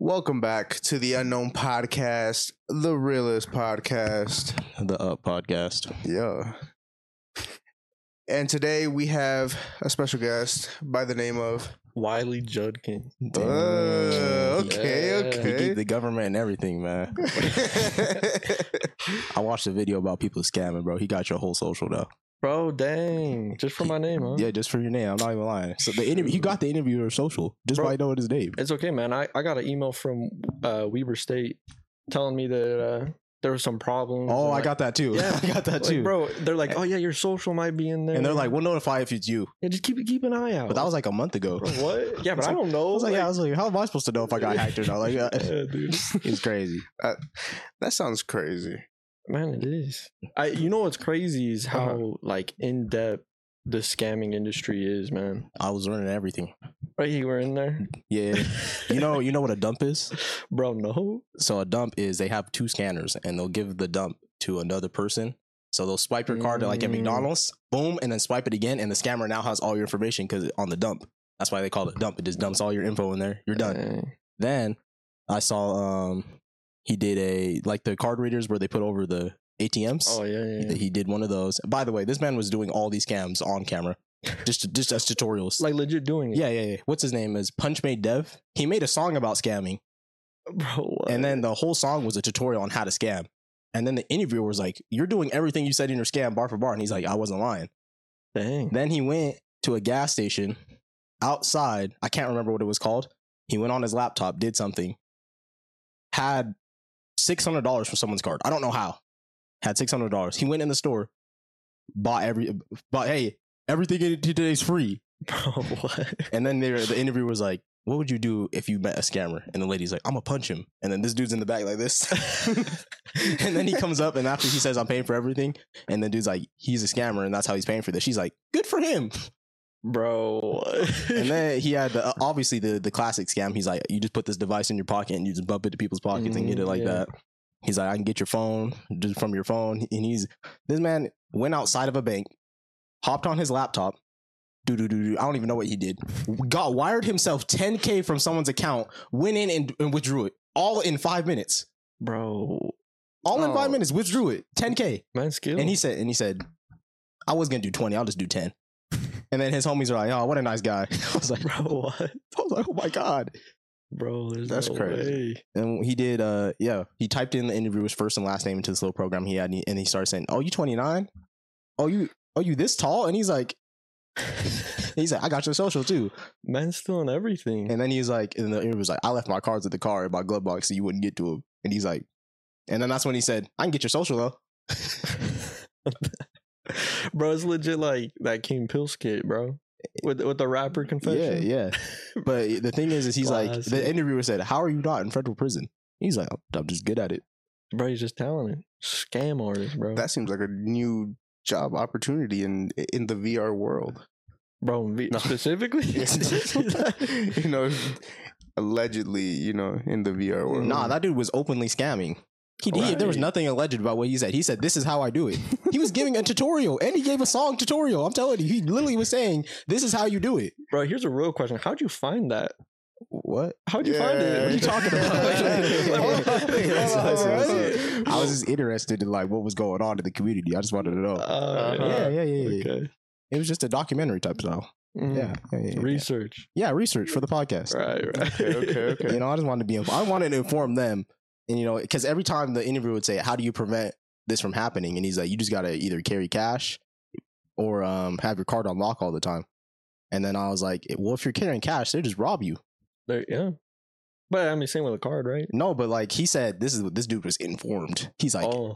Welcome back to the Unknown Podcast, the realest podcast. the Up podcast. Yeah. And today we have a special guest by the name of. Wiley Judkin. Uh, Uh, okay, Yeah. We okay. keep the government and everything, man. I watched a video about people scamming, bro. He got your whole social though. Bro, dang. Just for my name, huh? Yeah, just for your name. I'm not even lying. So the interview, he got the interviewer social just Bro. by knowing his name. It's okay, man. I, I got an email from uh, Weber State telling me that uh, there was some problems. Oh, and, I like- got that too. Yeah. I got that like, too, bro, they're like, oh, yeah, your social might be in there. And they're like, "We'll notify if it's you." yeah, just keep keep an eye out. But that was like a month ago. Bro, what? Yeah, but I I don't know. I was like, yeah, I was like, how am I supposed to know if I got hacked or not? Like, uh, yeah, dude. it's crazy. that sounds crazy. Man, it is. I you know what's crazy is Uh-huh. how like in depth the scamming industry is, man. I was learning everything. Right, you were in there, Yeah, you know, you know what a dump is. bro. No, So a dump is they have two scanners and they'll give the dump to another person. So they'll swipe your card like at Mm. McDonald's, boom, and then swipe it again, and the scammer now has all your information because on the dump. That's why they call it dump. It just dumps all your info in there. You're done. Dang. Then I saw um he did a like the card readers where they put over the ATMs. Oh yeah, yeah, He- yeah. He did one of those. By the way, this man was doing all these scams on camera, just just as tutorials. like legit doing it. yeah, yeah, yeah. What's his name? Is Punch Made Dev? He made a song about scamming. bro. what? And then the whole song was a tutorial on how to scam. And then the interviewer was like, You're doing everything you said in your scam bar for bar. And he's like, I wasn't lying. dang, Then he went to a gas station outside. I can't remember what it was called. He went on his laptop, did something, had $600 from someone's card. I don't know how. Had $600. He went in the store, bought every, bought, hey, everything in today's free. bro, what? And then they were- the interviewer was like, "What would you do if you met a scammer?" And the lady's like, "I'm gonna punch him." And then this dude's in the back like this. and then he comes up, and after he says, "I'm paying for everything," and the dude's like, "He's a scammer, and that's how he's paying for this." She's like, "Good for him." bro. what? And then he had the, uh, obviously the the classic scam. He's like, "You just put this device in your pocket, and you just bump it to people's pockets and get it Mm, like yeah. that." He's like, "I can get your phone just from your phone," and he's this man went outside of a bank, hopped on his laptop. Do do do do. I don't even know what he did. Got wired himself 10k from someone's account, went in and, and withdrew it all in five minutes. bro, All in five Oh. minutes, withdrew it 10k. man, skill. And he said, and he said, I was gonna do 20. I'll just do 10. And then his homies are like, "Oh, what a nice guy." I was like, bro, what? I was like, "Oh my god." Bro, there's That's no crazy. way. And he did, uh, yeah, he typed in the interviewer's first and last name into this little program he had, and he, and he started saying, "Oh, you 29? Oh, you, oh, you this tall?" And he's like, he's like, "I got your social too." Man's stealing everything. And then he's like, and the interviewer was like, "I left my cards at the car in my glove box, so you wouldn't get to him." And he's like, and then that's when he said, "I can get your social though." bro, it's legit like that King Pill skit, bro. With with the rapper confession. Yeah, yeah. But the thing is, is he's like, Classic. the interviewer said, "How are you not in federal prison?" He's like, "Oh, "I'm just good at it." Bro, he's just talented. Scam artist, bro. That seems like a new job opportunity in in the VR world. bro, me- specifically? you know, allegedly, you know, in the VR world. Nah, that dude was openly scamming. He, he- there was Right. nothing alleged about what he said. He said, "This is how I do it." he was giving a tutorial, and he gave a song tutorial. I'm telling you, he literally was saying, "This is how you do it." bro, here's a real question. How'd you find that? What? How'd you find it? Yeah. What are you talking Like, about? what? That's- that's- Alright. I was just interested in like what was going on in the community. I just wanted to know. Uh, yeah, yeah, yeah, yeah. yeah. Okay. It was just a documentary type style. Mm. Yeah, yeah, yeah, yeah. Research. yeah. Research for the podcast. Right, right. Okay, okay, okay. You know, I just wanted to be. inf- I wanted to inform them, and you know, because every time the interviewer would say, "How do you prevent this from happening?" and he's like, "You just gotta either carry cash, or um, have your card on lock all the time." And then I was like, "Eh, "Well, if you're carrying cash, they just rob you." There, yeah. But I mean, same with a card, right? No, but like he said, this is what this dude was informed. He's like, oh,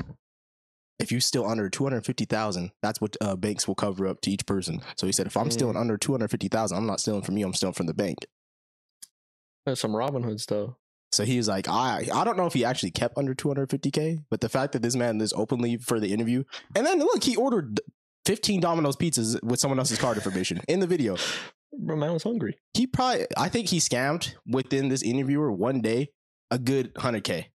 "If you still under two hundred fifty thousand, that's what uh, banks will cover up to each person." So he said, "If I'm stealing under two hundred fifty thousand, I'm not stealing from you. I'm stealing from the bank." that's some Robin Hood stuff. So he was like, I I don't know if he actually kept under 250k, but the fact that this man is openly for the interview, and then look, he ordered 15 Domino's pizzas with someone else's card information in the video. Bro, man was hungry. He probably, I think he scammed within this interviewer one day a good 100k,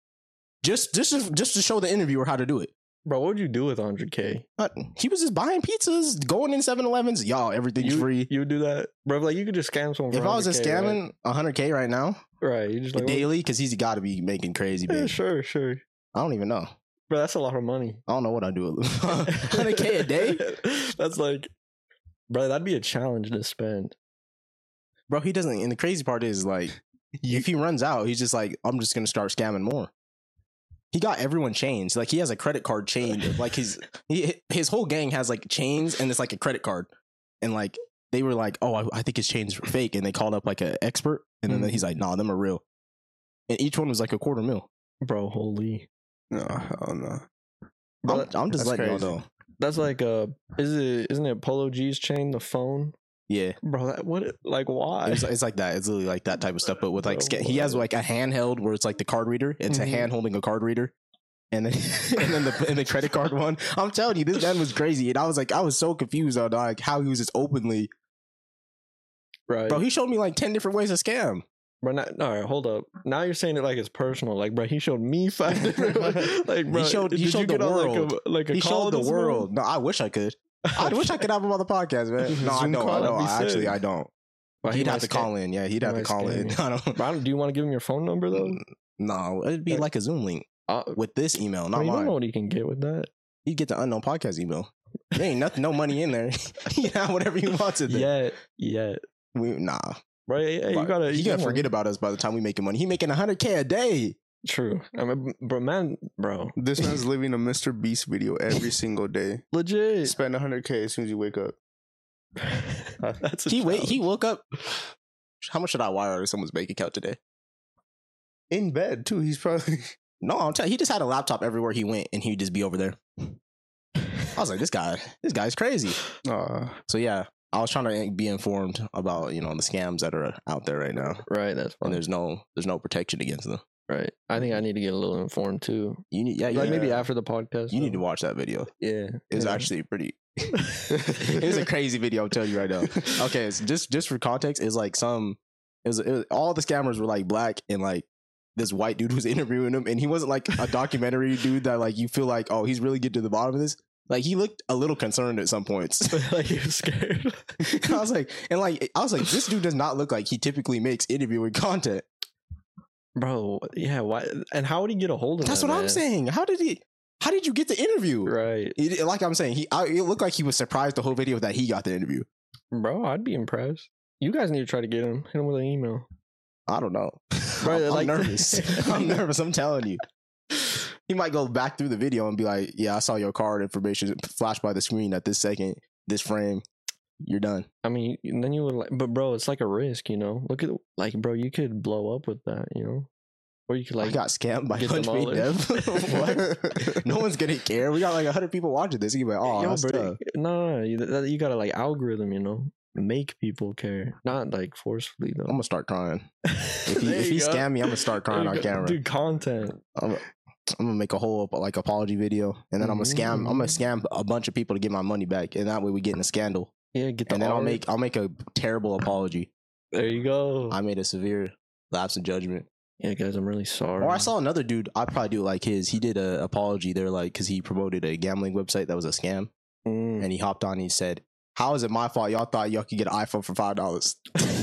just just to, just to show the interviewer how to do it. Bro, what would you do with 100k? Uh, he was just buying pizzas, going in 7-Elevens. Y'all, everything's you, free. You would do that, bro? Like you could just scam someone. if for I was just 100K, right? scamming 100K right now, right? You just like well, daily, because he's got to be making crazy yeah, big. sure, sure, I don't even know. bro. That's a lot of money. I don't know what I do with 100K a day. That's like, bro, that'd be a challenge to spend. Bro, he doesn't. And the crazy part is, like, if he runs out, he's just like, I'm just going to start scamming more. He got everyone chains. Like, he has a credit card chain. like, his, he, his whole gang has, like, chains and it's like a credit card. And, like, they were like, oh, I, I think his chains are fake. And they called up, like, an expert. And then Mm. Mhm. he's like, nah, them are real. And each one was like a quarter mil. Bro, holy. No, I don't know. Bro, I'm, that- I'm just that's letting crazy. y'all know. that's like uh is it isn't it Polo G's chain, the phone? Yeah. Bro, that what like why? It's, it's like that. It's literally like that type of stuff. But with like, Bro, sca- he has what? like a handheld where it's like the card reader. It's Mhm. a hand holding a card reader, and then and then the and the credit card one. I'm telling you, this man was crazy, and I was like, I was so confused on like how he was just openly, right. bro. He showed me like ten different ways to scam. Bro, not, all right, hold up. Now you're saying it like it's personal. Like, bro, he showed me five different ways. Like, bro, showed- he did you showed the get on, world. Like a, like a He call showed the this morning? world. No, I wish I could. I wish I could have him on the podcast, man. No, I Zoom don't. call, I don't. that'd be I actually, sick. I don't. Bro, he he'd might have to scam- call in. Yeah, he'd have to might call scam in. you. I don't. Bro, I don't- do you want to give him your phone number though? No, it'd be Like- like a Zoom link Uh, with this email, I Mm, not mean, you don't mine. know what he can get with that. you get the unknown podcast email. There ain't nothing, no money in there. you have whatever you want to. Yeah, Yet, yet, we, nah. bro. Hey, hey, you But gotta, you gotta forget about us by the time we making money. He making hundred k a day. True, I mean, bro, man, bro, This man's living a Mr. Beast video every single day. legit. Spend 100k as soon as you wake up. That's a He wait. challenge. He woke up. How much should I wire to someone's bank account today? In bed too. He's probably No, I'm telling. He just had a laptop everywhere he went, and he'd just be over there. I was like, this guy, this guy's crazy. uh, So yeah, I was trying to eh, be informed about you know the scams that are out there right now, Right, and that's funny. there's no there's no protection against them. Right, I think I need to get a little informed too. You need yeah, Like yeah. maybe after the podcast, You need to though. watch that video. Yeah, It was yeah. actually pretty. it was a crazy video. I'm telling you right now. okay, so just just for context, it's like some it was, it was all the scammers were like black and like this white dude was interviewing him and he wasn't like a documentary dude that like you feel like oh he's really get to the bottom of this. Like he looked a little concerned at some points. like he was scared. I was like, and like I was like, this dude does not look like he typically makes interviewing content. bro. Yeah, why? And how would he get a hold of? That's that what I'm man? saying. How did he? How did you get the interview? Right, It- like I'm saying, he I, it looked like he was surprised the whole video that he got the interview. bro. I'd be impressed. You guys need to try to get him. Hit him with an email. I don't know. Bro, I'm, I'm like- nervous. I'm nervous. I'm telling you. He might go back through the video and be like, "Yeah, I saw your card information flash by the screen at this second, this frame. You're done." I mean, and then you would like, but bro, it's like a risk, you know. Look at like, bro, you could blow up with that, you know, or you could Like, like, I got scammed by get Punch Me demolished. Dev. what? No one's gonna care. We got like hundred people watching this. You can be like, "Oh, Yo, that's bro, tough." no, no, no, you, that, you gotta like algorithm, you know, make people care, not like forcefully I'm though. gonna start crying. if he- if he scam me, I'ma start crying on camera. Dude, content. I'm, I'm gonna make a whole like apology video, and then I'm gonna scam. I'm gonna Mm. scam a bunch of people to get my money back, and that way we get in a scandal. Yeah, get the And then I'll art. make I'll make a terrible apology. There you go. I made a severe lapse in judgment. yeah, guys, I'm really Or sorry. Oh, I saw another dude. I'd probably do it like his. He did a apology there, like because he promoted a gambling website that was a scam, Mm. and he hopped on. and He said, "How is it my fault? Y'all thought y'all could get an iPhone for five dollars."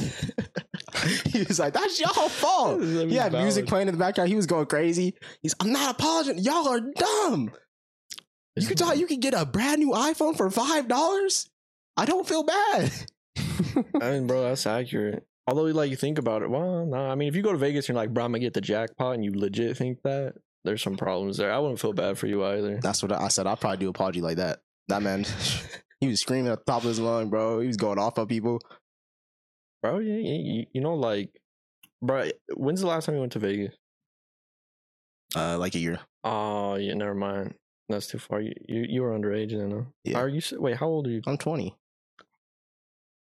he was like, "That's y'all fault." That'd be He had Oh, music valid. playing in the background. He was going crazy. He's, "I'm not apologizing. Y'all are dumb. You It's thought you could get a brand new iPhone for five dollars? I don't feel bad." I mean, bro, that's accurate. Although, like, you think about it, well, no. I mean, if you go to Vegas and you're like, bro, I'm gonna get the jackpot, and you legit think that, there's some problems there. I wouldn't feel bad for you either. That's what I said. I'll probably do apology like that. That man, he was screaming at the top of his lung, bro. He was going off on people. Bro, yeah, yeah, you, you know, like, bro, when's the last time you went to Vegas? Uh, like a year. Oh, yeah, never mind. That's too far. You you, you were underage then, huh? Yeah. Are you? s- Wait, how old are you? I'm 20.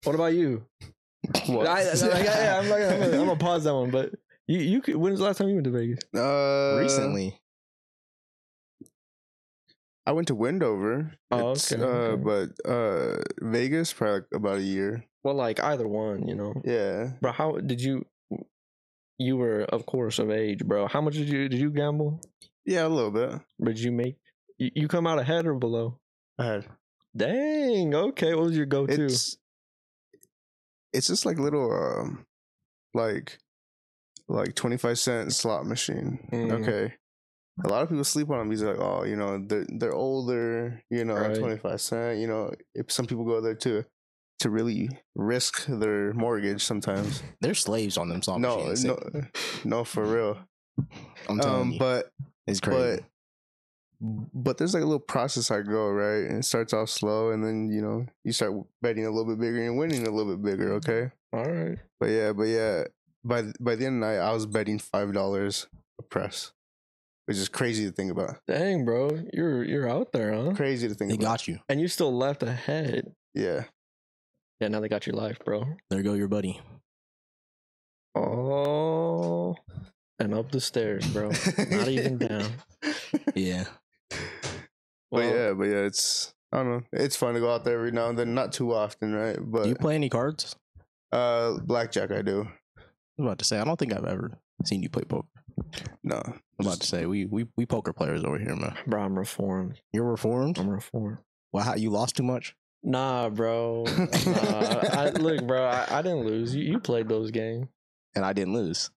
What about you? What? I, I, I, am like, I'm, gonna, I'm gonna pause that one, but you you could, when's the last time you went to Vegas? uh, recently. I went to Wendover. Oh, It's, okay, uh, okay. But uh, Vegas, probably like about a year. Well, like either one, you know. Yeah. bro how did you you were of course of age bro how much did you did you gamble Yeah, a little bit. did you make You, you come out ahead or below? ahead. Dang. Okay. What was your go to? It's it's just like little um like like twenty five cent slot machine. Mm. Okay. A lot of people sleep on them because they're like, oh, you know, they're they're older, you know, Right. twenty five cent, you know. If some people go there to to really risk their mortgage sometimes. They're slaves on them slot No, machines. no, no, for real. I'm telling Um, you, but it's crazy. but but there's like a little process I go right, and it starts off slow, and then you know you start betting a little bit bigger and winning a little bit bigger. Mm-hmm. Okay, All right. but yeah, but yeah, by th- by the end of the night, I was betting five dollars a press, which is crazy to think about. Dang, bro. You're you're out there, huh? Crazy to think Hmm. they about. got you. And you still left ahead. yeah. Yeah, now they got your life, bro. There go your buddy. Oh, and up the stairs, bro. Not even down. Yeah. But Well, yeah, but yeah, it's I don't know. It's fun to go out there every now and then, not too often, right? But Do you play any cards? uh, blackjack, I do. I was about to say, I don't think I've ever seen you play poker. No, I'm about to say, we we we poker players over here, man. bro, I'm reformed. You're reformed. I'm reformed. Wow, how- you lost too much. Nah, bro. Nah, Uh, I, look, bro. I, I didn't lose. You, you played those games, and I didn't lose.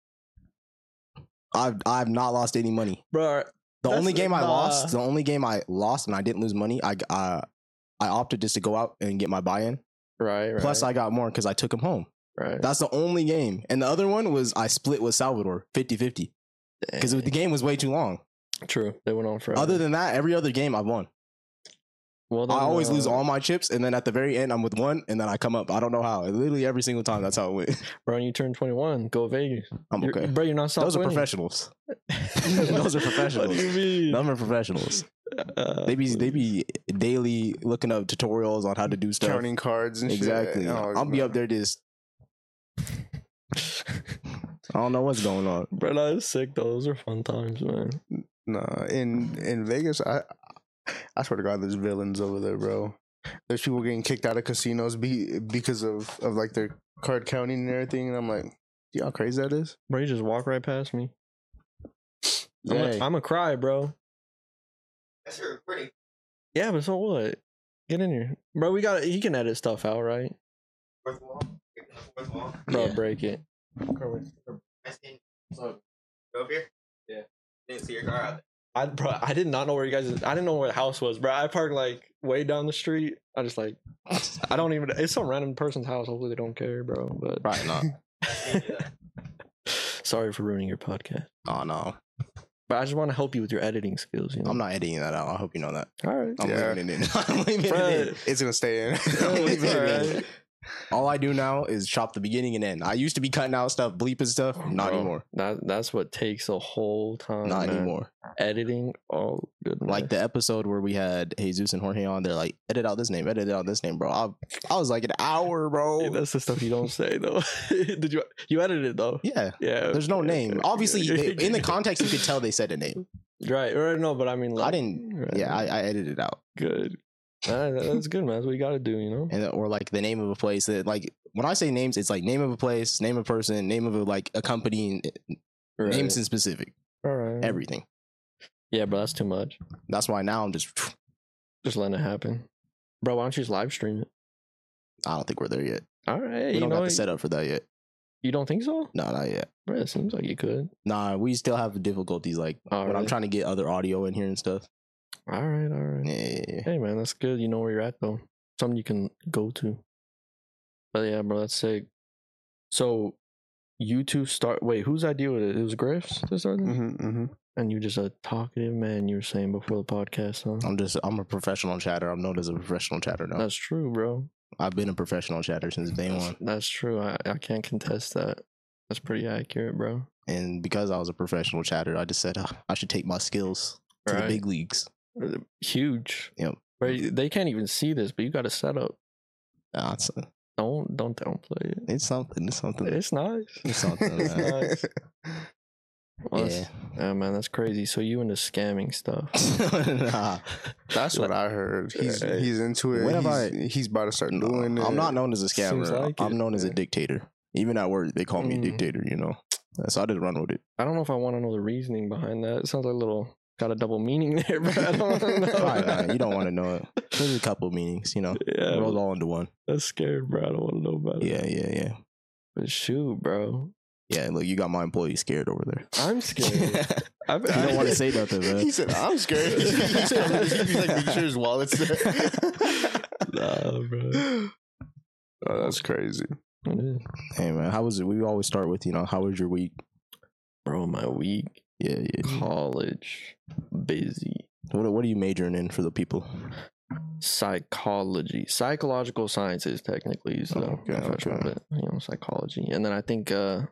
I've I've not lost any money. bro. The That's only the- game I nah. lost, the only game I lost, and I didn't lose money. I I, I opted just to go out and get my buy-in. Right, right. Plus, I got more because I took him home. right. That's the only game. And the other one was I split with Salvador 50-50 because the Dang. game was way too long. true. They went on forever. Other than that, every other game I've won. well, I always lose uh, all my chips, and then at the very end, I'm with one, and then I come up. I don't know how. Literally every single time, that's how it went. Bro, you turn 21. Go Vegas. I'm You're- okay. bro. You're not Those are self-winning. professionals. Those are professionals. What do you mean? Them are professionals. Uh, they be they be daily looking up tutorials on how to do stuff. counting cards and shit. exactly. Oh, I'll be no. up there just. I don't know what's going on. bro, that is sick. Though. Those are fun times, man. Nah, in in Vegas, I I swear to God, there's villains over there, bro. There's people getting kicked out of casinos be, because of of like their card counting and everything, and I'm like, do you know how crazy that is? Bro, you just walk right past me. I'm Hey. gonna, I'm gonna cry, bro. That's your recording. Yeah, but so what? Get in here, bro. We got. He can edit stuff out, right? Bro, Yeah. break it. Over here? Yeah. Didn't see your car out I bro, I did not know where you guys. I didn't know where the house was, bro. I parked like way down the street. I just like, I don't even. It's some random person's house. Hopefully, they don't care, bro. But Probably not. sorry for ruining your podcast. Oh no, But I just want to help you with your editing skills. You know? I'm not editing that out. I hope you know that. All right. I'm Yeah. leaving it in. I'm leaving it Bro, in. It's gonna stay in. I'm It's leaving it in. alright. All I do now is chop the beginning and end. I used to be cutting out stuff, bleeping stuff. Not bro, anymore. That that's what takes a whole time. Not Oh, man. anymore. Editing. Oh goodness. Like the episode where we had Jesus and Jorge on, they're like, edit out this name, edit out this name, bro. I, I was like an hour, Hey, bro. that's the stuff you don't say though. Did you you edited it though? Yeah. Yeah. There's no okay, name. okay, Obviously, okay. in the context, you could tell they said a name. Right. Right. No, but I mean, like, didn't- right, Yeah, I, I edited it out, good. Nah, that- that's good, man. That's what you got to do, you know. and or like the name of a place that like when I say names, it's like name of a place, name of a person, name of a like a company, and Right. names in specific, All right. everything. yeah, bro. That's too much. That's why now I'm just. Just letting it happen, bro. Why don't you just live stream it? I don't think we're there yet. All right. We you don't know, have the setup for that yet. you don't think so, No, not yet. bro? It seems like you could. Nah, we still have difficulties like All when I'm right. trying to get other audio in here and stuff. all right. All right. Yeah, yeah, yeah. Hey, man. That's good. You know where you're at though. Something you can go to. But yeah, bro. That's sick. So. You two start. Wait, whose idea was it? It was Griff's to start Mm-hmm. this? Mhm, mhm. And you're just a talkative man, you were saying before the podcast, huh? I'm just I'm a professional chatter. I'm known as a professional chatter now. That's true, bro. I've been a professional chatter since day That's, one. that's true. I, I can't contest that. That's pretty accurate, bro. And because I was a professional chatter, I just said "Ah, I should take my skills to the Right. big leagues. Uh, Huge. Yep. Right. They can't even see this, but you got a setup. Nah, it's, Don't don't downplay it. it's something. It's something. It's nice. It's something. man. Nice. Well, yeah. that's- yeah, man, that's crazy. So you into scamming stuff? nah, That's what I heard. He's Hey. he's into it. When have he's, he's about to start No, doing it. I'm not known as a Seems scammer. like I'm it, known as a yeah. dictator. Even at work, they call me a Mm. dictator. You know, so I just run with it. I don't know if I want to know the reasoning behind that. It sounds like a little Got a double meaning there, but I don't know. Oh. Probably not. You don't want to know it. There's a couple meanings, you know. Yeah, Rolled all into one. that's scared, bro. I don't want to know about it. Yeah, yeah, yeah. But shoot, bro. Yeah, look, you got my employee scared over there. I'm scared. you I've, don't want to say nothing, man. He said, "I'm scared." he said, "Look, he'd be like, "Make sure his wallet's Nah, bro. there." oh, that's crazy. It is. Hey, man, how was it? We always start with, you know, how was your week? Bro, my week, Yeah, Mm. yeah. college, busy. What, what are you majoring in for the people? Psychology, psychological sciences, technically, is the Oh, okay, professional okay. bit, you know, psychology. And then I think uh,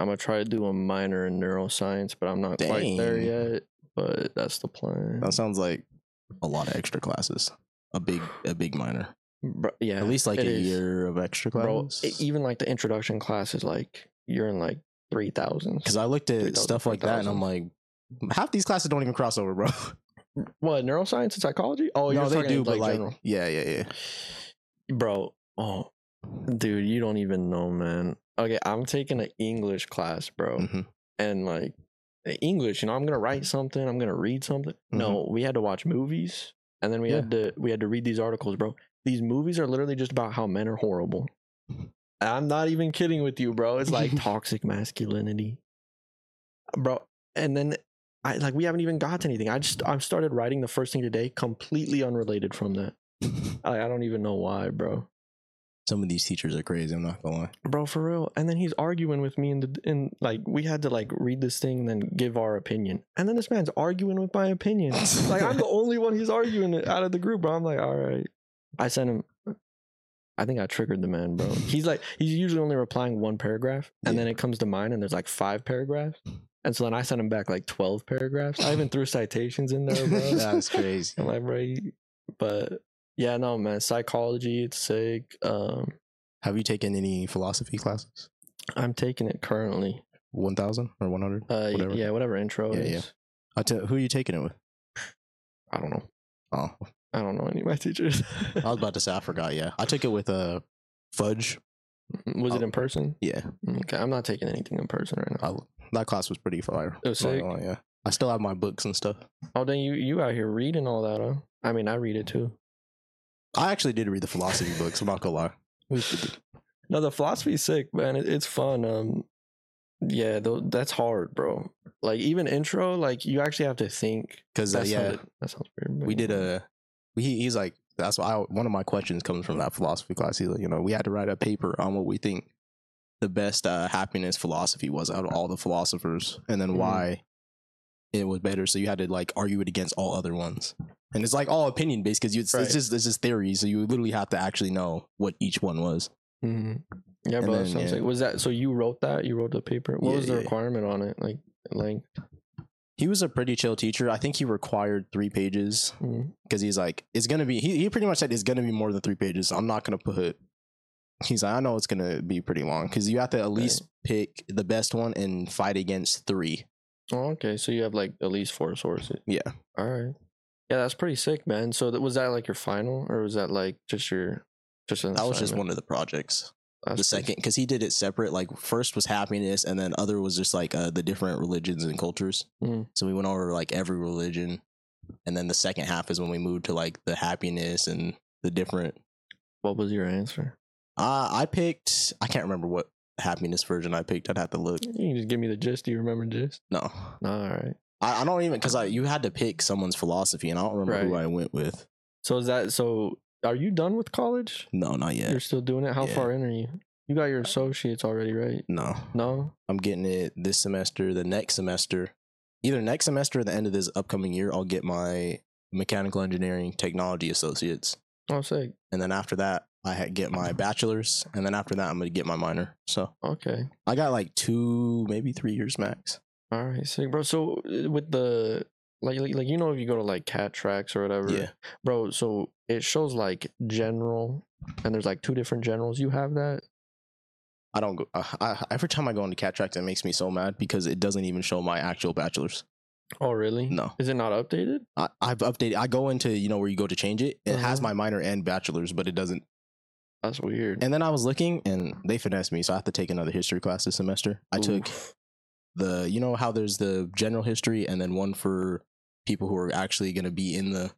I'm gonna try to do a minor in neuroscience, but I'm not quite there Dang. yet. But that's the plan. That sounds like a lot of extra classes. A big, a big minor. Bro, yeah, At least like it a is. year of extra bro. classes. e- even like the introduction class is like you're in like three thousand. Because I looked at 3,000, stuff like that and I'm like, half these classes don't even cross over, bro. What neuroscience and psychology? Oh, no, you're they talking, do, but like, general. yeah, yeah, yeah. bro. Oh, dude, you don't even know, man. Okay, I'm taking an English class, bro, Mhm. and like English. You know, I'm gonna write something. I'm gonna read something. No, we had to watch movies, and then we had to we had to read these articles, bro. These movies are literally just about how men are horrible. I'm not even kidding with you, bro. It's like toxic masculinity, bro. And then I like we haven't even got to anything. I just I started writing the first thing today, completely unrelated from that. I, I don't even know why, bro. Some of these teachers are crazy. I'm not gonna lie. Bro, for real. And then he's arguing with me, and and like we had to like read this thing and then give our opinion. And then this man's arguing with my opinion. like I'm the only one he's arguing it out of the group, bro. I'm like, all right. I sent him. I think I triggered the man, bro. He's like, he's usually only replying one paragraph, and Yeah. then it comes to mine, and there's like five paragraphs, and so then I sent him back like twelve paragraphs. I even threw citations in there, bro. That's crazy. I'm like, bro, you- but yeah, no, man. Psychology, it's sick. Um, Have you taken any philosophy classes? I'm taking it currently. One thousand or one hundred? Uh, Whatever. yeah, whatever intro. Yeah, is. yeah. who are you taking it with? I don't know. Oh, I don't know any of my teachers. I was about to say I forgot. Yeah, I took it with uh, fudge. Mm, was it in person? Yeah, Okay, I'm not taking anything in person right now. I, that class was pretty fire. It was Not Oh, sick. gonna lie, yeah, I still have my books and stuff. Oh, then you you out here reading all that, huh? I mean, I read it too. I actually did read the philosophy books. I'm not gonna lie. It was pretty- No, the philosophy is sick, man. It, it's fun. Um, yeah, though that's hard, bro. Like even intro, like you actually have to think. Cause uh, That yeah, sounded- that sounds weird. but- we did a. We, he- he's like that's why I, one of my questions comes from that philosophy class. He's like, you know, we had to write a paper on what we think the best uh, happiness philosophy was out of all the philosophers, and then Mhm. why it was better. So you had to like argue it against all other ones, and it's like all opinion based because it's, Right. it's just it's just theory. So you literally have to actually know what each one was. Mhm. Yeah, And bro. that then, sounds yeah. like was that? So you wrote that? You wrote the paper. What Yeah, was the yeah. requirement on it? Like, like. He was a pretty chill teacher. I think he required three pages mhm. because he's like, it's gonna be. He, he pretty much said it's gonna be more than three pages. I'm not gonna put. He's like, I know it's gonna be pretty long because you have to at least pick the best one and fight against three. Oh, okay, so you have like at least four sources. Yeah, All right. Yeah, that's pretty sick, man. So that was that like your final, or was that like just your just an that was just assignment? one of the projects. That's the pretty- second, because he did it separate. Like first was happiness, and then other was just like uh, the different religions and cultures. Mm. So we went over like every religion, and then the second half is when we moved to like the happiness and the different. What was your answer? Uh, I picked. I can't remember what happiness version I picked. I'd have to look. You can just give me the gist. Do you remember gist? No, No, all right. I, I don't even because I you had to pick someone's philosophy, and I don't remember who Right. I went with. So is that so? Are you done with college? No, not yet. You're still doing it. How Yeah. far in are you? You got your associates already, right? no, No. I'm getting it this semester, the next semester, either next semester or the end of this upcoming year. I'll get my mechanical engineering technology associates, Oh, sick. and then after that, I ha- get my bachelor's, and then after that, I'm gonna get my minor. So Okay. I got like two, maybe three years max. All right, sick, bro. So uh, with the like, like, like you know, if you go to like cat tracks or whatever, Yeah, bro. So it shows like general, and there's like two different generals. You have that. I don't go. Uh, I, every time I go into Cat Tracks, it makes me so mad because it doesn't even show my actual bachelor's. Oh, really? No. Is it not updated? I, I've updated. I go into you know where you go to change it. It has Uh-huh. my minor and bachelor's, but it doesn't. That's weird. And then I was looking, and they finessed me, so I have to take another history class this semester. I Ooh. took the you know how there's the general history and then one for people who are actually going to be in the,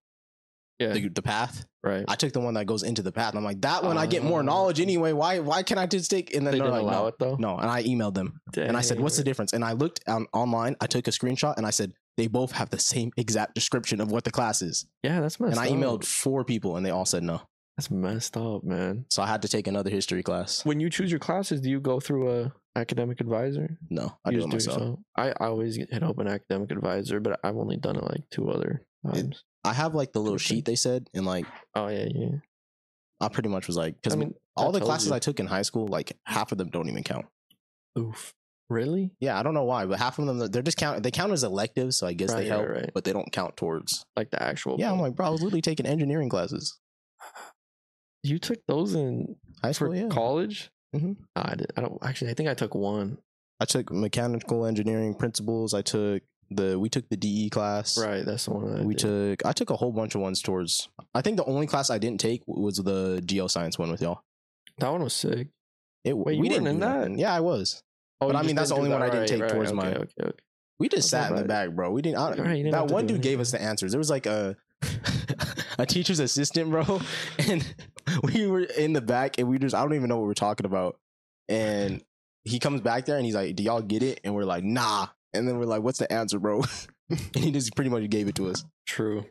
Yeah. the the path. right. I took the one that goes into the path. And I'm like, that one I get more Oh. knowledge anyway. Why why can't I just take? And then they they're didn't like, allow no, it though. no. And I emailed them and I said, what's the Dang. difference? And I looked on, online. I took a screenshot and I said they both have the same exact description of what the class is. Yeah, that's messed. And I up. emailed four people and they all said no. That's messed up, man. So I had to take another history class. When you choose your classes, do you go through a academic advisor? No, I You do it just myself. yourself? I, I always get hit up an academic advisor, but I've only done it like two other times. I have like the little Interesting. sheet they said, and like oh yeah, yeah. I pretty much was like, because I mean, all that the tells classes you. I took in high school, like half of them don't even count. Oof. Really? Yeah, I don't know why, but half of them they're just count. They count as electives, so I guess Right, they right, help, right. but they don't count towards. Like the actual? Yeah, I'm book. like, bro, I was literally taking engineering classes. you took those in High school, for yeah. college? Mhm. No, I did. I don't actually. I think I took one. I took mechanical engineering principles. I took the we took the DE class. Right. That's the one. I We did. took I took a whole bunch of ones towards. I think the only class I didn't take was the geoscience one with y'all. that one was sick. It Wait, you we didn't weren't in do that? nothing. Yeah, I was. But Oh, you I just mean, that's didn't the only do that. one I didn't Right, take right, towards okay, mine. Okay, okay. We just That's sat in not the back, bro. We didn't. I, You're right, you didn't have that to one do dude gave anything. us the answers. There was like a a teacher's assistant, bro, and we were in the back, and we just I don't even know what we we're talking about. And he comes back there, and he's like, "Do y'all get it?" And we're like, "Nah." And then we're like, "What's the answer, bro?" and he just pretty much gave it to us. True.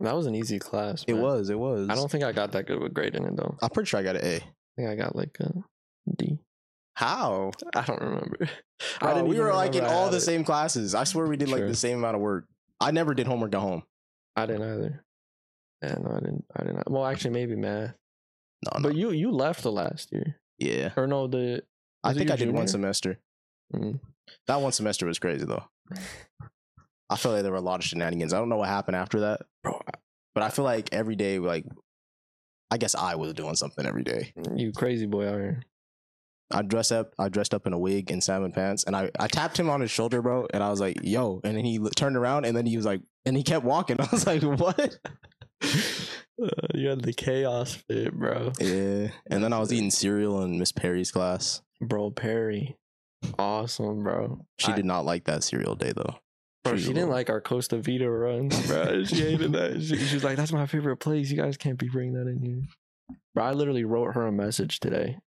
That was an easy class. It man. was. It was. I don't think I got that good with grading it though. I I'm pretty sure I got an A. think I got like a D. How? I don't remember. I Bro, didn't we even were like in remember I all had the it. same classes. I swear we did like True. the same amount of work. I never did homework at home. I didn't either. Yeah, no, I didn't. I didn't. Well, actually, maybe math. Mm-hmm. No, no. But you you left the last year, yeah, or no? The I was it think your I did one junior? semester. Mm-hmm. Mm. That one semester was crazy though. I feel like there were a lot of shenanigans. I don't know what happened after that, bro, but I feel like every day, like, I guess I was doing something every day. you crazy boy out here. I dress up. I dressed up in a wig and salmon pants, and I, I tapped him on his shoulder, bro, and I was like, "Yo!" And then he l- turned around, and then he was like, and he kept walking. I was like, "What?" Uh, you had the chaos fit, bro. yeah. And then I was eating cereal in Miss Perry's class. Bro, Perry, awesome, bro. She I- did not like that cereal day though. Bro, was she a didn't little- like our Costa Vita runs, bro. She hated that. She, she was like, "That's my favorite place. You guys can't be bringing that in here." Bro, I literally wrote her a message today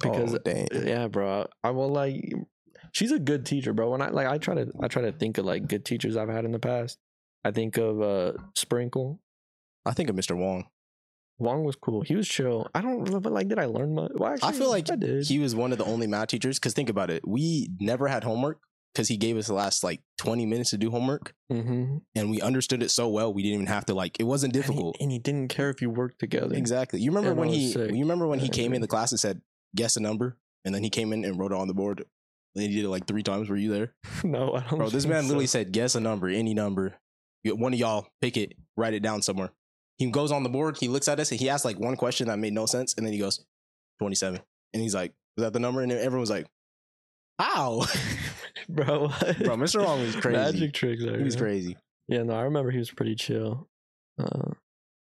because, oh, dang. yeah, bro. I will like. She's a good teacher, bro. When I like, I try to, I try to think of like good teachers I've had in the past. I think of uh Sprinkle. I think of Mr. Wong. Wong was cool. He was chill. I don't remember. Like, did I learn much? Well, I feel actually, like I did. he was one of the only math teachers. Because think about it, we never had homework because he gave us the last like twenty minutes to do homework, Mhm. and we understood it so well we didn't even have to like. It wasn't And he- difficult. And, he, didn't care if you worked together. exactly. You remember And I when was he? sick. You remember when he Yeah, I came in agree. the class and said, "Guess a number," and then he came in and wrote it on the board. And he did it like three times. Were you there, no, I don't. bro? This think man literally so. said, "Guess a number, any number. You- One of y'all pick it, write it down somewhere." He goes on the board. He looks at us and he asks like one question that made no sense, and then he goes, "27," and he's like, "Is that the number?" And everyone was like, "How?" bro. what? Bro, Mr. Wong was crazy. Magic trick there. he was yeah. crazy. Yeah, no, I remember he was pretty chill. Uh,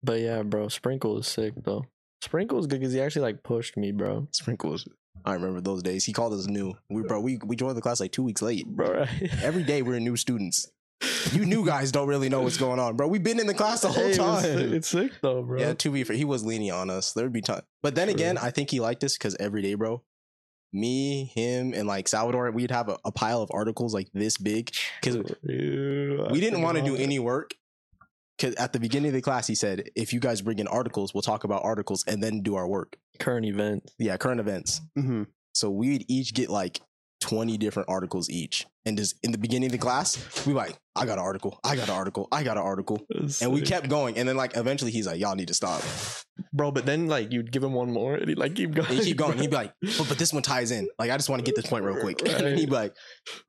but yeah, bro, Sprinkle is sick though. Sprinkle is good because he actually like pushed me, bro. Sprinkles. I remember those days. He called us new. We bro, we we joined the class like two weeks late. Bro, Every day we're new students. You new guys don't really know what's going on, bro. We've been in the class the whole Hey, it was sick- time. It's sick though, bro. Yeah, to be fair, he was leaning on us. There would be time, but then True. again, I think he liked us because every day, bro, me, him, and like Salvador, we'd have a, a pile of articles like this big because Ew, I we didn't want to do forgot. any work because at the beginning of the class he said if you guys bring in articles we'll talk about articles and then do our work current events. yeah current events Mm-hmm. so we'd each get like 20 different articles each and just in the beginning of the class we like i got an article i got an article i got an article and we kept going and then like eventually he's like y'all need to stop bro. But then like you'd give him one more, and he would like keep going. and he keep going he'd be like bro. but, but this one ties in like i just want to get this point real quick and Right. he'd be like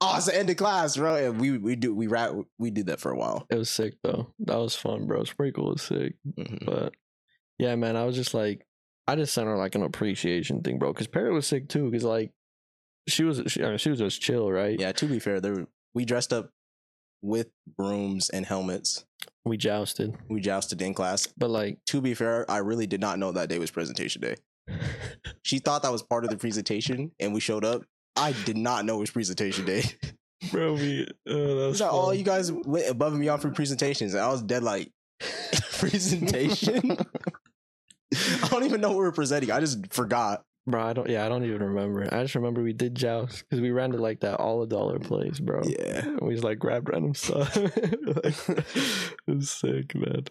oh it's the end of class bro and we we do we rat we did that for a while it was sick though. That was fun, bro. Sprinkle was sick. Mhm. But yeah, man, I was just like, I just sent her like an appreciation thing, bro. Because Perry was sick too. Because like, she was she, I mean, she was just chill, right? Yeah, to be fair, there were- we dressed up with brooms and helmets. We jousted, We jousted in class. but like, To be fair, I really did not know that day was presentation day. She thought that was part of the presentation, and we showed up. I did not know it was presentation day. bro. We, uh, that was It's like, oh, fun. you guys went above and beyond for presentations. And I was dead like, presentation? I don't even know what we were presenting. I just forgot. bro. I don't. Yeah, I don't even remember. I just remember we did joust because we ran to like that all a dollar place, bro. Yeah. And we just like grabbed random stuff. Like, it was sick, man.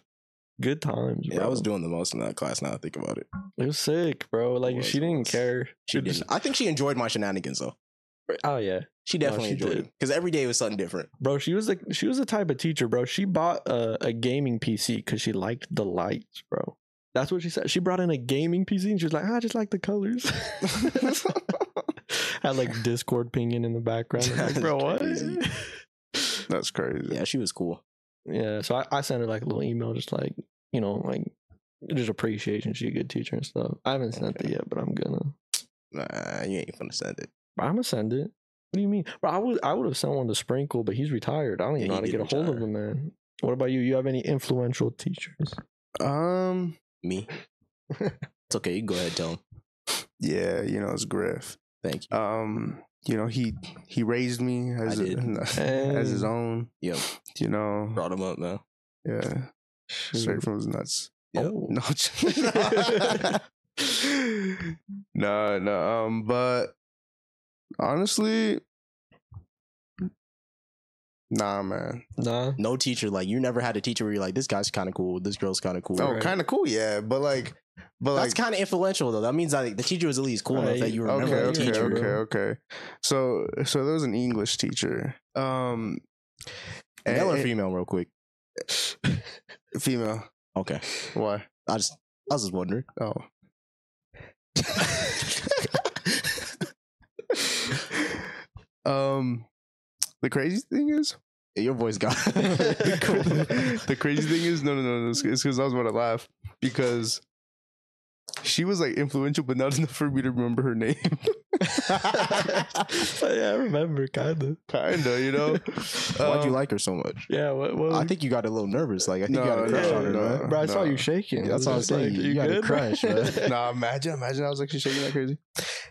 Good times, bro. Yeah, I was doing the most in that class now I think about it. it was sick, bro. Like was, she it didn't was. care. She It was- didn't. I think she enjoyed my shenanigans though. Oh yeah, She definitely she enjoyed did. it. Because every day was something different. bro. She was the she was the type of teacher, bro. She bought a, a gaming PC because she liked the lights, bro. That's what she said. She brought in a gaming PC and she was like, "I just like the colors." Had like Discord pinging in the background. I'm like, bro, what? Crazy. That's crazy. Yeah, she was cool. Yeah, so I, I sent her like a little email, just like you know, like just appreciation. She's a good teacher and stuff. I haven't sent it yet, but I'm gonna. Nah, you ain't gonna send it. But I'm gonna send it. What do you mean? Bro, I would I would have sent one to Sprinkle, but he's retired. I don't even Yeah, know he how did to get a hold of retire. him, man. What about you? You have any influential teachers? Um. Me. it's okay, you can go ahead and tell him. Yeah, you know it's Griff. Thank you. Um. You know he he raised me as I a- did. as his Hey. own. Yep. You know. Brought him up now. Yeah. Straight from his nuts. Yep. Oh. No. no, no. Um, but honestly, nah, man. Nah. No teacher, like you never had a teacher where you're like, this guy's kinda cool, this girl's kinda cool. Oh, Right. kind of cool, yeah. But like, but like, That's kind of influential though. That means like the teacher was at least cool enough Right. that you remember okay, the okay, teacher. okay, bro. okay. So, so there was an English teacher. Um, Male or and- female, real quick. Female. Okay, Why? I just I was just wondering. Oh. um, the crazy thing is, Your voice got the, cra- the crazy thing is, no, no, no, no. It's because I was about to laugh because she was like influential, but not enough for me to remember her name. Oh, yeah, I remember kind of. Kinda, you know. Why'd you Um, like her so much? Yeah, what? what I was- think you got a little nervous. Like I think you got No, a crush no, on her, no. man. bro. I saw no. you shaking. That's I what I'm was just saying. You got a good? crush, man. Nah, imagine, imagine. I was like, she's shaking that crazy.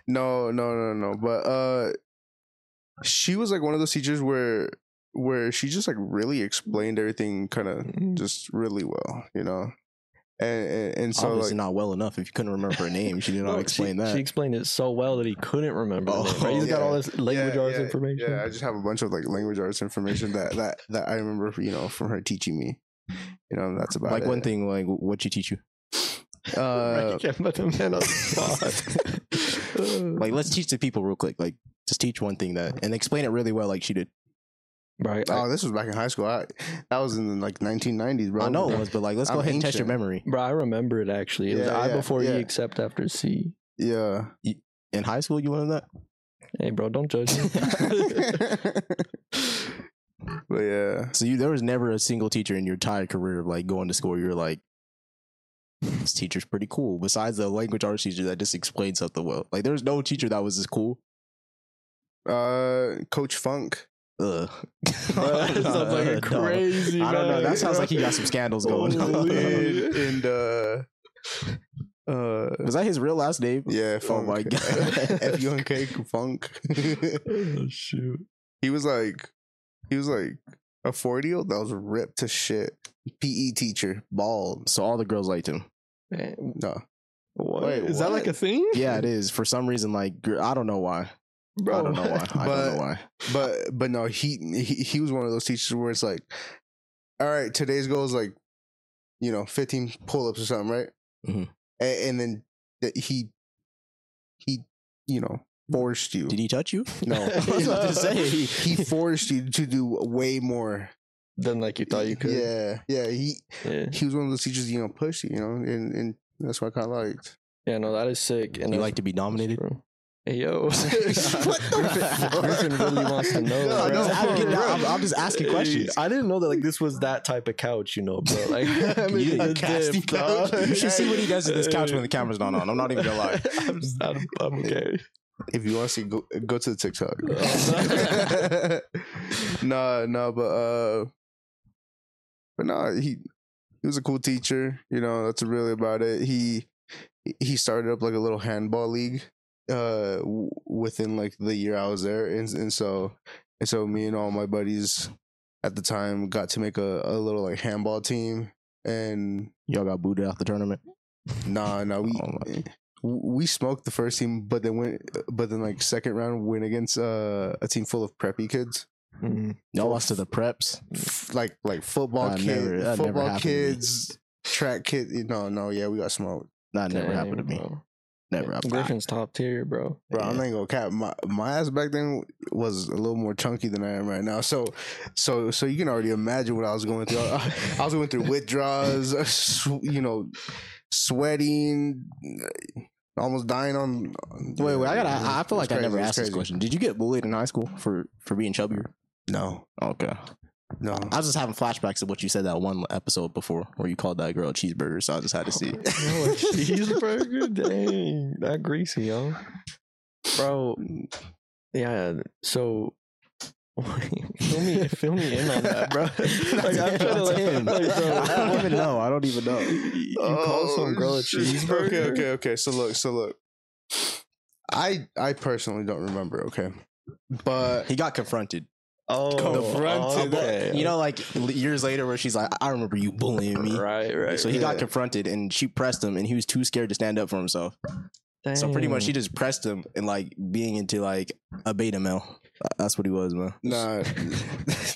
No, no, no, no. But uh, she was like one of those teachers where where she just like really explained everything, kind of Mm. just really well, you know. And and, and so Obviously like, not well enough. If you couldn't remember her name, she did not Well, explain she, that. She explained it so well that he couldn't remember. Oh, Oh, right? He's got yeah. all this language Yeah, arts yeah, information. Yeah, I just have a bunch of like language arts information that that that I remember, you know, from her teaching me. You know, that's about like it. one thing, like what she teach you? Bro, Uh, you can't put the man on the spot. Like let's teach the people real quick. Like just teach one thing that and explain it really well, like she did. Right, I, uh, oh, this was back in high school. I, that was in like 1990s, bro. I know it was, but like let's go I'm ahead and test your ancient. memory. bro, I remember it actually. It was Yeah, I yeah, before yeah. E except after C. Yeah. In high school, you learned that. Hey, bro, don't judge me. but yeah, So you there was never a single teacher in your entire career of like going to school. You're like, this teacher's pretty cool. Besides the language arts teacher that just explained something well. Like there's no teacher that was as cool. uh, Coach Funk. Ugh. Bro, that sounds like No. a crazy. I don't know. man. That sounds like he got some scandals going in, on. Holy. in the, uh, Was that his real last name? yeah, Oh my Funk. God. F U N K Funk. Oh, shoot. he was like, he was like a forty year old that was ripped to shit. PE teacher, bald. So all the girls liked him. Man, No, what? Wait, Is that what? like a thing? Yeah, it is. For some reason, like gr- I don't know why. bro. I don't know why. I But- don't know why. but but no, he, he he was one of those teachers where it's like, all right, today's goal is like, you know, fifteen pull ups or something, right? Mhm. A- And, then that he he you know forced you. Did he touch you? no, I was about to say he, he forced you to do way more. Then like you thought you could. Yeah, yeah. He Yeah. he was one of those teachers you know pushed you, you know, and and that's what I kind of liked. Yeah, no, that is sick. you And that's- like to be dominated. Bro. Hey yo, the fuck? Griffin, Griffin really wants to know. No, bro. I'm, no, just, I'm for getting- real. I'm- I'm just asking questions. I didn't know that like this was that type of couch, you know, bro. Like I'm You- in a the casting dip, dog. couch. You should see what he does to this couch Hey. when the camera's not on. I'm not even gonna lie. I'm, just, I'm, I'm okay. If you want to see, go go to the TikTok. Oh, no, no, but uh, but no, he he was a cool teacher. You know, that's really about it. He he started up like a little handball league uh w- within like the year I was there, and and so And so me and all my buddies at the time got to make a, a little like handball team. And Y'all got booted out the tournament. nah, nah, we eh, Oh we smoked the first team, but then went, but then like second round went against uh, a team full of preppy kids. Y'all lost to the preps. f- like like football Mm. That kids, never- that never football happened to me. kids, track kids. No, no, yeah, we got smoked, That never happened to me. Never happened. Griffin's top tier, bro. bro. I'm Yeah. not even gonna cap. My my ass back then was a little more chunky than I am right now. So so so you can already imagine what I was going through. I, I was going through withdrawals, sw- you know, sweating, almost dying on. Wait, wait. I gotta. It was- I I feel it was like I crazy, never it was asked this crazy. question. Did you get bullied in high school for for being chubbier? No, Okay. no. I was just having flashbacks of what you said that one episode before where you called that girl a cheeseburger. So I just had to see. Yo, a cheeseburger, dang, that greasy, yo, bro. Yeah, so fill me, fill me in on that, bro. Like, I'm Damn, trying to, like, damn. like, bro, I don't even know. I don't even know. You call some girl a Oh, shit. cheeseburger? Okay, okay, okay. So look, so look. I I personally don't remember. Okay, but He got confronted. Oh, Confronted. okay. You know, like l- years later, where she's like, "I remember you bullying me." right, right. so he yeah. got confronted, and she pressed him, and he was too scared to stand up for himself. So pretty much, he just pressed him, and like being into like a beta male. Uh, That's what he was, man. nah,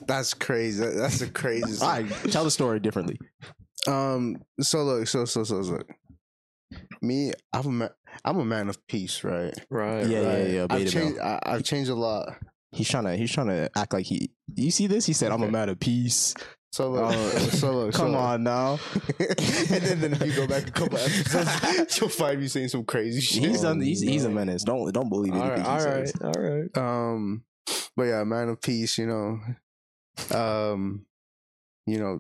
that's crazy. That- That's the craziest. All right, tell the story differently. Um. So look. So so so so. Me, I'm a man, I'm a man of peace, right? right, Yeah, right. yeah, yeah. I've Beta changed, male. I, I've changed a lot. He's trying to. He's trying to act like he. You see this? He said, "I'm a Okay. man of peace." So look. Oh. so look. Come so look. on now. and then, then if you go back a couple episodes, you'll find me saying some crazy shit. He's Oh, done. He's, he's a no. menace. Don't don't believe All anything right, he all says. right, all right. um but yeah man of peace you know um you know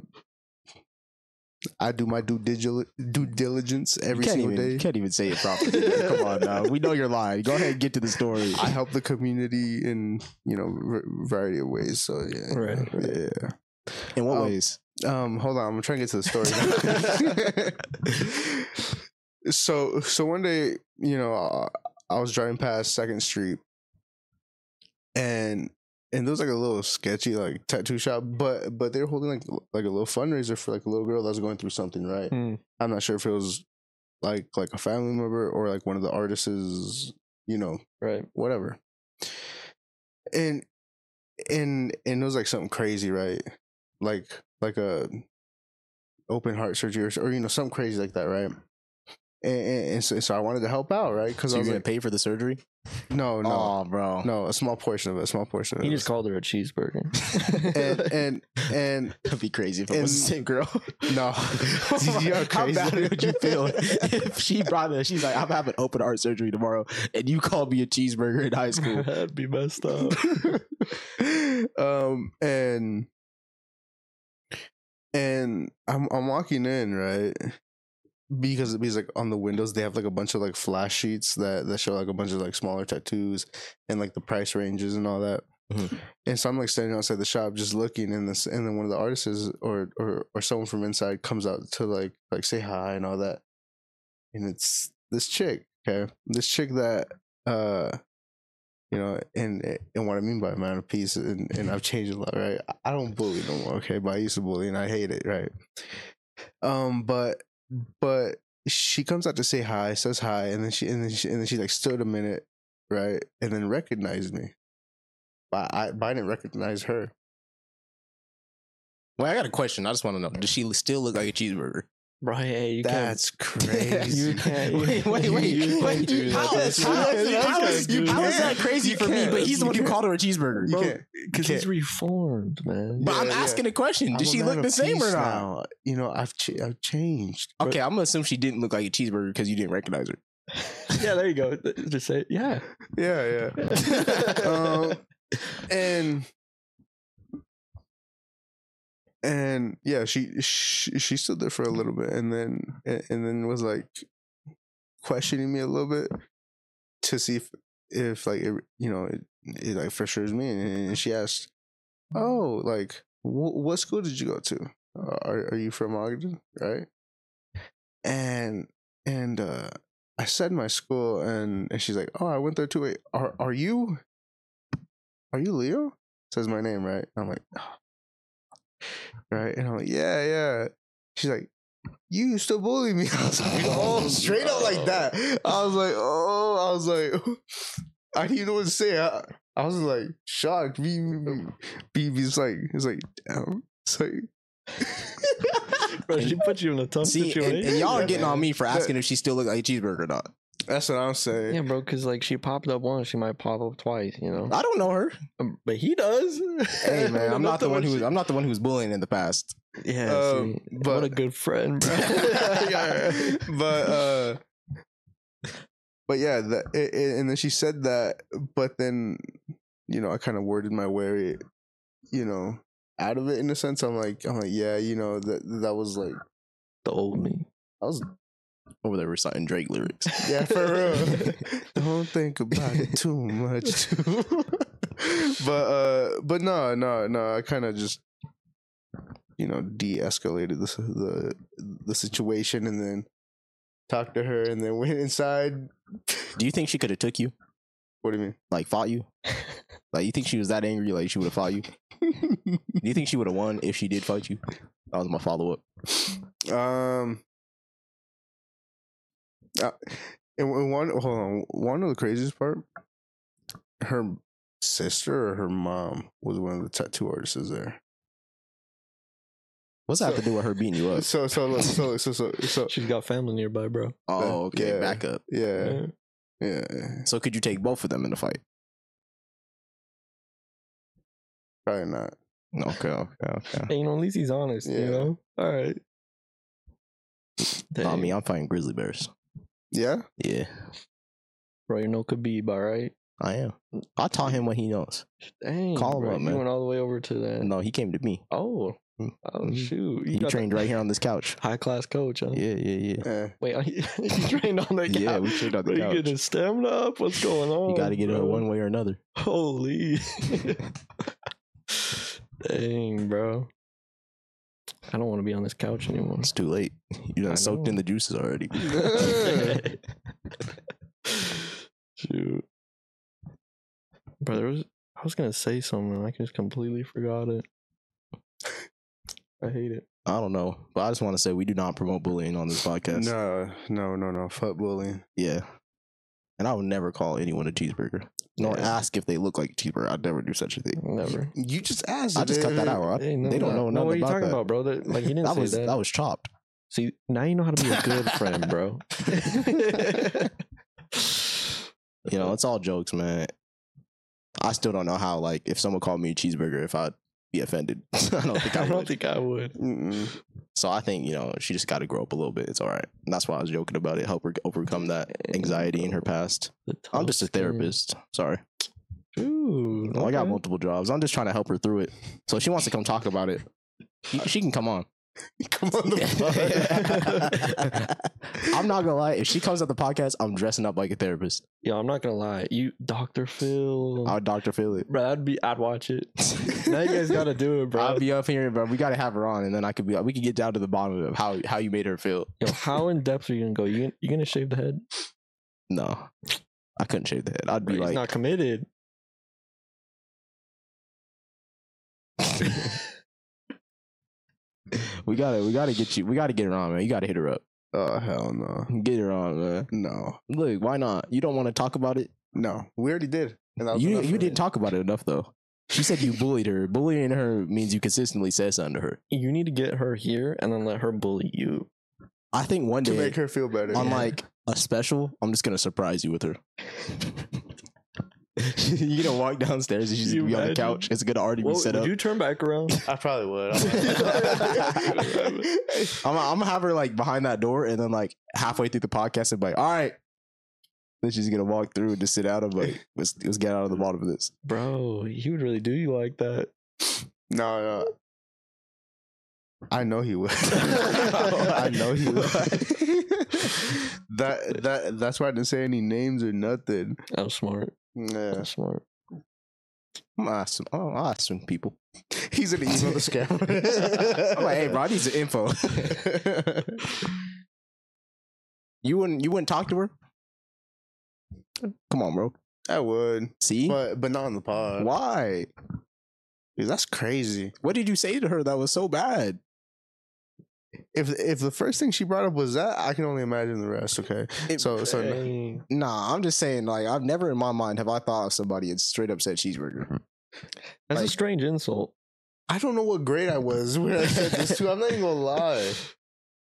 i do my due digil- due diligence every can't single day even, Can't even say it properly. man. Come on now. We know you're lying. Go ahead and get to the story. i help the community in you know r- variety of ways so yeah Right. yeah In what Um, ways? um hold on i'm trying to get to the story now. so so one day you know I, I was driving past second street and and there was like a little sketchy like tattoo shop but but they were holding like like a little fundraiser for like a little girl that was going through something right Hmm. i'm not sure if it was like like a family member or like one of the artists you know Right. whatever. And and and it was like something crazy, right? Like like a open heart surgery or, or you know something crazy like that, right? And, and, and so, so I wanted to help out, right? Because I So you're was gonna like, pay for the surgery? no, no, Aw, bro. no, a small portion of it, a small portion of He it. just called her a cheeseburger. and and and That'd be crazy if it And- was the same girl. no, Dude, you know how crazy. bad would you feel if she brought that? She's like, I'm having open heart surgery tomorrow, and you called me a cheeseburger in high school. That'd be messed up. um and and I'm I'm walking in right because because like on the windows they have like a bunch of like flash sheets that that show like a bunch of like smaller tattoos and like the price ranges and all that. Mhm. And so I'm like standing outside the shop just looking and this and then one of the artists is- or or or someone from inside comes out to like like say hi and all that. And it's this chick, okay? This chick that uh you know, and and what I mean by man of peace, and, and I've changed a lot, right? I- I don't bully no more, okay? But I used to bully, and I hate it, right? Um, but but she comes out to say hi, says hi, and then she and then she and then she like stood a minute, right, and then recognized me, but I but I didn't recognize her. Well, I got a question. I just want to know: Does she still look like a cheeseburger? Right. Hey, you That's crazy. You can't- wait, wait, you- wait, you wait. can't do How that. is how is- You how can't is- do how is that. that crazy You for me? can't. But he's You the one who can't. called her a cheeseburger. You Bro, can't- because you he's can't- reformed, man. But I'm yeah, yeah. asking a question: I'm Did a she man look of the same or peace not? now. You know, I've ch- I've changed. Okay, I'm gonna assume she didn't look like a cheeseburger because you didn't recognize her. yeah, there you go. Just say, yeah. Yeah, yeah. um, and and yeah, she, she she stood there for a little bit, and then and, and then was like questioning me a little bit to see if if like it, you know it, it like for sure is me, and, and she asked, "Oh, like wh- what school did you go to? Uh, are are you from Ogden, right?" And and uh I said my school, and, and she's like, "Oh, I went there too. Wait, are are you? Are you Leo?" says my name, right? I'm like, right? And I'm like, yeah, yeah. She's like, you used to bully me. I was like, oh, straight up like that. I was like, oh, I was like, I didn't even know what to say. I, I was like shocked. Me, me, me, me's like, it's like, damn. It's like, Bro, she put you in a tough See, and, situation. and y'all are getting man. on me for asking if she still looks like a cheeseburger or not. that's what I'm saying. Yeah, bro, because like she popped up once, she might pop up twice, you know. I don't know her. Um, But he does. Hey man, I'm not the one who was, She, I'm not the one who was bullying in the past. yeah, Um, see, but- what a good friend, bro. Yeah, but uh but yeah that it, it- and then she said that but then you know i kind of worded my way you know out of it in a sense i'm like i'm like yeah you know that that was like the old me. i was Over there reciting Drake lyrics. yeah for real don't think about it too much but uh but no no no i kind of just you know de-escalated the, s- the the situation and then talked to her and then went inside Do you think she could have took you? what do you mean Like fought you? Like you think she was that angry? Like she would have fought you? Do you think she would have won if she did fight you? That was my follow up. Um, uh, and w- one hold on, one of the craziest part, her sister or her mom was one of the tattoo artists there. What's that have to do with her beating you up? So so look, so look, so so so She's got family nearby, bro. Oh, okay, Yeah. back up. yeah Yeah. yeah So could you take both of them in the fight? probably not. Okay, okay, okay. Hey, you know, at least he's honest, Yeah. you know? All right. I Dang, mean, I'm fighting grizzly bears. Yeah, Yeah, bro, you know Khabib, all right? I am. I taught him what he knows. Dang, Call him bro, up, you man. went all the way over to that. No, he came to me. Oh, Mm. oh Mhm. shoot! He got the Oh, trained right here on this couch. high class coach, huh? Yeah, yeah, yeah. eh. Wait, are you, you trained on that? Yeah, we trained on the You couch. getting his stamina up? What's going on? You got to get it Oh, bro? one way or another. Holy. Dang, bro. I don't want to be on this couch anymore. It's too late. You I done soaked in know. the juices already. Shoot. Bro, there was I was gonna say something and I just completely forgot it. I hate it. I don't know, but I just want to say we do not promote bullying on this podcast. no no no no fuck bullying. Yeah, and I would never call anyone a cheeseburger nor Yeah. ask if they look like a cheeseburger. I'd never do such a thing. Never. You just asked. I just cut that out. I- Hey, no, they don't know no, No, nothing what are you about talking that. about, bro? That, like he didn't that say was that. that was chopped. See, now you know how to be a good friend, bro. You know, it's all jokes, man. I still don't know how. Like, if someone called me a cheeseburger, if I'd be offended. I don't think I, I would. don't think I would. Mm-mm. so I think you know she just got to grow up a little bit. It's all right. And that's why I was joking about it. Help her overcome that anxiety in her past. The I'm just a tough skin. therapist. Sorry, Ooh, Well, I got okay. multiple jobs. I'm just trying to help her through it. So if she wants to come talk about it. She, she can come on. Come on, the fuck. I'm not gonna lie. If she comes at the podcast, I'm dressing up like a therapist. Yo, I'm not gonna lie. You, Doctor Phil, I'll Dr. Phil it. bro, I'd be, I'd watch it. Oh. now you guys gotta do it, bro. I'll be up here, but we gotta have her on, and then I could be. We could get down to the bottom of how how you made her feel. Yo, how in depth are you gonna go? You, gonna- you gonna shave the head? No, I couldn't shave the head. I'd Bro, be he's like, not committed. we gotta we gotta get you. We gotta get her on, man. You gotta hit her up. oh hell no Get her on, man. no Look, why not? You don't want to talk about it. no. We already did. And that was You enough you for me. didn't talk about it enough though. She said you bullied her. Bullying her means you consistently said something to her. You need to get her here and then let her bully you. I think one to day make her feel better. on like a special, I'm just gonna surprise you with her. You're gonna walk downstairs and she's You gonna be on the imagine? couch. It's gonna already Well, be set would up. you turn back around? I probably would. I'm, I'm gonna have her like behind that door, and then like halfway through the podcast, and be like, all right. Then she's gonna walk through and just sit out and be like, let's, let's get out of the bottom of this. bro, he would really do you like that. no, no. I know he would. I know he would. that that that's why I didn't say any names or nothing. That was smart. That Yeah. was smart. I'm gonna ask some, oh, I'll ask some people. He's an email the scammer. I'm like, hey, bro, I need some info. you wouldn't, you wouldn't talk to her? Come on, bro. I would, See uh, but but not on the pod. why? Dude, that's crazy. What did you say to her that was so bad? If if the first thing she brought up was that, I can only imagine the rest. Okay, It- so so Dang. Nah, I'm just saying, like, I've never in my mind have I thought of somebody and straight up said cheeseburger. That's a Like- strange insult. I don't know what grade I was when I said this to. I'm not even gonna lie.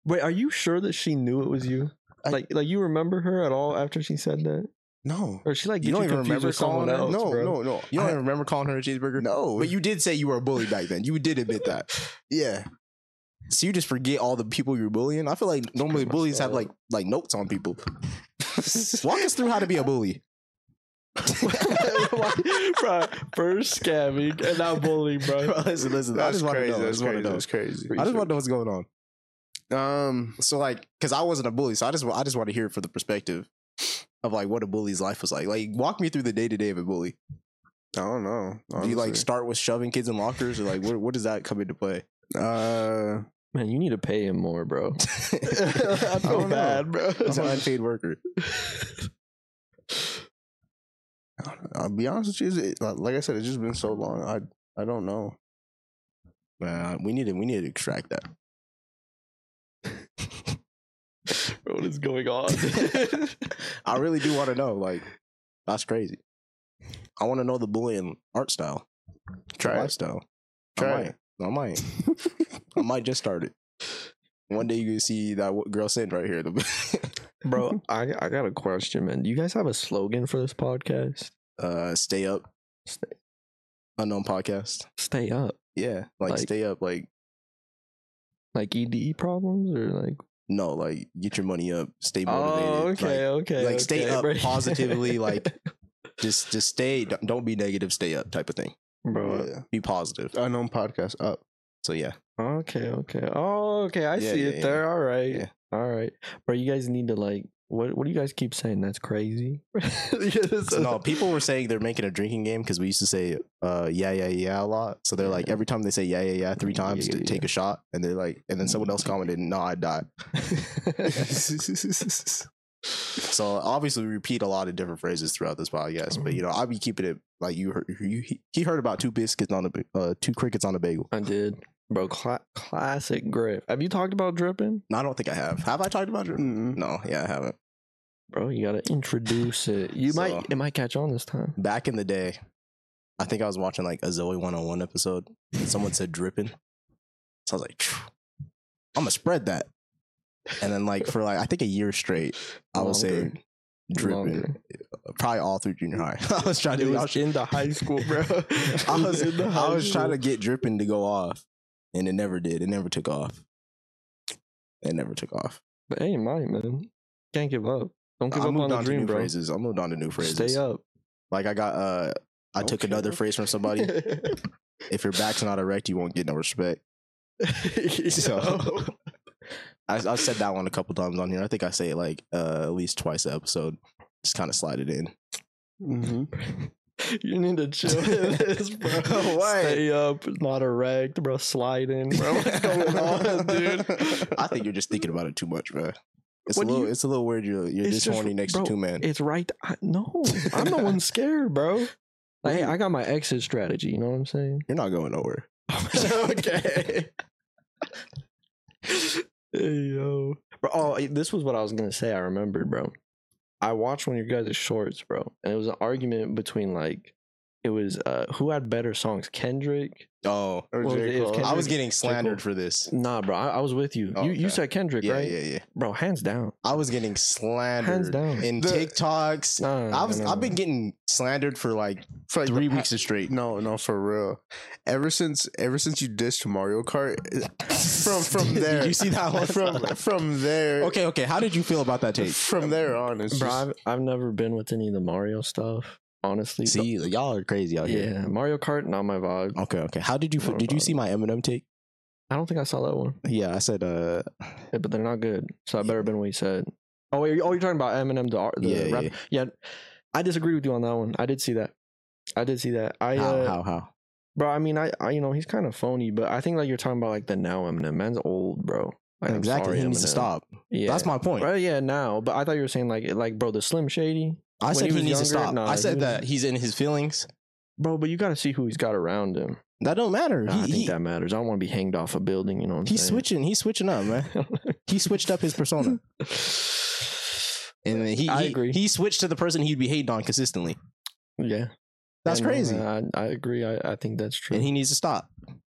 Wait, are you sure that she knew it was you? I- like, like you remember her at all after she said that, No, or she like You get don't you even confused remember with someone calling her? else? no, bro? no, no. You don't I- even remember calling her a cheeseburger? no. But you did say you were a bully back then. You did admit that. yeah, So you just forget all the people you're bullying. I feel like normally bullies have like like notes on people. Walk us through how to be a bully. bro, first scamming and now bullying, bro. Bro, listen, listen. I that's just want to crazy. know. I That's just want crazy. to know. That's crazy. I just want to know what's going on. Um, So like, because I wasn't a bully, so I just wa- I just want to hear from the perspective of like what a bully's life was like. Like, walk me through the day to day of a bully. I don't know. Do you like honestly. start with shoving kids in lockers, or like what what does that come into play? Uh, Man, you need to pay him more, bro. I I feel don't know. bad, bro. He's an unpaid worker. I'll be honest with you. It, like, like I said, it's just been so long. I I don't know. Uh, we need to we need to extract that. Bro, what is going on? I really do want to know. Like, that's crazy. I want to know the bullying art style, Try it. lifestyle. Try I might. I might. I might just start it. One day you can see that w- girl sitting right here. bro, I I got a question, man. Do you guys have a slogan for this podcast? uh, stay up. Stay- Unknown podcast. Stay up, Yeah, like, Like- stay up. Like like EDE problems or like. no, like get your money up. Stay motivated. Oh, okay, Like, okay. like, stay okay, up bro. positively, like- just just stay. Don't don't be negative. Stay up. Type of thing. bro. yeah. Be positive. Unknown podcast up. So yeah, Okay, okay. Oh, okay. I Yeah, see yeah, it yeah. there. All right, Yeah. all right. Bro, you guys need to like. What What do you guys keep saying? That's crazy. So, no, people were saying they're making a drinking game because we used to say uh yeah yeah yeah a lot. So they're like Yeah. every time they say yeah yeah yeah three Yeah, times yeah, to yeah. take a shot, and they're like, and then someone else commented, no, I died. so obviously we repeat a lot of different phrases throughout this podcast, but you know I'll be keeping it like you heard. You, he- he heard about two biscuits on a ba- uh, two crickets on a bagel. I did, bro. Cla- classic grip. Have you talked about dripping, No, I don't think I have. Have I talked about it? Mm-mm. No, yeah, I haven't. bro? You gotta introduce it. You So- might. It might catch on this time. Back in the day, I think I was watching like a Zoe 101 episode. and Someone said dripping. So I was like, I'm gonna spread that. And then like for like I think a year straight, I was Longer. saying dripping. uh, Longer. Probably all through junior high. I was trying to It do I was was, in the high school, bro. I I was, I was trying to get dripping to go off. And it never did. It never took off. It never took off. But hey, mine, man. Can't give up. Don't give I up moved on the on to dream, new bro. phrases. I moved on to new phrases. Stay up. Like I got uh I took Okay. another phrase from somebody. if your back's not erect, you won't get no respect. So- I, I've said that one a couple times on here. I think I say it like uh, at least twice an episode. Just kind of slide it in. Mm-hmm. you need to chill with this, bro. Why? Stay up, not erect, bro. Sliding, bro. What's going on, dude? I think you're just thinking about it too much, bro. It's What a do little, you- it's a little weird. You're you're It's this just- horny next bro, to two men. It's right. I, no, I'm the one scared, bro. Like, hey, I got my exit strategy. You know what I'm saying? You're not going nowhere. okay. hey, yo. Bro, oh, I- this was what I was going to say. I remembered, bro. I watched one of your guys' shorts, bro. And it was an argument between, like, it was uh, who had better songs, Kendrick? Oh, Or Well, J. if Cole. Kendrick- I was getting slandered Cool. for this. Nah, bro. I, I was with you. Oh, you you okay. said Kendrick, Yeah, right? yeah, yeah. Bro, hands down. I was getting Hands slandered down. in The- TikToks. Nah, I was. no, no, I've no. been getting slandered for like For like the three pa- weeks straight. No, no, for real. Ever since, ever since you dissed Mario Kart, from from there, Did you see that one? from from there, okay, okay. How did you feel about that take? from there on, it's Bro, just, I've, I've never been with any of the Mario stuff, honestly. See, y'all are crazy out here. yeah, Mario Kart, not my vibe. Okay, okay. How did you What did you about see it? my Eminem take? I don't think I saw that one. Yeah, I said uh Yeah, but they're not good. So I Yeah. better been what you said. Oh, wait, oh, you're talking about Eminem, the, ar- the Yeah, rap. yeah. Yeah. I disagree with you on that one. I did see that. I did see that. I, how uh, how how. bro. I mean, I, I, you know, he's kind of phony, but I think like you're talking about like the now Eminem. Man's old, bro. Like, I'm exactly. sorry, he needs to Eminem. stop. Yeah, That's my point. Right, yeah, now, but I thought you were saying like, like, bro, the Slim Shady, I When said he he, was needs to younger? stop. Nah, I he said was- that he's in his feelings. bro. But you got to see who he's got around him. That don't matter. Nah, I he think he, that matters. I don't want to be hanged off a building. You know what I'm he's saying? switching. He's switching up, man. He switched up his persona, and then he I he, agree. he switched to the person he'd be hating on consistently. yeah, That's uh, I know, crazy, man. I, I agree. I, I think that's true. and he needs to stop.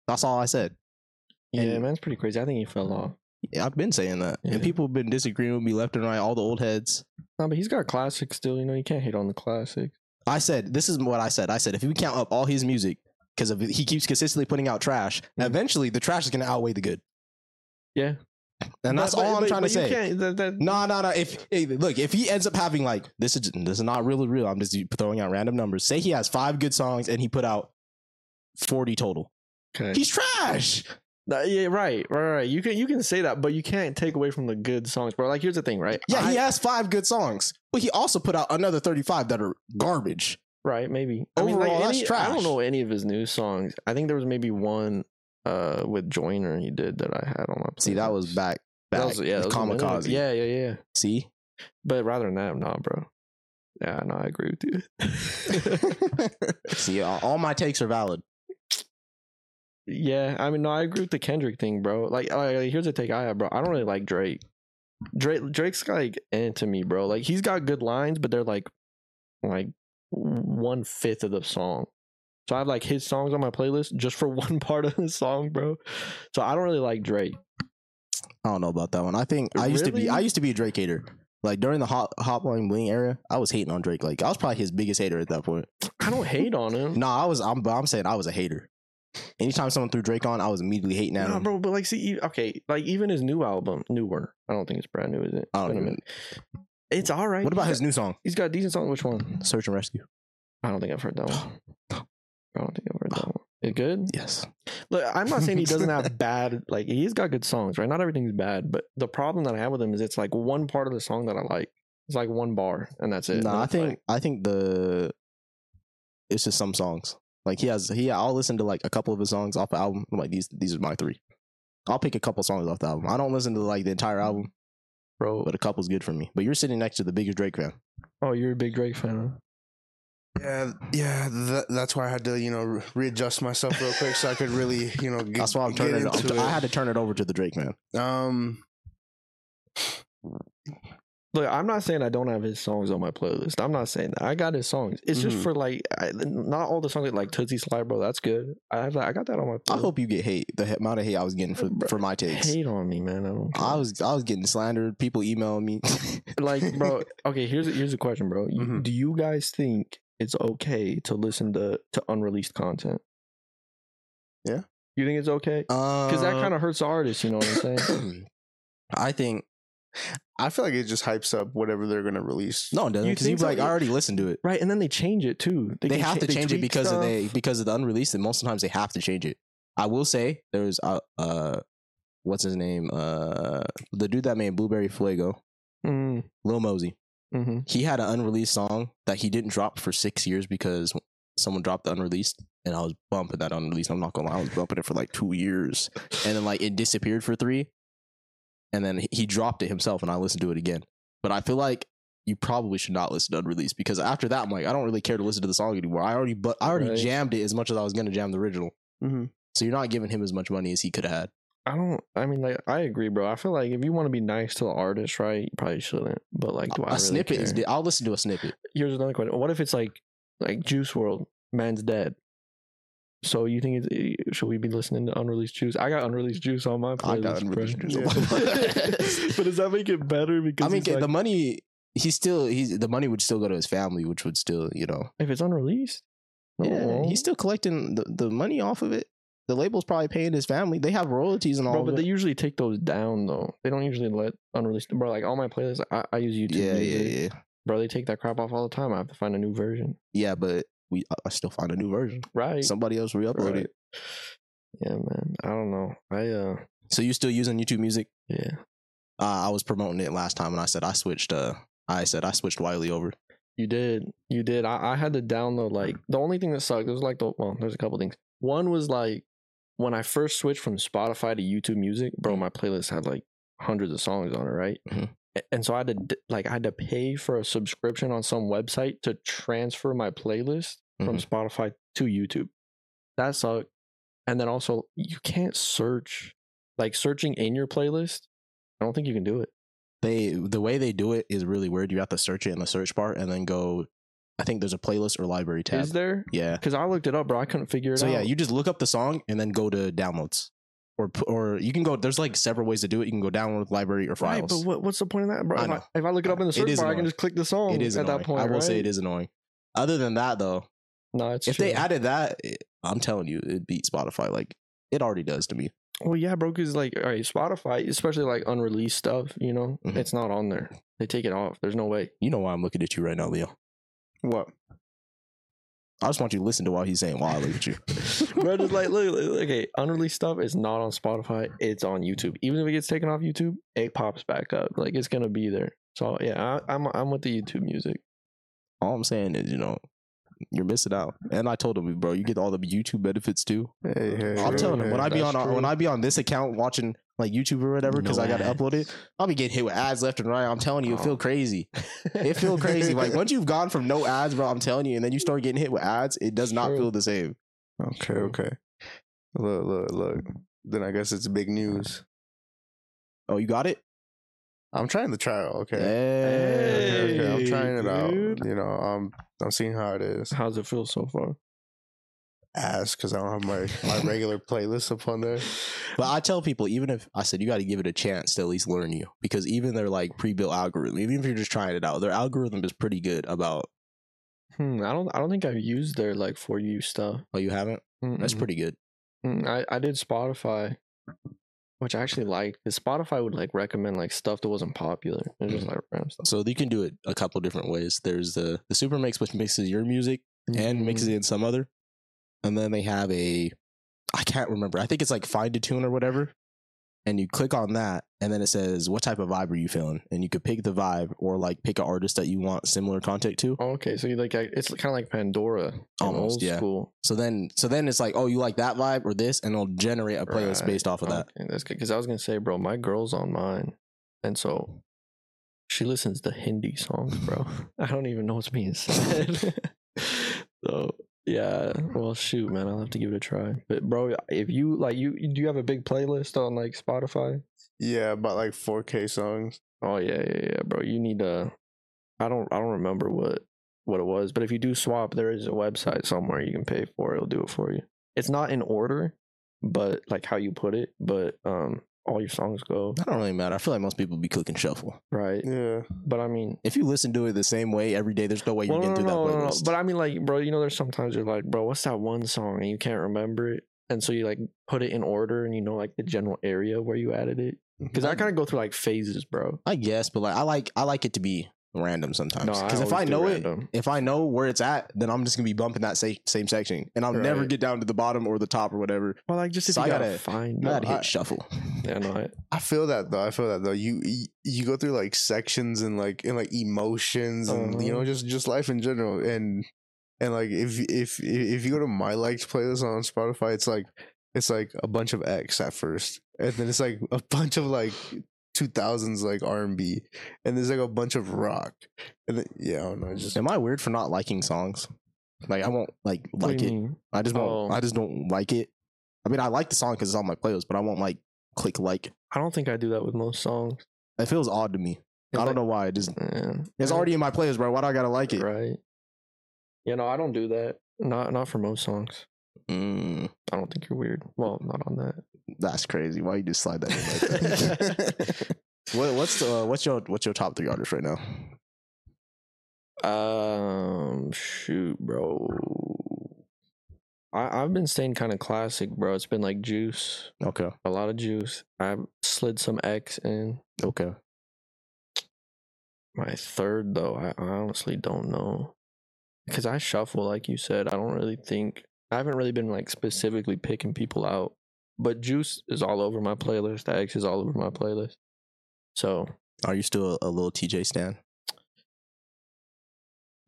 That's all I said. yeah, and- man's pretty crazy. I think he fell off. Yeah, I've been saying that, Yeah. and people have been disagreeing with me left and right. All the old heads. No, but he's got classics still. You know, you can't hate on the classics. I said, this is what I said. I said, if we count up all his music, because he keeps consistently putting out trash, eventually the trash is going to outweigh the good. Mm-hmm. Yeah, And that's all I'm trying to say. that, that, No, no, no. If hey, look, if he ends up having like this is this is not really real. I'm just throwing out random numbers. Say he has five good songs and he put out forty total. okay. He's trash. Uh, yeah, right, right, right. You can you can say that, but you can't take away from the good songs, bro. Like, here's the thing, right? Yeah, I- he has five good songs, but he also put out another thirty-five that are garbage. right. Maybe Overall, that's any- I trash. don't know any of his new songs. I think there was maybe one uh with Joyner he did that I had on my. See, that was playlist. back, back, That was- yeah, that was a minute ago. kamikaze. Yeah, yeah, yeah. See, But rather than that, nah, bro. Yeah, no, I agree with you. see, all, all my takes are valid. yeah, I mean, no, I agree with the Kendrick thing, bro. Like, like, like, here's the take I have, bro. I don't really like Drake. Drake Drake's like eh to me, bro. Like he's got good lines, but they're like like one fifth of the song. So I have like his songs on my playlist just for one part of the song, bro. So I don't really like Drake. I don't know about that one. I think I used to be Really? I used to be a Drake hater. Like during the hot hot line bling era, I was hating on Drake. Like I was probably his biggest hater at that point. I don't hate on him. No, I was. I'm. But I'm saying I was a hater. Anytime someone threw Drake on, I was immediately hating at Nah, him. bro, but like, see, e- okay, like even his new album, newer. I don't think it's brand new, is it? I don't Wait a even- minute. It's all right. What about his new song, He's got a decent song. Which one? Search and Rescue? I don't think I've heard that one. I don't think I've heard that one. It good? Yes. Look, I'm not saying he doesn't have bad. Like he's got good songs, right? Not everything's bad, but the problem that I have with him is it's like one part of the song that I like. It's like one bar, and that's it. No, And I it's think like- I think the it's just some songs. Like he has he. I'll listen to like a couple of his songs off the album. I'm like these these are my three. I'll pick a couple songs off the album. I don't listen to like the entire album, bro. but a couple's good for me. But you're sitting next to the biggest Drake fan. Oh, you're a big Drake fan. Yeah, yeah. That, that's why I had to, you know, re- readjust myself real quick so I could really, you know, get, That's why I'm get turning. It, I'm into t- I had to turn it over to the Drake man. um, Huh? Look, I'm not saying I don't have his songs on my playlist. I'm not saying that. I got his songs. It's just Mhm. for like, I, not all the songs like Tootsie Slide, bro. That's good. I have that. I got that on my. I Playlist. hope you get hate. The amount of hate I was getting for Bro, for my takes. hate on me, man. I don't. care. I was I was getting slandered. People emailing me. Um, like bro okay here's a, here's a question bro You- Mm-hmm. Mhm. do you guys think it's okay to listen to to unreleased content Yeah. you think it's okay because Uh, that kind of hurts the artist you know what i'm saying of. I think I feel like it just hypes up whatever they're gonna release. no, it doesn't. You Because think he's so? like I already listened to it. right and then they change it too They, can have cha- to change it tweak because stuff. of they because of the unreleased, and most of the times they have to change it. I will say there was uh, uh what's his name uh the dude that made Blueberry Fuego mm, Lil Mosey. hmm he had an unreleased song that he didn't drop for six years because someone dropped the unreleased and I was bumping that unreleased. I'm not gonna lie, I was bumping it for like two years. And then like it disappeared for three. And then he- he dropped it himself and I listened to it again. But I feel like you probably should not listen to unreleased because after that I'm like, I don't really care to listen to the song anymore. I already but I already Right. jammed it as much as I was gonna jam the original. Mhm. So you're not giving him as much money as he could have had. i don't i mean like i agree bro i feel like if you want to be nice to the artist right you probably shouldn't but like do I A really snippet is care? di- I'll listen to a snippet. here's another question what if it's like like juice world man's dead so you think it's, eh, should we be listening to unreleased juice? I got unreleased juice on my playlist. I got unreleased bro. juice on Yeah. my playlist. but does that make it better? Because I mean it's like- the money he still he's the money would still go to his family, which would still, you know, if it's unreleased, no, it Yeah, won't. he's still collecting the, the money off of it. The label's probably paying his family. They have royalties and all. Bro, of but they it. usually take those down though. They don't usually let unreleased. Bro, like all my playlists, I, I use YouTube. yeah, yeah, Music. yeah, Bro, they take that crap off all the time. I have to find a new version. yeah. But we, I- I still find a new version. Right. Somebody else re-uploaded. right. it. Yeah, man. I don't know. I uh, So you still using YouTube Music? yeah. Uh, I was promoting it last time, and I said I switched. Uh, I said I switched Wiley over. You did. You did. I, I had to download like the only thing that sucked was like the well, there's a couple things. One was like when I first switched from Spotify to YouTube Music, Mm-hmm. bro, my playlist had like hundreds of songs on it, right? Mhm. A- And so I had to d- like I had to pay for a subscription on some website to transfer my playlist from Mhm. Spotify to YouTube. That sucked. And then also, you can't search, like searching in your playlist. I don't think you can do it. They the way they do it is really weird. You have to search it in the search bar and then go. I think there's a playlist or library tab. Is there? Yeah. Because I looked it up, bro. I couldn't figure it So out. yeah, you just look up the song and then go to downloads, or p- or you can go. There's like several ways to do it. You can go download library or Right, but files. what, what's the point of that, bro? I If I, know. if I look it up in the It search is bar, I can annoying. just click the song. it is Oh, at annoying. that point. I will say right? it is annoying. Other than that, though, No, it's if they chill. added that, it- I'm telling you, it beat Spotify. Like it already does to me. Well, yeah, bro, because like, all right, Spotify, especially like unreleased stuff, you know, Mhm. it's not on there. They take it off. There's no way. You know why I'm looking at you right now, Leo. What? I just want you to listen to what he's saying while I look at you. bro, just like, look, look, okay, unreleased stuff is not on Spotify. It's on YouTube. Even if it gets taken off YouTube, it pops back up. Like, it's going to be there. So, yeah, I, I'm, I'm with the YouTube music. All I'm saying is, you know, you're missing out. And I told him, bro, you get all the YouTube benefits too. Hey, hey, I'm hey, telling him hey. when I be that's on when true. I be on this account watching like YouTube or whatever because No I got to upload it. I'll be getting hit with ads left and right. I'm telling you, it feel Oh. crazy. It feel crazy. like once you've gone from no ads, bro, I'm telling you, and then you start getting hit with ads, it does not True. feel the same. Okay, okay. Look, look, look. Then I guess it's big news. Oh, you got it. I'm trying the trial. Okay. Hey, okay, okay. I'm trying it out. dude. You know, I'm I'm seeing how it is. How's it feel so far? Ass, because I don't have my my regular playlist up on there. But I tell people, even if I said you got to give it a chance to at least learn you, because even their like pre-built algorithm, even if you're just trying it out, their algorithm is pretty good about. Hmm, I don't. I don't think I've used their like for you stuff. Oh, you haven't? That's Mm-mm. pretty good. Mm, I, I did Spotify, which I actually liked. 'cause Spotify would like recommend like stuff that wasn't popular. It was Mm. just like random stuff. So you can do it a couple different ways. There's the the super mix, which mixes your music Mm-hmm. and mixes it in some other, and then they have a I can't remember. I think it's like find a tune or whatever, and you click on that, and then it says what type of vibe are you feeling, and you could pick the vibe or like pick an artist that you want similar content to. Oh, okay, so you like I- it's kind of like Pandora, in Almost, old yeah. school. So then, so then it's like, oh, you like that vibe or this, and it'll generate a playlist Right. Oh. based off of that. Okay, that's good. Because I was gonna say, bro, my girl's on mine, and so she listens to Hindi songs, bro. I don't even know what's being said. so yeah, well, shoot, man, I'll have to give it a try. But bro, if you like, you do you have a big playlist on like Spotify? Yeah, about like 4K songs. Oh yeah, yeah, yeah, bro. You need to. I don't. I don't remember what what it was, but if you do swap, there is a website somewhere you can pay for. It'll do it for you. It's not in order, but like how you put it. But um, all your songs go That don't really matter. I feel like most people be clicking shuffle. right. Yeah. But I mean, If you listen to it the same way every day, there's no way you're well, no, getting no, through no, that no, no. playlist. But I mean, like, bro, you know, there's sometimes you're like, bro, what's that one song and you can't remember it, and so you like put it in order and you know like the general area where you added it. Mm-hmm. Because I kind of go through like phases, bro. I guess, but like I like I like it to be random sometimes. No, I Because if always I do know random. it, if I know where it's at, then I'm just gonna be bumping that sa- same section, and I'll never Right. get down to the bottom or the top or whatever. Well, like just if So you I gotta, gotta- find. No, it. I'd hit I- shuffle. yeah, no, I, I feel that though. I feel that though. You you- you go through like sections and like and like emotions and you Uh-huh. Mm-hmm. know just just life in general and and like if if if you go to my liked playlist on Spotify, it's like it's like a bunch of X at first, and then it's like a bunch of like two thousands like R and B, and there's like a bunch of rock, and then, yeah, I don't know, it's just Am I weird for not liking songs? Like I won't like What do like you it. mean? I just won't. Oh. I just don't like it. I mean, I like the song because it's on my playlist, but I won't like click like. I don't think I do that with most songs. It feels odd to me. I don't know why. It just Man, it's I- already in my playlist, bro. Why do I gotta like it? right. You know, I don't do that. Not not for most songs. Mm, I don't think you're weird. Well, not on that. that's crazy. Why you just slide that in like that? what, what's the, uh, what's your what's your top three artists right now? Um, shoot, bro. I I've been staying kind of classic, bro. It's been like juice, Okay, a lot of juice. I've slid some X in. okay. My third though, I I honestly don't know. Because I shuffle, like you said, I don't really think I haven't really been like specifically picking people out. But Juice is all over my playlist. X is all over my playlist. So Are you still a, a little TJ Stan?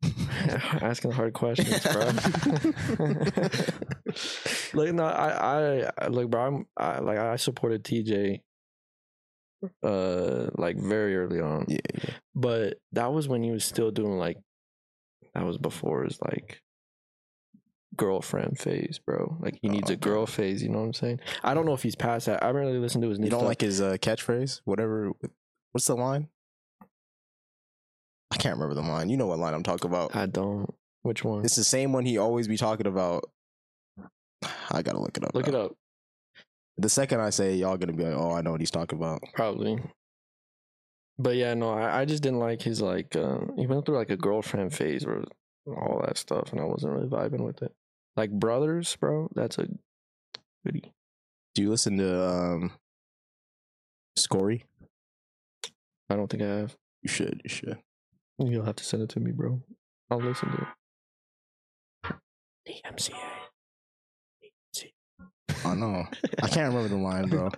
asking hard questions, bro. like no, I, I I- like bro, I'm I, like I supported TJ uh like very early on. yeah, yeah. but that was when he was still doing like that was before his like girlfriend phase, bro. Like he Oh, needs a okay. girl phase. You know what I'm saying? I don't know if he's past that. I barely listened to his new. You don't stuff. like his uh, catchphrase? Whatever. What's the line? I can't remember the line. You know what line I'm talking about. I don't. Which one? It's the same one he always be talking about. I gotta look it up. Look it now. up. The second I say, y'all gonna be like, "Oh, I know what he's talking about." Probably. But yeah, no, I, I just didn't like his like. Uh, he went through like a girlfriend phase where all that stuff, and I wasn't really vibing with it. Like brothers, bro. That's a goodie. Do you listen to um, Scory? I don't think I have. You should. You should. You'll have to send it to me, bro. I'll listen to it. DMCA. I know. I can't remember the line, bro.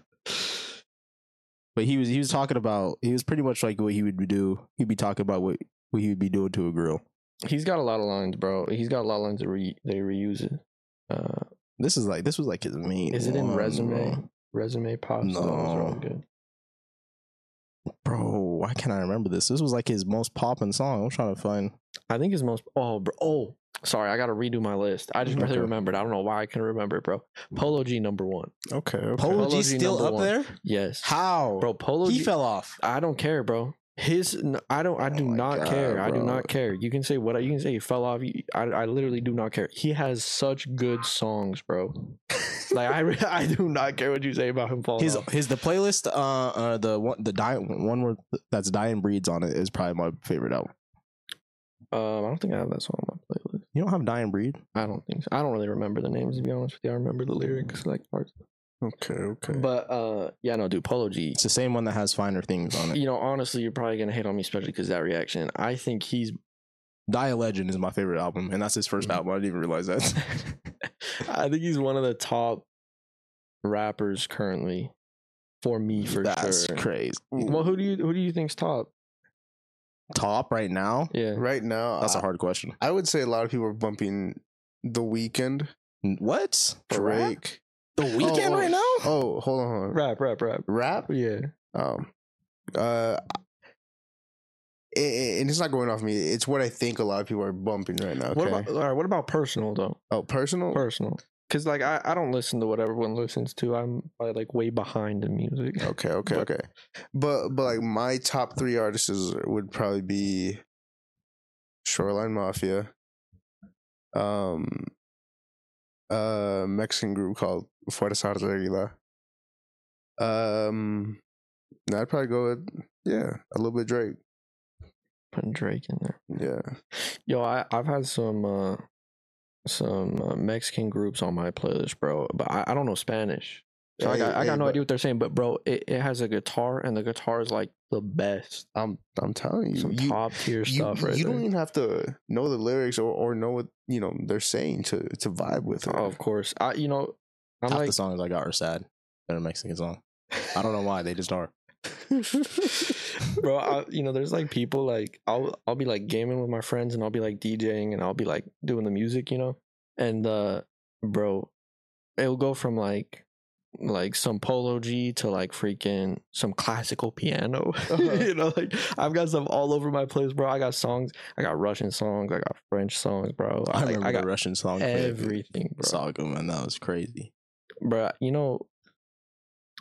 But he was he was talking about he was pretty much like what he would do. He'd be talking about what what he would be doing to a girl. He's got a lot of lines, bro. He's got a lot of lines that, re- that he reuses. Uh, This is like this was like his main. is it one, in resume? bro. Resume pops. No, No. that's good. Bro, why can't I remember this? This was like his most popping song. I'm trying to find. I think his most. Oh, bro. Oh, sorry. I got to redo my list. I just barely Mm, Okay. remembered. I don't know why I can remember it, bro. Polo G number one. Okay. okay. Polo Polo G's G still number up one. there? Yes, How? bro. Polo he G. fell off. I don't care, bro. His, n- I don't, I Oh do my not God, care. I do bro. not care. You can say what I- you can say. He fell off. You- I, I literally do not care. He has such good songs, bro. like I, re- I do not care what you say about him falling His off. his the playlist uh, uh the one the die one where that's Dying Breeds on it is probably my favorite album. Um, I don't think I have that song on my playlist. You don't have Dying Breed? I don't think so. I don't really remember the names to be honest with you. I remember the lyrics like parts, Okay. Okay. but uh, yeah, no, dude, Polo G. It's the same one that has Finer Things on it. You know, honestly, you're probably gonna hate on me, especially because that reaction. I think he's Die a Legend is my favorite album, and that's his 1st Mhm. album. I didn't even realize that. I think he's one of the top rappers currently for me for that's sure. crazy. Well, who do you who do you think's top? Top right now? Yeah, right now, That's I, a hard question. I would say a lot of people are bumping The Weeknd, N- What? Drake. The weekend oh. right now? Oh, hold on, hold on. rap, rap, rap. Rap. Yeah, Um. Uh. i- i- and it's not going off me. It's what I think a lot of people are bumping right now. Okay. what about all right? What about personal though? oh, personal. Personal, because like I, I don't listen to what everyone listens to. I'm probably like way behind in music. Okay, okay, But- okay. But but like my top three artists is- would probably be Shoreline Mafia, um, a Mexican group called Fuerzas Arreguila. Um, and I'd probably go with yeah, a little bit Drake. Putting Drake in there. Yeah, Yo, I, I've had some uh some uh, Mexican groups on my playlist, bro, but I, I don't know Spanish. So I got Hey, I got hey, no but idea what they're saying, but bro, it, it has a guitar and the guitar is like the best. I'm I'm telling you, Some you top tier you, stuff right you there. don't even have to know the lyrics or, or know what you know they're saying to to vibe with it. oh, of course. I you know I'm Half like the songs I got are sad. They're a Mexican song. I don't know why. They just are. bro, I, you know, there's like people like I'll I'll be like gaming with my friends and I'll be like DJing and I'll be like doing the music, you know, and uh, bro, it'll go from like like some Polo G to like freaking some classical piano, Uh-huh. you know, like I've got stuff all over my place, bro. I got songs, I got Russian songs, I got French songs, bro. I I, like, remember I got the Russian song. everything, bro. Saga, man. That was crazy. Bruh, you know.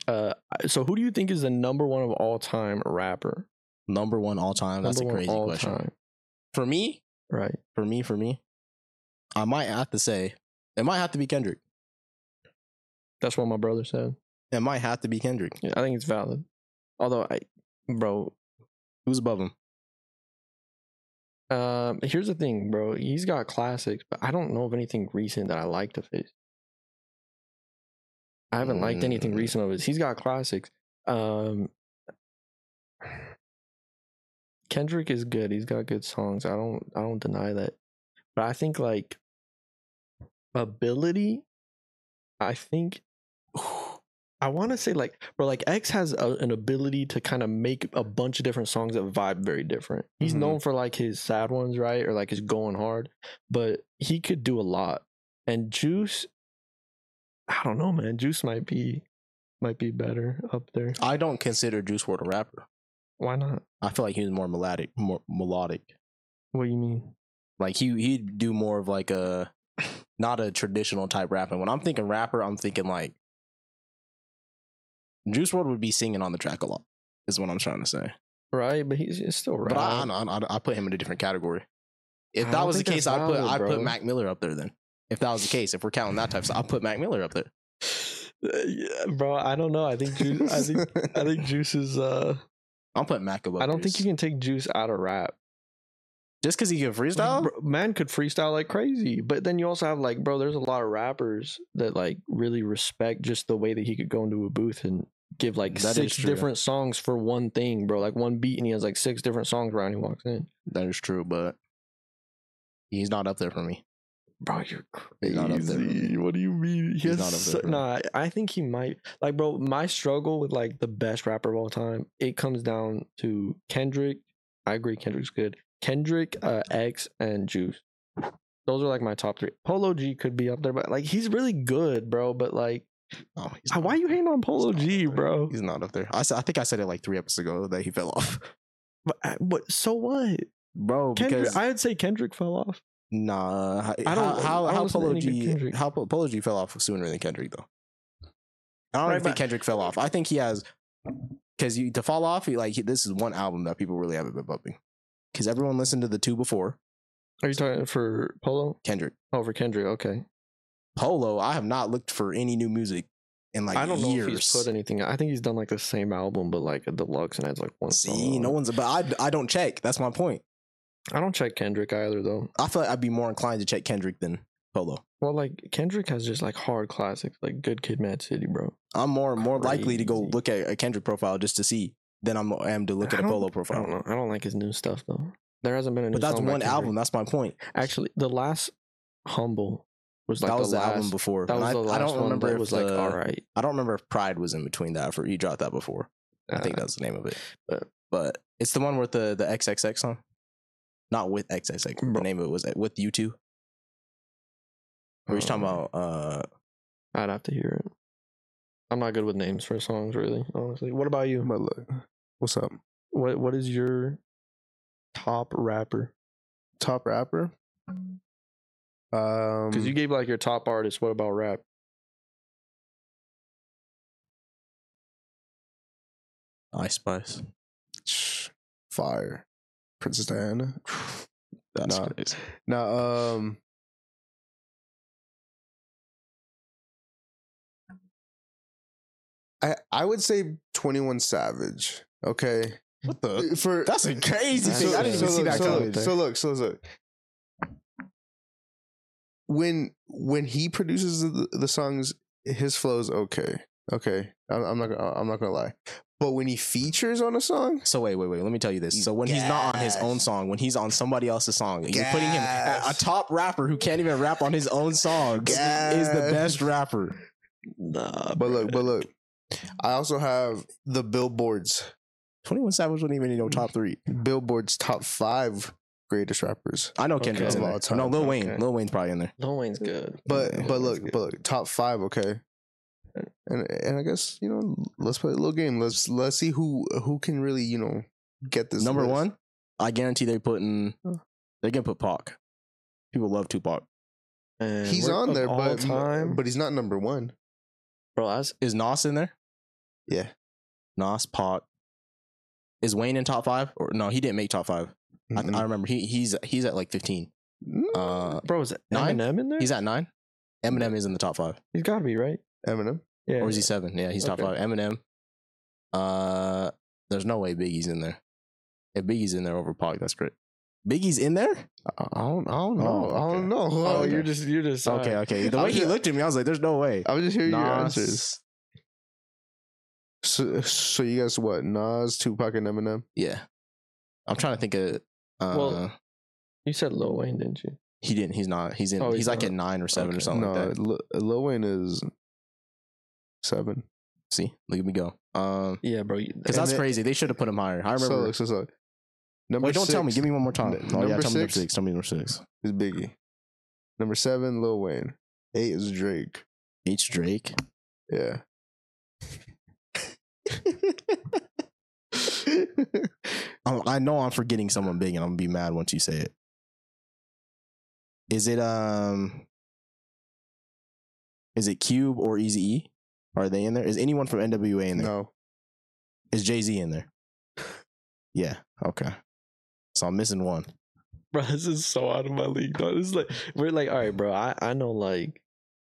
Uh, so who do you think is the number one of all time rapper? Number one all time. That's Number a one crazy all question. time, For me, right? for me, for me, I might have to say, it might have to be Kendrick. That's what my brother said. It might have to be Kendrick. Yeah, I think it's valid. Although I, bro, Who's above him? um, here's the thing, bro. He's got classics, but I don't know of anything recent that I liked of his. I haven't liked anything Mm. recent of his. He's got classics. Um, Kendrick is good. He's got good songs. I don't. I don't deny that. But I think like ability. I think. I want to say like, bro, like X has a, an ability to kind of make a bunch of different songs that vibe very different. He's Mhm. Mm-hmm. known for like his sad ones, right, or like his going hard, but he could do a lot. And Juice, I don't know, man. Juice might be, might be better up there. I don't consider Juice WRLD a rapper. Why not? I feel like he was more melodic, more melodic. What do you mean? Like he he'd do more of like a not a traditional type rapper. When I'm thinking rapper, I'm thinking like Juice World would be singing on the track a lot. Is what I'm trying to say. right? But he's, he's still right. But I, I, don't know, I, I put him in a different category. If I that don't was the think case, that's I'd put valid, I put bro. Mac Miller up there then. If that was the case, if we're counting that type, so I'll put Mac Miller up there. Yeah, bro, I don't know. I think Juice, I think I think Juice is. uh I'll put Mac above. I don't think Juice. you can take Juice out of rap. just because he can freestyle. Like, bro, man could freestyle like crazy, but then you also have like, bro, there's a lot of rappers that like really respect just the way that he could go into a booth and give like That is six true. different songs for one thing, bro. Like one beat, and he has like six different songs around. He walks in, That is true, but he's not up there for me. bro, you're He's crazy. not up there, bro. what do you mean? He He's has not up there, so- bro. nah, I think he might like, bro. My struggle with like the best rapper of all time, it comes down to Kendrick. I agree, Kendrick's good. Kendrick, uh, X, and Juice. Those are like my top three. Polo G could be up there, but like he's really good, bro. But like, Oh, he's why not- you hating on Polo not up G, there. bro? He's not up there. I, said, I think I said it like three episodes ago that he fell off, But, uh, but so what? bro. Kendrick, because I'd say Kendrick fell off. nah, I I don't. don't- How I how, how wasn't Polo any good G Kendrick. how Po- Polo G fell off sooner than Kendrick though. I don't Right, even think but- Kendrick fell off. I think he has because you to fall off. He, like he, this is one album that people really haven't been bumping because everyone listened to the two before Are you talking for Polo? Kendrick. Oh, for Kendrick, okay. Polo, I have not looked for any new music in like I don't know years. if he's put anything. I think he's done like the same album, but like a deluxe, and has like one. song See, on no it. one's. But I I don't check. That's my point. I don't check Kendrick either, though. I feel like I'd be more inclined to check Kendrick than Polo. Well, like Kendrick has just like hard classics, like Good Kid, Mad City, bro. I'm more more likely to go Crazy. look at a Kendrick profile just to see than I'm I am to look at I a don't- Polo I don't profile. know. I don't like his new stuff though. There hasn't been a new. But that's song by one Kendrick. album. That's my point. Actually, the last humble was like that was the, the, last. album before. That and was I, the last I don't one remember that if was the, like all right. I don't remember if Pride was in between that. For you dropped that before. I think Uh, that's the name of it. but- But it's the one with the the XXX song. Not with XXX. The Bro. name of it was with you two. Or he's talking um, about uh I'd have to hear it. I'm not good with names for songs, really. Honestly, what about you? But look, what's up? What What is your top rapper? Top rapper. Um, Because you gave like your top artist. What about rap? Ice Spice. fire, Princess Diana. That's Nah. crazy. Now, um, I I would say Twenty One Savage. Okay, Uh, What the? for That's a crazy That's thing. I didn't even so- see that so coming. Look, so look, so look. When when he produces the, the songs, his flow's okay. Okay, I'm, I'm not gonna, I'm not gonna lie, but when he features on a song, So wait, wait, wait. Let me tell you this. So when he's not on his own Gas. song, when he's on somebody else's song, you're putting him a- a Gas. top rapper who can't even rap on his own song is the Gas. best rapper. Nah, but look, but look, I also have the Billboards, Twenty One Savage wasn't even in Mm. your top three. Billboard's top five greatest rappers. I know Kendrick's Okay. in Of there. all time. No, Lil Wayne. Okay. Lil Wayne's probably in there. Lil Wayne's good. But Yeah, but that's look, good. but look, top five, okay. And and I guess you know, let's play a little game. Let's let's see who who can really you know get this Number list. one, I guarantee they're putting. They're gonna put Pac. People love Tupac. And He's we're- on of there, all but time, but he's not number one. bro, that's Is Nas in there? Yeah, Nas, Pac. Is Wayne in top five? Or no, he didn't make top five. I, I remember he he's he's at like fifteen. Uh, bro. Is Nine? Eminem in there? he's at nine. Eminem is in the top five. he's got to be right. Eminem. Yeah, Or is he seven? Yeah, he's top Okay. five. Eminem. Uh, there's no way Biggie's in there. If Biggie's in there over Pac, that's great. Biggie's in there? I I don't. I don't know. Oh, I don't know. Oh, Oh, you're you're just. just you're just Okay, uh, okay. The I way was he ju- looked at me, I was like, "There's no way." I was just hearing your answers. Nas. So, so you guys what? Nas, Tupac, and Eminem. Yeah, I'm trying to think of. Uh, Well- You said Lil Wayne, didn't you? he didn't. He's not. He's in. Oh, he's he's like not. at nine or seven or Okay. something no, like that. Lil, Lil Wayne is seven. See, look at me go. Um, Yeah, bro. because And that's then- crazy. They should have put him higher. I remember. So, look, so, so. Number Wait, don't tell me. six Give me one more time. N- oh yeah, number tell me number six? six. Tell me number six. is Biggie. Number seven, Lil Wayne. Eight is Drake. H Drake. Yeah. i I know I'm forgetting someone big, and I'm gonna be mad once you say it. Is it um? Is it Cube or Easy E? Are they in there? Is anyone from NWA in there? No, Is Jay Z in there? Yeah. Okay. So I'm missing one. bro. This is so out of my league. Dog. This is like we're like, all right, bro. I I know like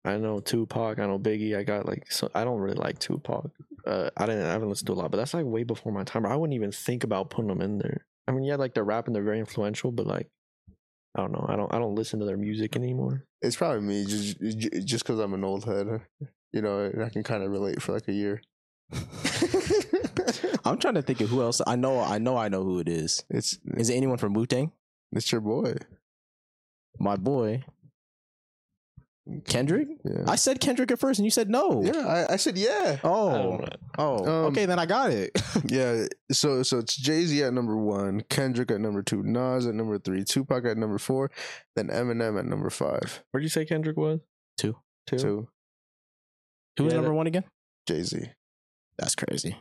I know Tupac. I know Biggie. I got like so, I don't really like Tupac. Uh, I didn't. I haven't listened to a lot, but that's like way before my time. bro. I wouldn't even think about putting them in there. I mean, yeah, like they're rapping, they're very influential, but like I don't know. I don't. I don't listen to their music anymore. it's probably me just j- just because I'm an old head, you know, and I can kind of relate for like a year. I'm trying to think of who else. I know. I know. I know who it is. it's Is it anyone from Wu Tang? it's your boy. My boy Kendrick. Yeah, I said Kendrick at first, and you said no. yeah. I, I said yeah. I don't Oh. know. Oh. Um, okay. Then I got it. Yeah, so so it's Jay Z at number one, Kendrick at number two, Nas at number three, Tupac at number four, then Eminem at number five. Where'd you say Kendrick was? Two. Two. Two, Who's Yeah, number that- one again? Jay Z, That's crazy.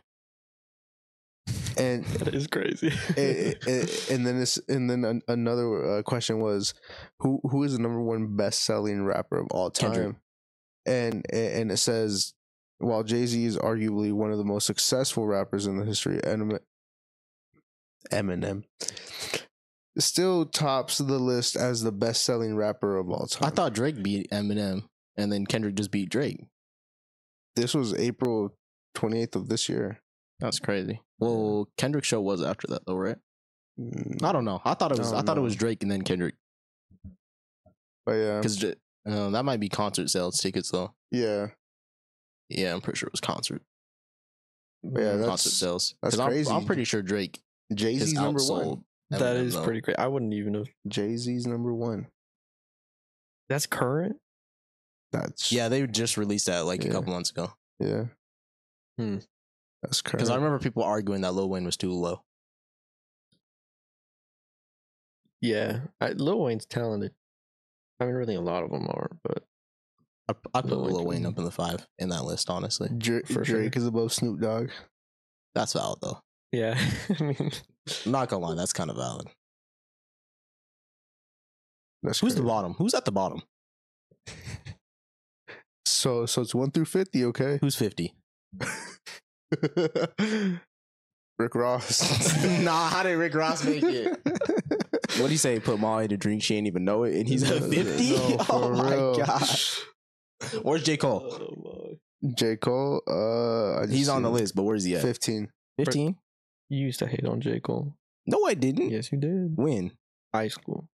and That is crazy. and, and- and then this and then an, another uh, question was, who who is the number one best selling rapper of all time? Kendrick. And and it says while Jay Z is arguably one of the most successful rappers in the history, Eminem, Eminem still tops the list as the best selling rapper of all time. I thought Drake beat Eminem, and then Kendrick just beat Drake. this was April 28th of this year. That's crazy. Well, Kendrick's show was after that though, right? Mm, I don't know. I thought it was. I I, don't thought it know. was Drake and then Kendrick But yeah, because uh, that might be concert sales tickets though. yeah, Yeah, I'm pretty sure it was concert but yeah. concert That's sales. that's 'Cause crazy. I'm, I'm pretty sure Drake Jay is Z's number one. outsold. that Eminem, is though. pretty crazy. I wouldn't even have. Jay Z's number one. That's current. That's Yeah, they just released that like Yeah. a couple months ago yeah. Hmm. That's because crazy. I remember people arguing that Lil Wayne was too low. Yeah, I, Lil Wayne's talented. I mean, really, a lot of them are, but I, I put Lil Wayne Lil Wayne can- up in the five in that list. Honestly, Dra- for Drake sure. is above Snoop Dogg. that's valid though. yeah, I mean, I'm not gonna lie, that's kind of valid. That's Who's the crazy. bottom? Who's at the bottom? So so it's one through fifty. Okay. Who's fifty? Rick Ross. nah, how did Rick Ross make it? What do you say? Put Molly to drink. She ain't even know it, and he's at No, fifty. no, for oh my real. gosh! Where's J Cole? Oh, J Cole. Uh, I just He's on the seen list, but where's he at? Fifteen. Fifteen? you used to hate on J Cole. No, I didn't. Yes, you did. When? High school.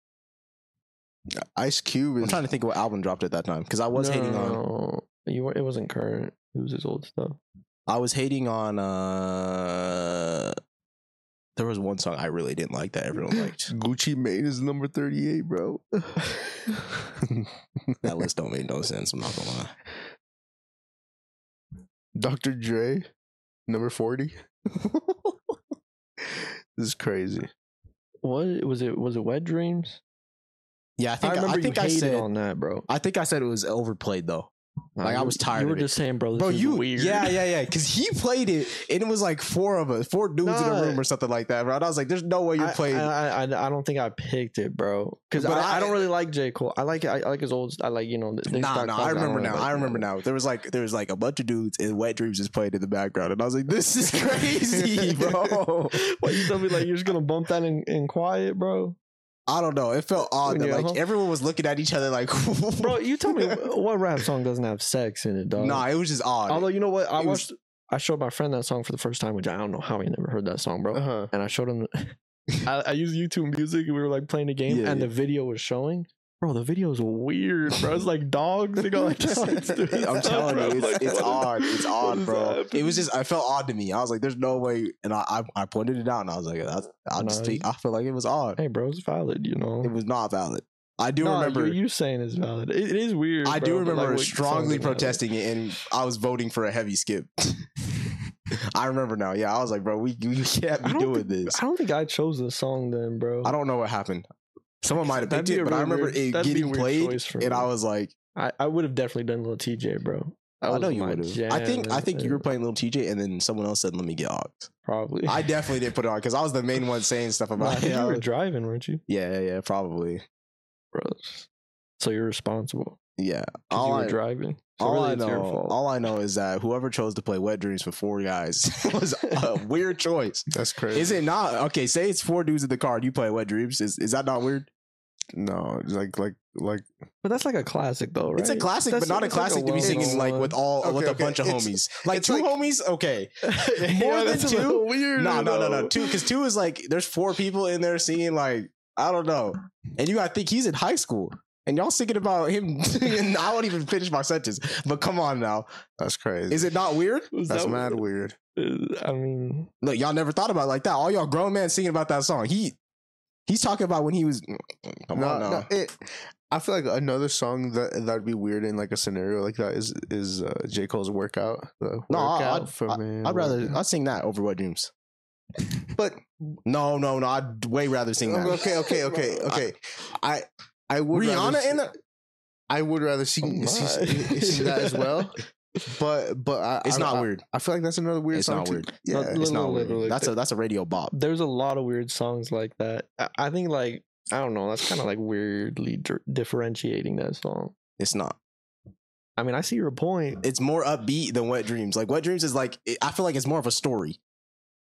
Ice Cube is I'm trying to think of what album dropped at that time because I was hating on. on. You were. It wasn't current. It was his old stuff. I was hating on. uh There was one song I really didn't like that everyone liked. Gucci Mane is number thirty-eight, bro. that list don't make no sense. I'm not gonna lie. Dr. Dre, number 40. this is crazy. What was it? Was it Wet Dreams? Yeah, I I think I, remember think you I hated said. on that, bro. I think I said it was overplayed though. Like, I you- was tired You were of it. just saying, bro. This Bro, is you weird. yeah, yeah, yeah. Because he played it, and it was like four of us, four dudes in Nah. a room or something like that, bro. And I was like, "There's no way you're I- playing." I, I, I, I don't think I picked it, bro. Because But I, I, I- don't really like J Cole. I like I, I like his old. I like you know. the- the nah, Stock nah. Photos. I remember don't now. really I like remember that. now. There was like there was like a bunch of dudes, and Wet Dreams is playing in the background, and I was like, "This is crazy, bro." What you tell me like you're just gonna bump that in, in quiet, bro? I don't know. It felt odd that Yeah, like huh? everyone was looking at each other like, Bro, you tell me what rap song doesn't have sex in it, dog? Nah, it was just odd. Although you know what, I it was- watched. I showed my friend that song for the first time, which I don't know how he never heard that song, bro. Uh-huh. And I showed him. I, I used YouTube Music, and we were like playing a game, Yeah, and the video was showing. Bro, the video is weird, bro. It's like dogs. They go like dogs doing I'm stuff, telling bro. you, I'm it's, like, it's what is- odd. It's what odd, is bro. It happening? was just, I felt odd to me. I was like, "There's no way," and I I, I pointed it out, and I was like, "That's I just Nah, think, I feel like it was odd. hey, bro, it's valid, you know. It was not valid. I do No, remember. you, you saying it's valid. It, it is weird. I do bro, but, remember like, what strongly songs are valid? protesting it, and I was voting for a heavy skip. I remember now. Yeah, I was like, "Bro, we we can't I be don't doing think- this." I don't think I chose the song then, bro. I don't know what happened. Someone might have That'd picked be it, a but I real remember weird- it that'd be a getting weird played, choice for and me. I was like, I, I would have definitely done little TJ, bro. That "I was know you my would have." I think I jam, think you bro. were playing Little TJ, and then someone else said, "Let me get Ox." probably. I definitely didn't put it on because I was the main one saying stuff Nah, I about think it. you I were was- driving, weren't you, Yeah, yeah, yeah, probably. bro? So you're responsible. Yeah. 'cause All you were I, driving. So all really, I it's your know, fault. all I know is that whoever chose to play Wet Dreams for four guys was a weird choice. That's crazy. Is it not? Okay, say it's four dudes in the car and you play Wet Dreams. Is is that not weird? No, it's like like like but that's like a classic, though, right? It's a classic, That's- but not a it's like a classic to be well-known singing like with one. all with Okay, a bunch okay, of it's- homies. Like it's two like- homies, okay. Yeah, More than that's a two? little weird. No, no, no, no. though. Two because two is like there's four people in there singing like I don't know, and you gotta think he's in high school, and y'all thinking about him. and I won't even finish my sentence. But come on now, that's crazy. is it not weird? Was that's that- mad weird. Uh, I mean, Look, y'all never thought about it like that. All y'all grown men singing about that song. He he's talking about when he was. mm, Come no, on now. no, it. I feel like another song that that'd be weird in like a scenario like that is is uh, J Cole's workout. The No, I- workout I'd- for man, I'd rather workout. I'd sing that over Wet Dreams. But No, no, no. I'd way rather sing that. okay, okay, okay, okay. I I would rather, Rihanna see- in the I would rather see, Oh see, my. see- see that as well. But but I, It's I- not I- weird. I feel like that's another weird It's song. not too. weird. Yeah, Not- It's No, not no, no, weird. like That's a that- that's a radio bop. there's a lot of weird songs like that. I, I think like I don't know. That's kind of like weirdly dir- differentiating that song. It's not. I mean, I see your point. it's more upbeat than Wet Dreams. Like Wet Dreams is like it- I feel like it's more of a story.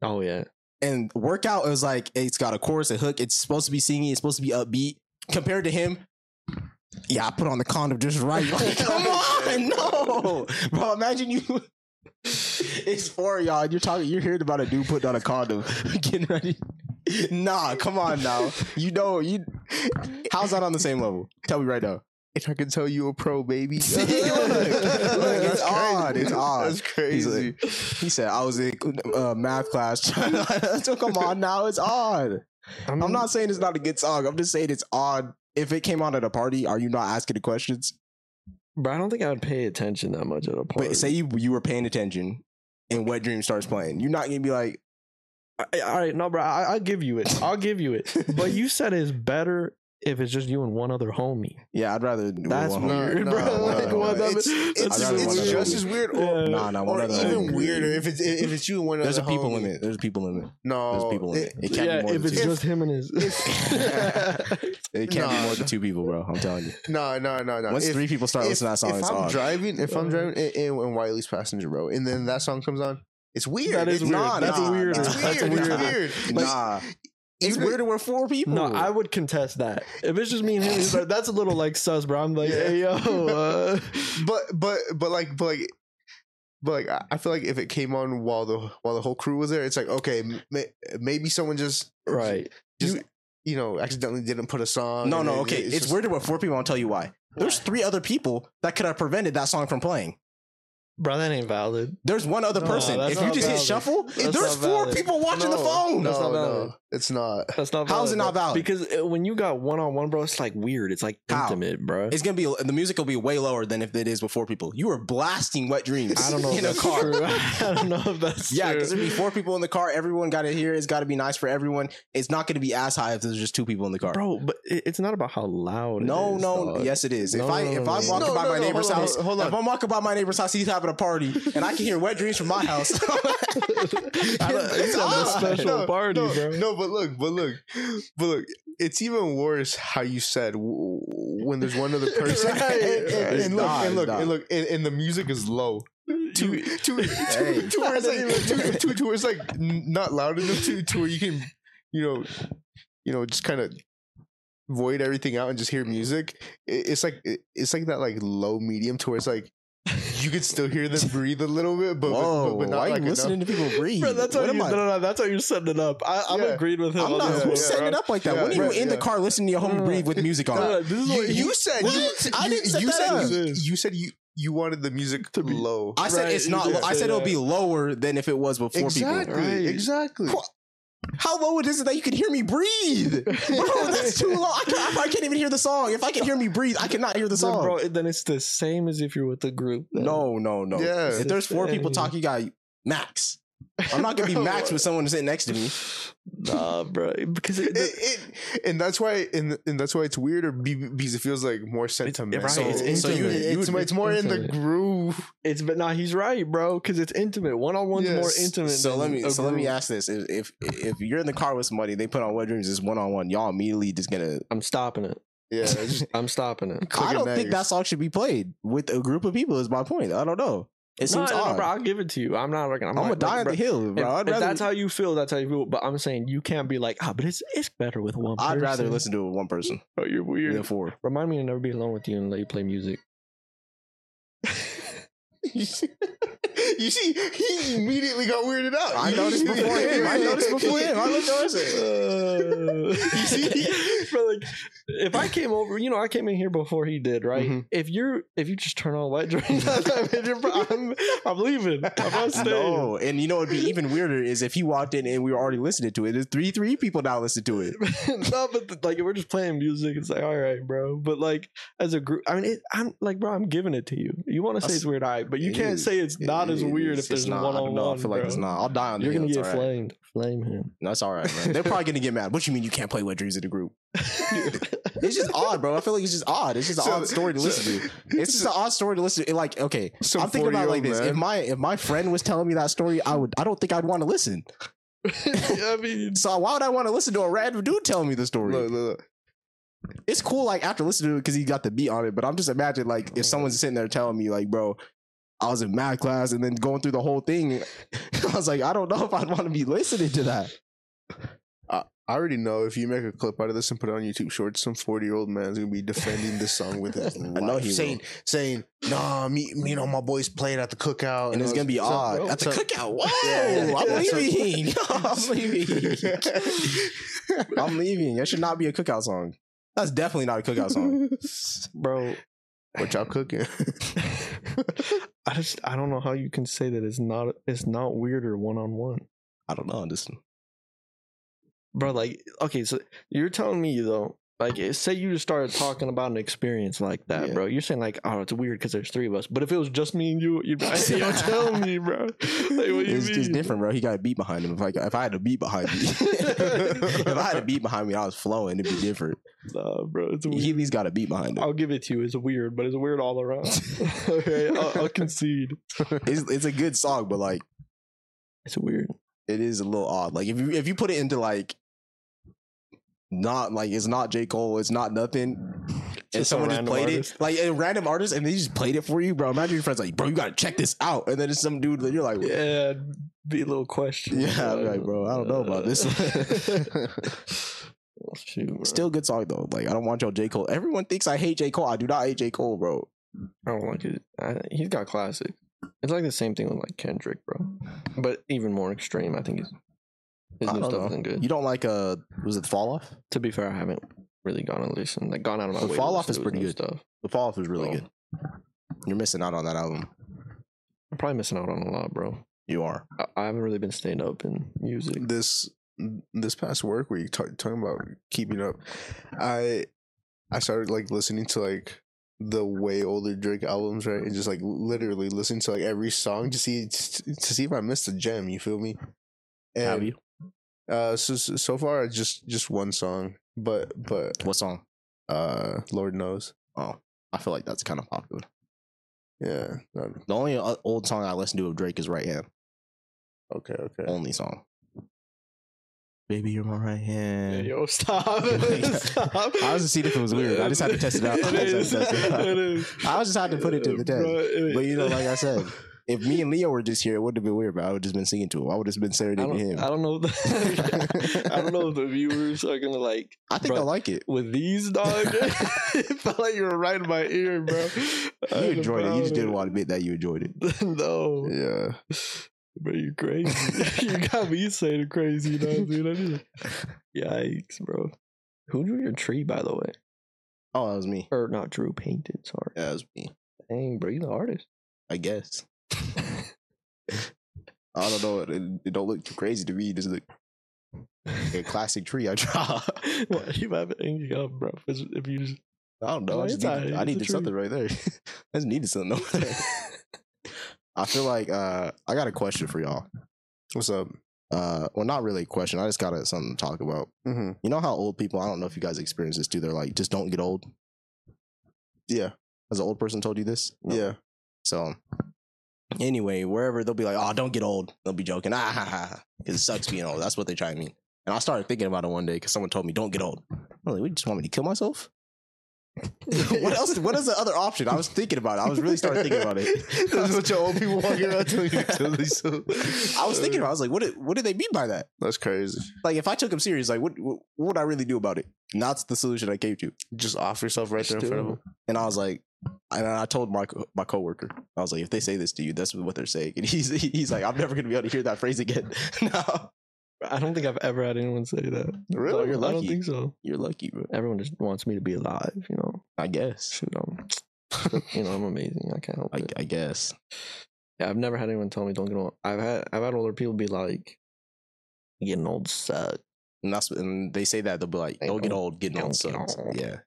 Oh yeah, And Workout is like it's got a chorus, a hook. It's supposed to be singing. It's supposed to be upbeat. Compared to him, yeah, I put on the condom just right. Like, come on, no, bro. Imagine you. It's for y'all. and You're talking. You're hearing about a dude putting on a condom, getting ready. Nah, come on now. You know you. How's that on the same level? Tell me right now. If I can tell you a pro baby, See, look, look, That's crazy. it's odd, it's odd. That's crazy. He said I was in uh, math class. so come on now, it's odd. I I'm not saying it's not a good song. I'm just saying it's odd. If it came out at a party, are you not asking the questions? But I don't think I would pay attention that much at a party. But say you you were paying attention, and Wet Dream starts playing. You're not gonna be like, I- all right, no, bro, I, I'll give you it. I'll give you it. But you said it's better if it's just you and one other homie. yeah, I'd rather. do That's one No, home. weird, no, bro. no, Like, no. what the- It's, it's, I'd rather it's watch that just movie. as weird, or, Yeah. Nah, nah, one or other even homie. weirder if it's if it's you and one There's a other people homie. limit. There's a people limit. There's No, people limit. it- It, can't yeah, be more if than it's two. two. just him and his. it can't be Nah. more than two people, bro. I'm telling you. no, no, no, no. Once If- three people start if, listening to that song, if it's I'm odd. driving, if I'm Uh. driving in, in, in Wiley's passenger, bro, and then that song comes on, it's weird. That it's is weird. Nah, That's nah, weird. nah. It's That's weird. weird. It's weird. Like, nah, it's even if- weirder when four people. No, I would contest that. If it's just me and him, he's like, that's a little like sus, bro. I'm like, Yeah. hey, yo. Uh, but but but like but like but like I- I feel like if it came on while the while the whole crew was there, it's like okay, may, maybe someone just right. just you, know accidentally didn't put a song. No, and no, it- okay. It's, just- weirder with four people. I'll tell you why. There's three other people that could have prevented that song from playing. Bro, that ain't valid. There's one other No, person. that's If you not just hit valid. shuffle, That's there's not four valid. people watching the No, phone. No, That's no, not valid. it's not. That's not How is it not bro. valid? Because uh, when you got one on one, bro, it's like weird. It's like How? intimate, bro. It's gonna be the music will be way lower than if it is with four people. You were blasting wet dreams. I don't know if in a that's car. true. I don't know if that's Yeah, true. because there'd be four people in the car. Everyone got to hear. It's got to be nice for everyone. It's not going to be as high if there's just two people in the car. bro. But it- it's not about how loud. it no, is, no, dog. yes, it is. No, if I no, if no, I'm no. walking No, by no, my no, neighbor's hold on, house, hold on. if I'm walking by my neighbor's house, he's having a party, and I can hear wet dreams from my house. I don't- it's not a odd. special party, Ah, no, bro. No, but look, but look, but look. It's even worse how you said w- when there's one other person. Right, and, and- right. and look, Nah, and look, nah. and look, and, and the music is low. To to You- to, Hey. to where it's like to, to, to where it's like n- not loud enough to to where you can you know you know just kind of void everything out and just hear music. It- it's like it- it's like that like low medium to where it's like. You could still hear them breathe a little bit, but Whoa! but, but not why are you like enough. listening to people breathe? Bro, that's how What you, am no, I- no, no, that's how you're setting it up. I, I'm Yeah. agreeing with him. I'm on not who's this one, yeah, setting bro. it up like that. Yeah, when are you right, in the yeah. car listening to your home Mm. breathe with music on? Bro, this is you, what you said you- What? I you- didn't set you that said up. You, you said you you wanted the music to To be be- low. I said Right, it's you not. did Low. I say said it'll that. be lower than if it was with four people. exactly, Right. exactly. Wha- How low it is it that you can hear me breathe, bro? That's too low. I can't, I probably can't even hear the song. If I can hear me breathe, I cannot hear the Then, song. bro, it- then it's the same as if you're with a group. then. No, no, no. Yeah. If there's four people talking, you got max. I'm not gonna be Bro. max with someone sitting next to me. nah, bro, because it, It, it, and that's why and and that's why it's weirder be- because it feels like more sentimental. right, it's It's- intimate. you- it's, You would- it's more in the intimate. groove. it's but nah, he's right, bro, because it's intimate. One on one's Yes. more intimate. So than let me a so let me group. ask this: if if if you're in the car with somebody, they put on Wet Dreams, it's one on one. Y'all immediately just gonna I'm stopping it. Yeah, it's just I'm stopping it. click I and don't think next. that song should be played with a group of people. Is my point. I don't know. It No, seems no, no, odd. bro, I'll give it to you. I'm not. I'm, I'm gonna die on the hill, If, bro. I'd if rather, that's how you feel, that's how you feel. But I'm saying you can't be like, ah, but it's it's better with one. I'd rather person." listen to it with one person Oh, you're weird. than four. Remind me to never be alone with you and let you play music. you see, you see, he immediately got weirded out. I noticed before him. I noticed before him. I looked over and see? Bro, like, if I came over, you know, I came in here before he did, right? Mm-hmm. Mhm. If you're, if you just turn on the light during that time, and you're- I'm, I'm leaving. I'm not staying. No, and you know what'd be even weirder is if he walked in and we were already listening to it. There's three three people now listen to it. no, but the, like if we're just playing music. It's like, all right, bro. But like as a group, I mean, it, I'm like, bro, I'm giving it to you. You want to say That's- it's weird, all right, but you it can't is. say it's It- not as it weird is. if there's It's not. one on No, one. I feel like bro. it's not. I'll die on the You're gonna hill. get It's all right. flamed. Flame him. That's all right. Man. They're probably gonna get mad. What you mean you can't play with Drews in the group? It's just odd, bro. I feel like it's just odd. It's just an odd story to listen to. It's just an odd story to listen to. It, like, okay, Some I'm thinking about it like 40-year-old this. man. If my if my friend was telling me that story, I would. I don't think I'd want to listen. I mean, So why would I want to listen to a random dude telling me the story? Look, look, look. it's cool like after listening to it because he got the beat on it but i'm just imagining like if someone's sitting there telling me like bro i was in math class and then going through the whole thing i was like i don't know if i'd want to be listening to that I already know if you make a clip out of this and put it on YouTube Shorts, some forty-year-old man's gonna be defending this song with his life, know he will. saying, "Saying, nah, me, me and all my boys played at the cookout, and it's I gonna be was- odd Oh, so- at the so- cookout whoa Yeah. i'm So- leaving i'm leaving i'm leaving that should not be a cookout song that's definitely not a cookout song bro, What y'all cooking? I just I don't know how you can say that it's not it's not weirder one on one, i don't know this bro. Like, okay, so you're telling me though. Like, eh, say you just started talking about an experience like that, Yeah. bro. You're saying like, oh, it's weird because there's three of us. But if it was just me and you, you'd be like, yo, tell me, bro. Like, what do you it's, mean? it's different, bro. He got a beat behind him. If I if I had a beat behind me, if I had a beat behind me, I was flowing. It'd be different. Nah, bro. It's weird. He at least got a beat behind him. I'll give it to you. It's weird, but it's weird all around. okay, I'll, I'll concede. It's it's a good song, but like It's weird. it is a little odd. Like if you if you put it into like not like it's not J Cole, it's not nothing. and just some someone just random played artist. it like a random artist, and they just played it for you, bro. Imagine your friends like, bro, you gotta check this out, and then it's some dude that you're like, yeah, Yeah, be a little question. I'm like, bro, I don't know about this. Uh, oh, Shoot, bro. Still good song though. Like I don't want your J Cole. Everyone thinks I hate J Cole. I do not hate J Cole, bro. I don't like it. I, he's got classic. It's like the same thing with like Kendrick, bro, but even more extreme. I think his his I new don't stuff know. isn't good. You don't like uh, was it Fall Off? to be fair, I haven't really gone and listened. Like gone out of my The way. to Fall Off is listen to his pretty new good. stuff. The Fall Off is really Oh. good. You're missing out on that album. I'm probably missing out on a lot, bro. You are. I, I haven't really been staying up in music. this this past work week ta- talking about keeping up i i started like listening to like the way older drake albums right and just like literally listening to like every song to see to see if i missed a gem you feel me and Have you? uh so so so far just just one song but but What song? uh lord knows Oh, I feel like that's kind of popular. yeah um, The only o- old song I listen to of Drake is Right Hand. okay okay Only song. Baby, you're my right hand. Yo, stop! stop! I was just seeing if it was weird. I just had to test it out. I It just is. had to test it out. It is. I just had to put it to the test. Bro, it- But you know, like I said, if me and Leo were just here, it wouldn't have been weird. But I would have just been singing to him. I would have just been I serenading don't, him. I I, don't know. If, I don't know if the viewers are gonna like think bro. I like it. with these dog. it felt like you were right in my ear, bro. You enjoyed it. You just didn't want to admit that you enjoyed it. to. Oh, no, yeah bro, you crazy. you got me saying crazy now, dude. I need- Yikes, bro. Who drew your tree, by the way? Oh, that was me. Or not drew, painted. Sorry. That was me. Dang, bro, you the artist. I guess. I don't know. It, it- it don't look too crazy to me. It just look like a classic tree I draw. Why you have it hanging up, bro? If if you just I don't know. No, I, it's just alright, needed, I it's a needed tree. something right there. I just needed something over there. I feel like uh, I got a question for y'all. what's up Uh, well, not really a question. I just got a, something to talk about. hmm You know how old people, I don't know if you guys experience this too, they're like, just don't get old. yeah Has an old person told you this? No. yeah So, anyway, wherever they'll be like, oh, don't get old. They'll be joking, ah, ha, ha, ha, because it sucks being old. That's what they try to mean. And I started thinking about it one day because someone told me, don't get old. I'm like, what, you just want me to kill myself? what else? What is the other option? I was thinking about it. I was really starting thinking about it. That's what your old people walking around telling you. Tilly, so. I was thinking about. It. I was like, what? do- What do they mean by that? That's crazy. Like, if I took them serious, like, what, what what would I really do about it? And that's the solution I came to. Just off yourself right there in front of them. And I was like, and I told my co- my coworker, I was like, if they say this to you, that's what they're saying. And he's he's like, I'm never gonna be able to hear that phrase again. no, I don't think I've ever had anyone say that. Really? you're I lucky. don't think so. you're lucky, bro. Everyone just wants me to be alive, you know. I guess. Shoot, I'm, you know, I'm amazing. I can't help I, it. I guess. Yeah, I've never had anyone tell me don't get old. I've had I've had older people be like, getting old sucks. And that's and they say that they'll be like, They don't get don't- old, getting don't old get sucks. old. Yeah,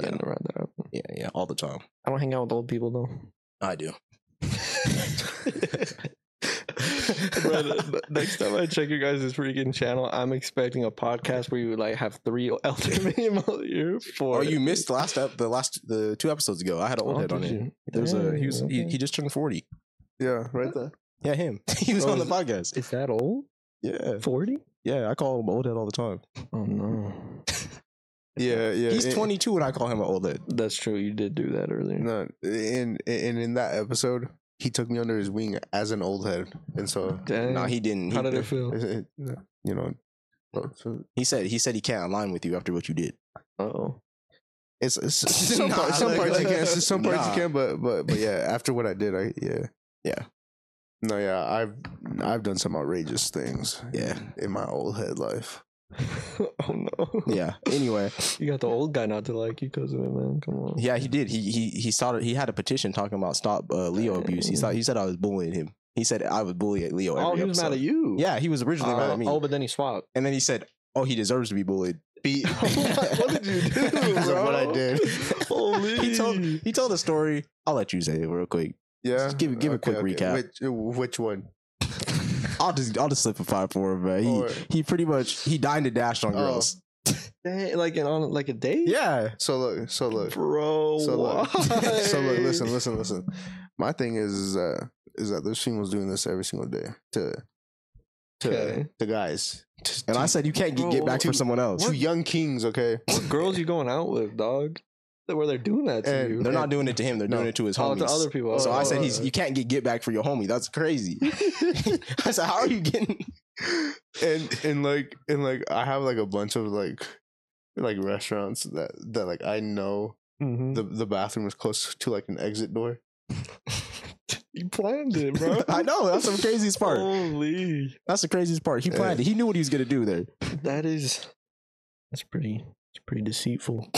I Yeah. never had that happen. yeah, yeah, all the time. I don't hang out with old people though. I do. Bro, the- the- next time I check your guys' freaking channel, I'm expecting a podcast where you like have three elderly people here for Oh, you missed the last ep- the last the two episodes ago. I had an old head on it. There's a he was he, he just turned forty. Yeah, right there. Yeah, him. He was Oh, on the is- podcast. Is that old? Yeah, Forty? yeah. I call him old head all the time. Oh no. Yeah, yeah. He's and- 22 and I call him an old head. That's true. You did do that earlier. No, and and in that episode, he took me under his wing as an old head, and so Dang. No, he didn't. How He, did it feel? you know. uh, so he said he said he can't align with you after what you did. Oh, It's, it's some, Nah, parts, some like- parts you can, some parts Nah. you can, but but but yeah. After what I did, I yeah Yeah. no yeah I've I've done some outrageous things Yeah, in my old head life. oh no. yeah. Anyway, You got the old guy not to like you because of it, man. Come on. yeah, he did. He he he started. He had a petition talking about stop uh, Leo abuse. He saw, he said I was bullying him. He said I was bullying Leo. Oh, every he was mad episode. at you. Yeah, he was originally mad at me. Oh, but then he swapped. and then he said, "Oh, he deserves to be bullied." Be- What did you do, Because of what I bro? did. Holy. He told he told a story. I'll let you say it real quick. Yeah, Just give- give a quick recap. Which, which one? I'll just I'll just slip a five for him, man. He Or- he pretty much he dined and dashed on Oh. girls. Dang, like an, on like a date. Yeah. So look, so look, bro. so look, why? so look. Listen, listen, listen. My thing is is, uh, is that this team was doing this every single day to to Okay. to guys to, And to, I said you can't get, Bro, get back for what- someone else. to young kings. Okay, What girls you going out with, dog? That where they're doing that to And you? They're not doing it to him. They're No. doing it to his Oh, homies. to other people. so I Oh, said oh, he's oh. you can't get get back for your homie. That's crazy. I said, how are you getting? and and like and like I have like a bunch of like like restaurants that that like I know Mhm. Mm. the the bathroom is close to like an exit door. you planned it, bro. Oh. I know that's the craziest part. Holy, That's the craziest part. He planned Yeah. it. He knew what he was gonna do there. that is that's pretty. It's pretty deceitful.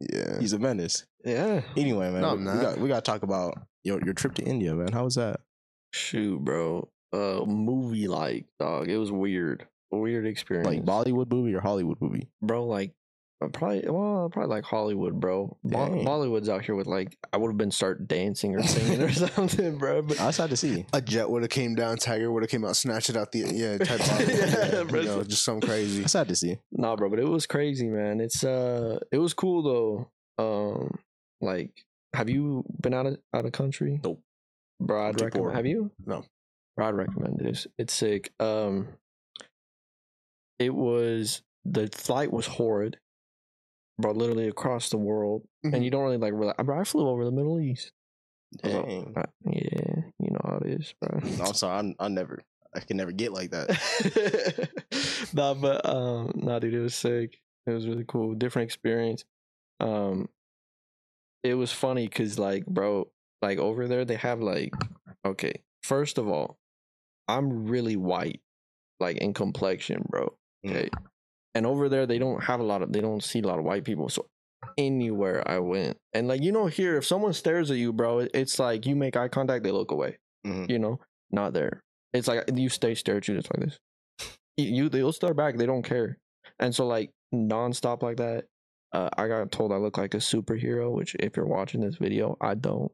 Yeah, He's a menace. Yeah. Anyway, man, No, we, I'm we not. got we got to talk about your your trip to India, man. How was that? Shoot, bro. Uh, movie like dog. It was weird. A Weird experience. Like Bollywood movie or Hollywood movie? bro, like uh, probably well, probably like Hollywood, bro. Bo- Dang. Bollywood's out here with like I would have been start dancing or singing or something, bro. But I sad to see. a jet would have came down, Tiger would have came out, snatched it out the yeah, type of, Yeah, yeah, bro. you know, just something crazy. I sad to see. Nah, bro, but it was crazy, man. It's uh, it was cool though. Um, like, have you been out of out of country? Nope. Bro, I'm I'd too poor. recommend. Have you? No. Bro, I'd recommend this. It's sick. Um, it was the flight was horrid, bro. Literally across the world, Mhm. and Mm-hmm. you don't really like. Relax. Bro, I flew over the Middle East. Dang. Uh, yeah, you know how it is, bro. No, I'm sorry. I'm, I never. I can never get like that. nah, but um, nah, dude, it was sick. It was really cool, different experience. Um, it was funny because, like, bro, like over there they have like, okay, first of all, I'm really white, like in complexion, bro. Mm. Okay, and over there they don't have a lot of, they don't see a lot of white people, so. Anywhere I went, and like you know, here if someone stares at you, bro, it- it's like you make eye contact, they look away. Mhm. You know, not there. It's like you stay stare at you just like this. You you- they'll stare back. They don't care. And so like nonstop like that. Uh, I got told I look like a superhero, which if you're watching this video, I don't.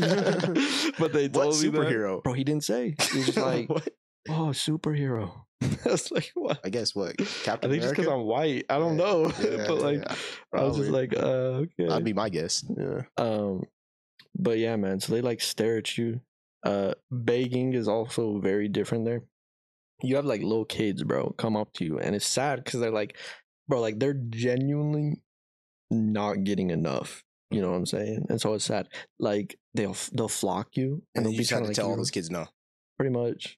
but they What told me that. superhero? Bro, he didn't say. He was just like, What? "Oh, superhero." I was like, "What?" I guess what Captain I think just America. because I'm white, I don't Yeah, know. yeah, but like, yeah, I was probably. just like, uh, "Okay." that'd be my guess. Yeah, Um, but yeah, man. So they like stare at you. Uh, begging is also very different there. You have like little kids, bro, come up to you, and it's sad because they're like, bro, like they're genuinely not getting enough. You know what I'm saying? And so it's sad. Like they'll they'll flock you, And then they'll you just had to trying, like, tell all you- those kids no pretty much,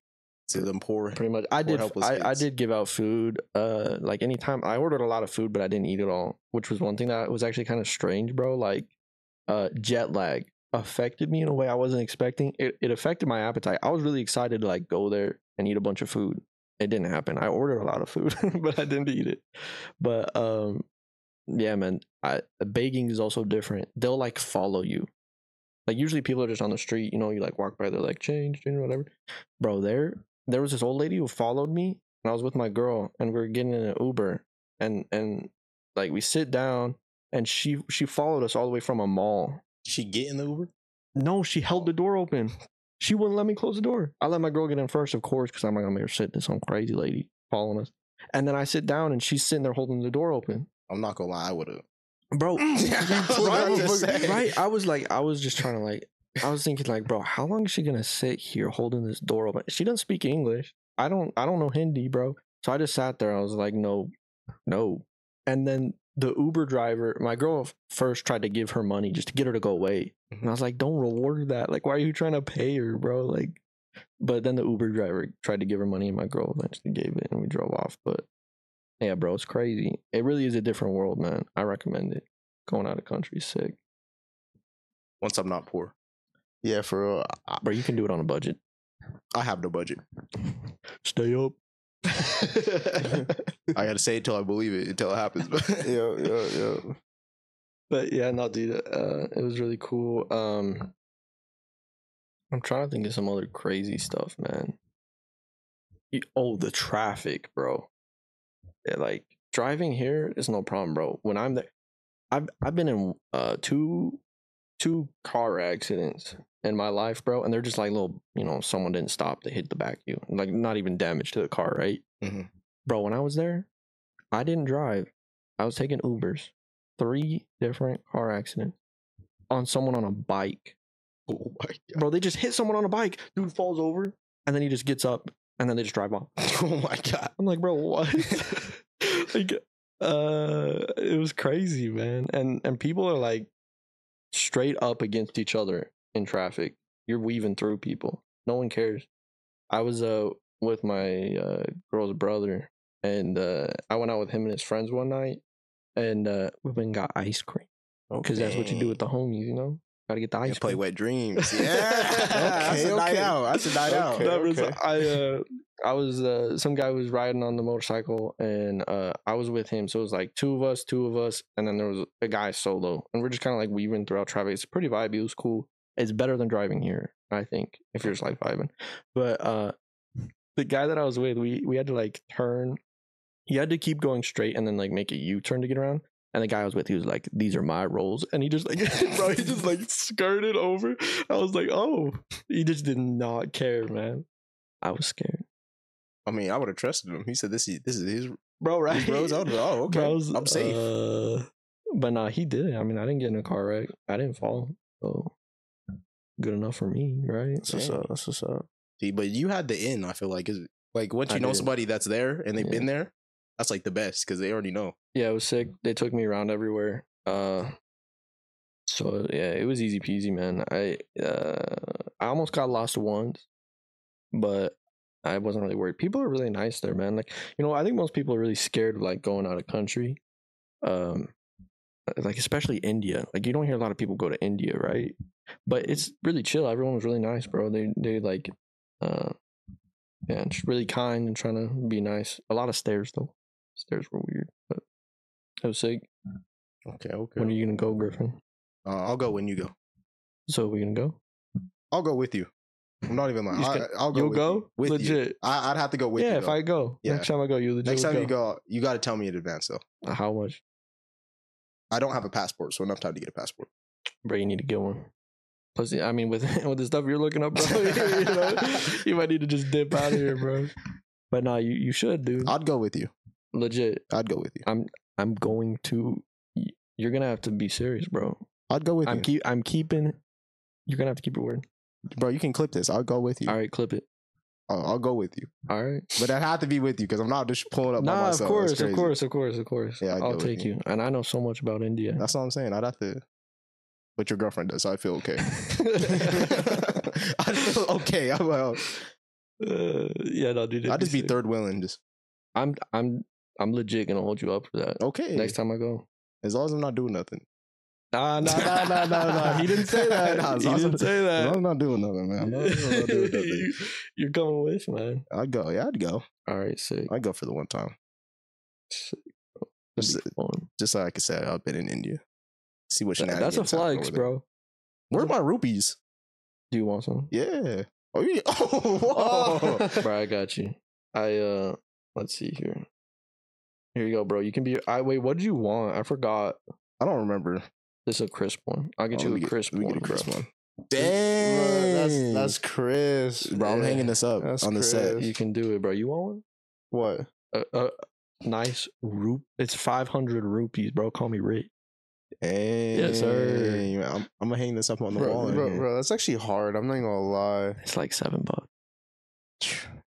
to them poor. pretty much. I Poor did helpless I, I kids. did give out food. Uh, like anytime I ordered a lot of food, but I didn't eat it all, which was one thing that was actually kind of strange, bro. Like, uh, jet lag affected me in a way I wasn't expecting. It it affected my appetite. I was really excited to like go there and eat a bunch of food. It didn't happen. I ordered a lot of food, but I didn't eat it. But um, yeah, man. I begging is also different. They'll like follow you. Like usually people are just on the street, you know, you like walk by, they're like change, change, whatever. Bro, there there was this old lady who followed me and I was with my girl and we were getting in an Uber and and like we sit down and she she followed us all the way from a mall. Did she get in the Uber? No, she held the door open. She wouldn't let me close the door. I let my girl get in first, of course, because I'm not gonna make her sit in some crazy lady following us. And then I sit down and she's sitting there holding the door open. I'm not gonna lie, I would have. Bro, Right, right? I was like, I was just trying to like, I was thinking like, bro, how long is she gonna sit here holding this door open? She doesn't speak English. I don't, I don't know Hindi, bro. So I just sat there. I was like, no, no. And then the Uber driver, my girl f- first tried to give her money just to get her to go away, and I was like, don't reward that. Like, why are you trying to pay her, bro? Like, but then the Uber driver tried to give her money, and my girl eventually gave it, and we drove off. But yeah, bro, it's crazy. It really is a different world, man. I recommend it. Going out of country, is sick. Once I'm not poor, Yeah, for real. I- Bro, you can do it on a budget. I have no budget. Stay up. I gotta say it till I believe it, until it happens. But Yo, yo, yo. but yeah, no, dude, uh, it was really cool. Um, I'm trying to think of some other crazy stuff, man. You- Oh, the traffic, bro. Yeah, like driving here is no problem, bro. When I'm there, I've I've been in uh two two car accidents in my life, bro, and they're just like little, you know, someone didn't stop, they hit the back of you, like not even damage to the car, right? Mhm. Bro, when I was there, I didn't drive. I was taking Ubers. Three different car accidents on someone on a bike. oh my god! Bro, they just hit someone on a bike. Dude falls over and then he just gets up and then they just drive off. Oh my god! I'm like, bro, what? like, uh, it was crazy, man. And and people are like straight up against each other in traffic. You're weaving through people. No one cares. I was uh with my uh girl's brother, and uh I went out with him and his friends one night, and uh we went and got ice cream because that's what you do with the homies, you know. Gotta get the ice You Oh, play cream. wet dreams. Okay, Yeah, that's a night okay. out. That's a night out. Okay, That was- okay. I uh, I was uh, some guy was riding on the motorcycle and uh, I was with him, so it was like two of us, two of us, and then there was a guy solo, and we're just kind of like weaving throughout traffic. It's pretty vibey. It was cool. It's better than driving here, I think, if you're just like vibing. But uh, the guy that I was with, we we had to like turn. He had to keep going straight and then like make a U turn to get around. And the guy I was with, he was like, "These are my rules," and he just like, bro, he just like skirted over. I was like, "Oh, he just did not care, man." I was scared, I mean, I would have trusted him. He said, "This is this is his bro. Right, these roads out. Oh, okay. Bros, I'm safe." uh, but nah, he did. it. I mean, I didn't get in a car wreck. I didn't fall, so good enough for me, right? That's what's Dang. up. That's what's up. See, but you had the in. I feel like 'cause, like once I you know did. somebody that's there and they've Yeah. been there, that's like the best because they already know. Yeah, it was sick. They took me around everywhere. Uh, so yeah, it was easy peasy, man. I uh, I almost got lost once, but I wasn't really worried. People are really nice there, man. Like you know, I think most people are really scared of like going out of country. Um, like especially India. Like you don't hear a lot of people go to India, right? But it's really chill. Everyone was really nice, bro. They they like, uh, yeah, just really kind and trying to be nice. A lot of stairs though. Stairs were weird, but. It was sick. Okay, okay. When are you gonna go, Griffin? uh, I'll go when you go. So we gonna go? I'll go with you. I'm not even lying. You just I, gonna- I'll go. You'll with go? You. With You. Legit. I, I'd have to go with yeah, you. if though. I go, Yeah. next time I go, you legit. next will time you go, you got to tell me in advance though. how much? I don't have a passport, so enough time to get a passport. Bro, you need to get one. Plus, I mean, with with the stuff you're looking up, bro, you, know, you might need to just dip out of here, bro. But nah, you you should, dude. I'd go with you. legit. I'd go with you. I'm going to. y- You're gonna have to be serious, bro. I'd go with I'm you, keep. I'm keeping. You're gonna have to keep your word. bro. You can clip this. I'll go with you. All right, clip it. I'll, I'll go with you, All right. but I'd have to be with you because I'm not just pulling up by Nah, of myself. That's course, of crazy. course, of course, of course. Yeah, I I'll get what take you you. And I know so much about India. That's what I'm saying. I'd have to, but your girlfriend does. So I feel okay. I feel okay. I'm like, oh, Uh, yeah, no, dude. it'd I'd just be sick. third willing. Just I'm, I'm, I'm legit gonna hold you up for that. okay. Next time I go. as long as I'm not doing nothing. Nah, nah, nah, nah, nah, nah. He didn't say that. Nah, it's he awesome. didn't say As long as that. I'm not doing nothing, man. I'm not, I'm not doing nothing. You- You're going with man. I'd go. Yeah, I'd go. All right, sick. I'd go for the one time. Sick. Just, That'd be fun. just so I could say I've been in India. See what That- That's a shenanigans happen flex, over there. bro. Where are my rupees? Do you want some? Yeah. Oh, yeah. Oh, whoa. bro, I got you. I uh let's see here. Here you go, bro. You can be I wait, what did you want? I forgot. I don't remember. This is a crisp one. I'll get Oh, you let a me get- crisp let me one. get a crisp bro. one. Bruh, Dang. that's that's Chris. bro. I'm Yeah. hanging this up That's on the set. crazy. You can do it, bro. You want What? one? A, a nice roop. It's 500 rupees, bro. Call me Rick. Dang. Yes, sir. man. I'm, I'm gonna hang this up on the wall. Bro, in bro, here. bro, that's actually hard. I'm not even gonna lie. It's like 7 bucks.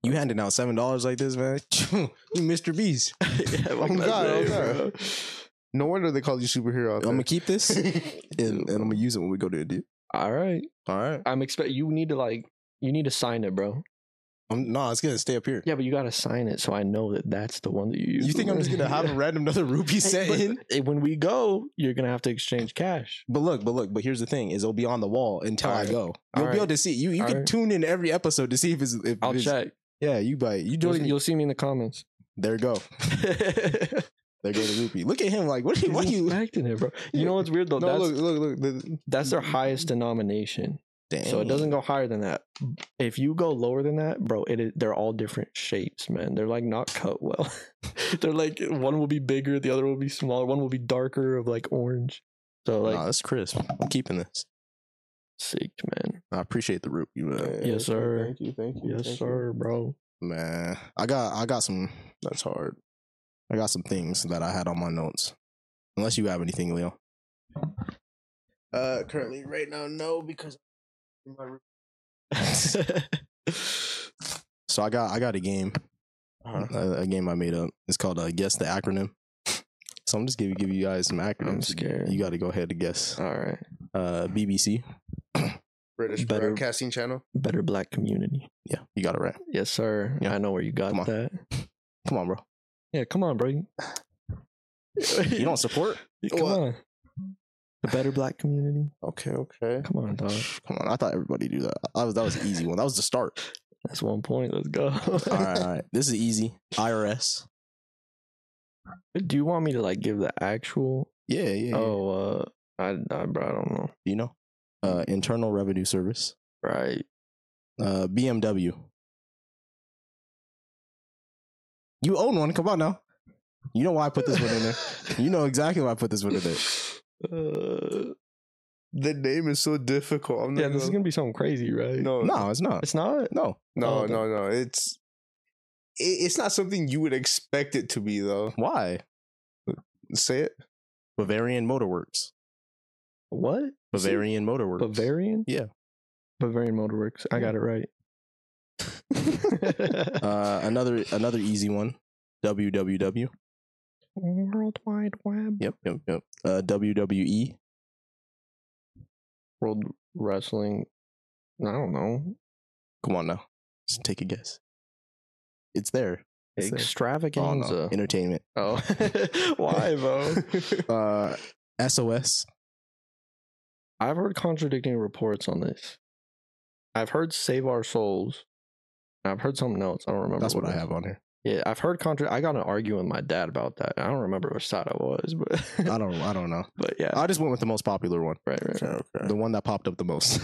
You handing out seven dollars like this, man? you Mr. Beast. yeah, Oh, what can I God, oh, say, God. bro? No wonder they call you superhero. out I'm there. gonna keep this, and, and I'm gonna use it when we go to India. All right. All right. I'm expect you need to like you need to sign it, bro. I'm, no, Um, it's gonna stay up here. Yeah, but you got to sign it so I know that that's the one that you use. You think I'm just gonna have Yeah. a random another rupee set Hey, in? but eh, when we go, you're gonna have to exchange cash. But look, but look, but here's the thing: is it'll be on the wall until I Alright. go. You'll be Alright. able to see. You you can Alright. tune in every episode to see if it's. If I'll it's- check. Yeah, you buy. You You'll, don't. e even- you'll see me in the comments. there you go. There go the rupee. Look at him. Like what? Are you, Why what are you you? expecting it, bro? You know what's weird though? no, that's look, look, look. the- that's their highest Mm-hmm. denomination, Damn. so it doesn't go higher than that. If you go lower than that, bro, it is, they're all different shapes, man. They're like not cut well. they're like one will be bigger, the other will be smaller, one will be darker of like orange. So like nah, that's crisp. I'm keeping this. sick, man. I appreciate the rupee, man. Yes, sir. Thank you, thank you. Yes, thank sir, bro. Man, I got I got some. That's hard. I got some things that I had on my notes. Unless you have anything, Leo. you. Uh, currently, right now, no, because So I got I got a game, Uh-huh. a, a game I made up. It's called uh, guess the acronym. So I'm just gonna give you guys some acronyms. scared. Uh-huh. You got to go ahead and guess. All right. Uh, BBC. British Better- Broadcasting Channel. Better black community. Yeah, you got it right. Yes, sir. Yeah. I know where you got Come on. that. Come on, bro. Yeah, come on, bro. You You don't support? come What? on. The better black community. Okay, okay. Come on, dog. Come on. I thought everybody knew that. I was, that was an easy one. That was the start. That's one point. Let's go. All right, all right. This is easy. IRS. Do you want me to like give the actual? Yeah, yeah. yeah. Oh, uh, I, I, bro, I don't know. You know, Mm. uh, Internal Revenue Service. Right. Uh, BMW. You own one. Come on now. You know why I put this one in there. You know exactly why I put this one in there. Uh, The name is so difficult. I'm not yeah, this is gonna- gonna be something crazy, right? no, No, it's not. it's not. No. no, oh, Oh, no, no. It's it, it's not something you would expect it to be, though. Why? Say it. Bavarian Motorworks. What? Bavarian Motorworks. Bavarian? Yeah. Bavarian Motorworks. I got it right. Uh, another another easy one. WWW. World Wide Web. Yep, yep, yep. Uh, WWE. World Wrestling. I don't know. Come on now. Just take a guess. It's there. It's there. Oh, no. Extravaganza. Entertainment. Oh, why, bro? Uh, SOS. I've heard contradicting reports on this. I've heard Save Our Souls. and I've heard something else. I don't remember. That's what it I was. have on here. Yeah, I've heard contra. I got in an argument with my dad about that. I don't remember which side I was, but I don't. I don't know. but yeah, I just went with the most popular one. right, right, right. the one that popped up the most.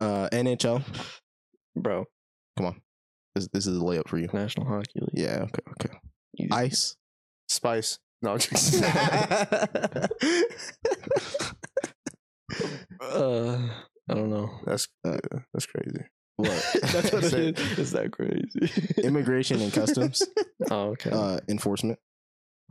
uh, NHL. bro. This, this is a layup for you. National Hockey League. Yeah. Okay. Okay. Easy. Ice. Spice. No. I'm just- Uh, I don't know. that's yeah, that's crazy. What? That's what Say- it is. Is that crazy? Immigration and customs. oh, okay. Uh, enforcement.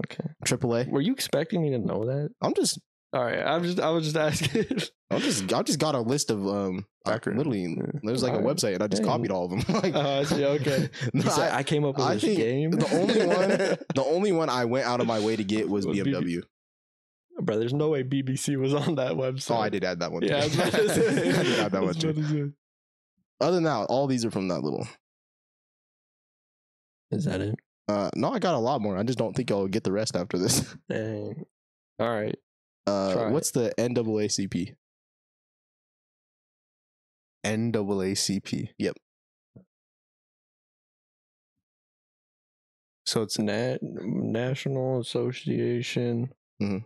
okay. AAA. Were you expecting me to know that? I'm just All right, I'm just I was just asking. I just I just got a list of um I Accurate. literally Yeah. there's like a Alright. website and I just Dang. copied all of them. like, Oh, I see, okay. No, He said, I- I came up with I this think game. the only one- the only one I went out of my way to get was Was BB. BMW. bro. There's no way BBC was on that website. So Oh, I did add that one. Yeah, I was too. about to say. I did add I that one was too. about to say. Other than that, all these are from that little. Is that it? Uh, no, I got a lot more. I just don't think I'll get the rest after this. Dang. All right. Try Uh, it. what's the NAACP? NAACP. Yep. So it's Nat- National Association. Uh, Mhm.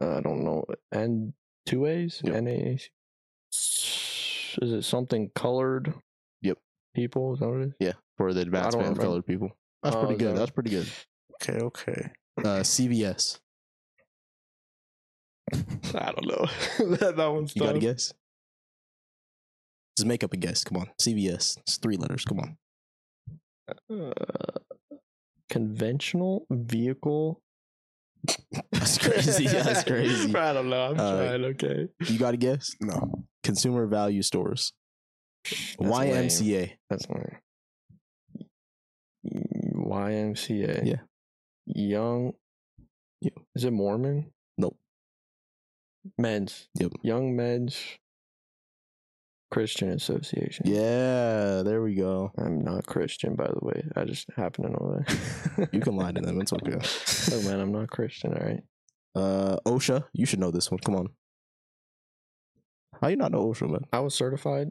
I don't know. And two A's? Yep. NAAC. S- Is it something colored? Yep. People? Is that what it is? Yeah, for the advancement of remember. colored people. That's Oh, pretty is good. that- That's pretty good. okay, okay. Uh, CVS. I don't know. that, that one's You got to tough. guess. Just make up a guess. Come on, CVS. It's three letters. Come on. Uh, conventional vehicle. That's crazy. That's crazy. Bro, I don't know. I'm Uh, trying. Okay. You got to guess. No. Consumer value stores. lame. YMCA. That's lame. YMCA. Yeah. Young. Yeah. Is it Mormon? Nope. Men's. Yep. Young Men's Christian Association. Yeah, there we go. I'm not Christian, by the way. I just happen to know that. You can lie to them. It's okay. oh man, I'm not Christian. All right. Uh, OSHA. You should know this one. Come on. How you not know OSHA, man? I was certified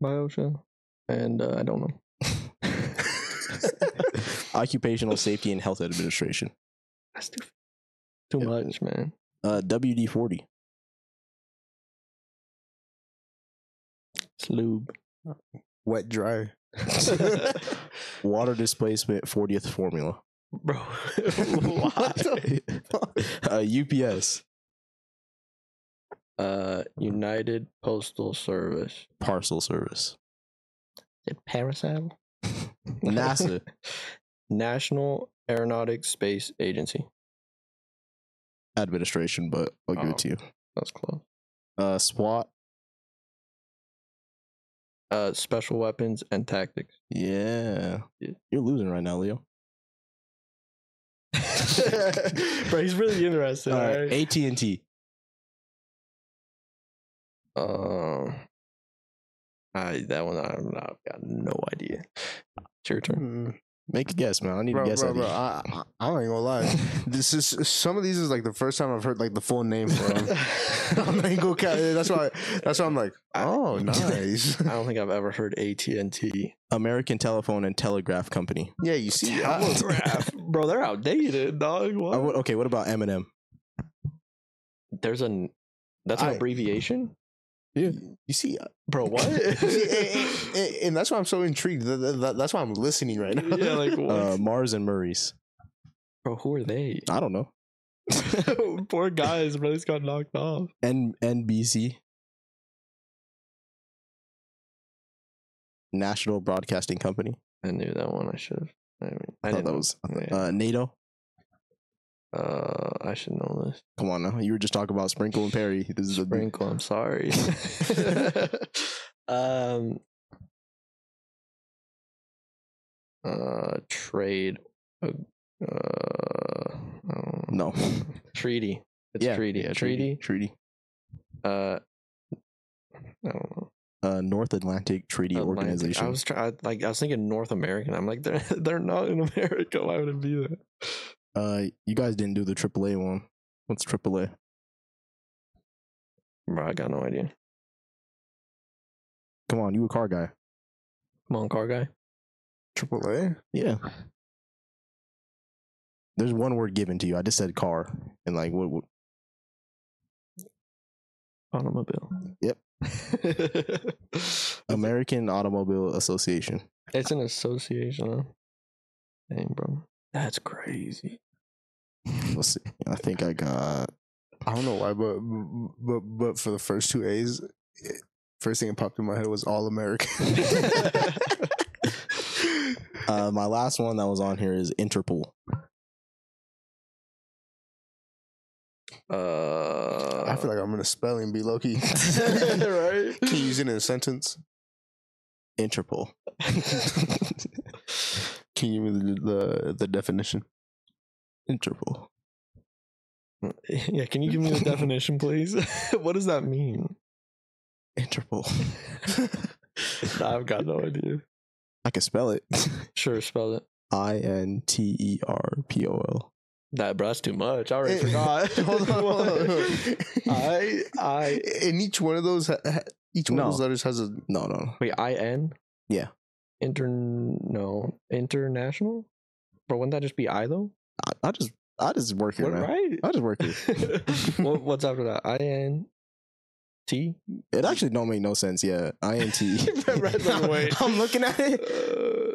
by OSHA, and uh, I don't know. Occupational Safety and Health Administration. That's too too Yeah. much, man. Uh, WD forty. It's lube. Wet dry. Water displacement 40th formula. Bro, What the uh, UPS. uh, United Postal Service. Parcel service. Is it Paracel? NASA. National Aeronautics Space Agency. Administration, but I'll give Oh. it to you. That's close. Uh, SWAT. Uh, Special Weapons and Tactics. Yeah. Yeah. You're losing right now, Leo. Bro, he's really interested. All right. AT&T. Um, I that one I'm not I've got no idea. It's your turn. Mm. Make a guess, man. I need Bro, a guess bro, out of bro. you. I, I, I ain't gonna lie. This is some of these is like the first time I've heard like the full name for them. I'm not even gonna count. That's why. That's why I'm like, I- oh, nice. I don't think I've ever heard AT and T. American Telephone and Telegraph Company. yeah, you see, I was- Telegraph. Bro, they're outdated, dog. What? Uh, what- okay, what about Eminem? There's an that's an I- abbreviation, you see, uh, bro. What? You see, and, and- and that's why I'm so intrigued. Th- th- th- That's why I'm listening right now. yeah, like what? Uh, Mars and Murray's. bro, who are they? I don't know. Poor guys, bro. He's got knocked off. N- NBC. National Broadcasting Company. I knew that one. I should have. I mean, I, I thought didn't that know. was Yeah. uh, NATO. Uh, I should know this. Come on now. You were just talking about Sprinkle and Perry. This is the Sprinkle. I'm sorry. um, uh, trade. Uh, uh, I don't know. No. treaty. It's treaty. yeah, treaty. Treaty. Uh, Oh, I don't know. Uh, North Atlantic Treaty Atlantic. Organization. I was trying. Like I was thinking North American. I'm like they're they're not in America. Why would it be that? Uh, you guys didn't do the AAA one. What's AAA? Bro, I got no idea. Come on, you a car guy. Come on, car guy. Triple A. Yeah. There's one word given to you. I just said car, and like what? what Automobile. Yep. it's American Automobile Association. an association. Huh? Dang, bro. That's crazy. Let's see. I think I got. I don't know why, but but but for the first two A's, it, first thing that popped in my head was All American. Uh, my last one that was on here is Interpol. Uh, I feel like I'm in a spelling bee, Loki. Can right. you use it in a sentence? Interpol. Can you give me the, the the definition? Interpol. Yeah, can you give me the definition, please? what does that mean? Interpol. Nah, I've got no idea. I can spell it. Sure, spell it. I N T E R P O L. That, bro, that's too much. I already Eh, forgot. Hold on. hold on. I, I, and each one of those, ha- ha- each one No. of those letters has a No, no, no. wait, I N? Yeah. Inter, no, international? But wouldn't that just be I though? I, I just, I just work here, What, man. right? I just work here. Oh. what, what's after that? I N T? It actually don't make no sense. Yeah, I N T. Right, like, wait. I'm looking at Uh, it.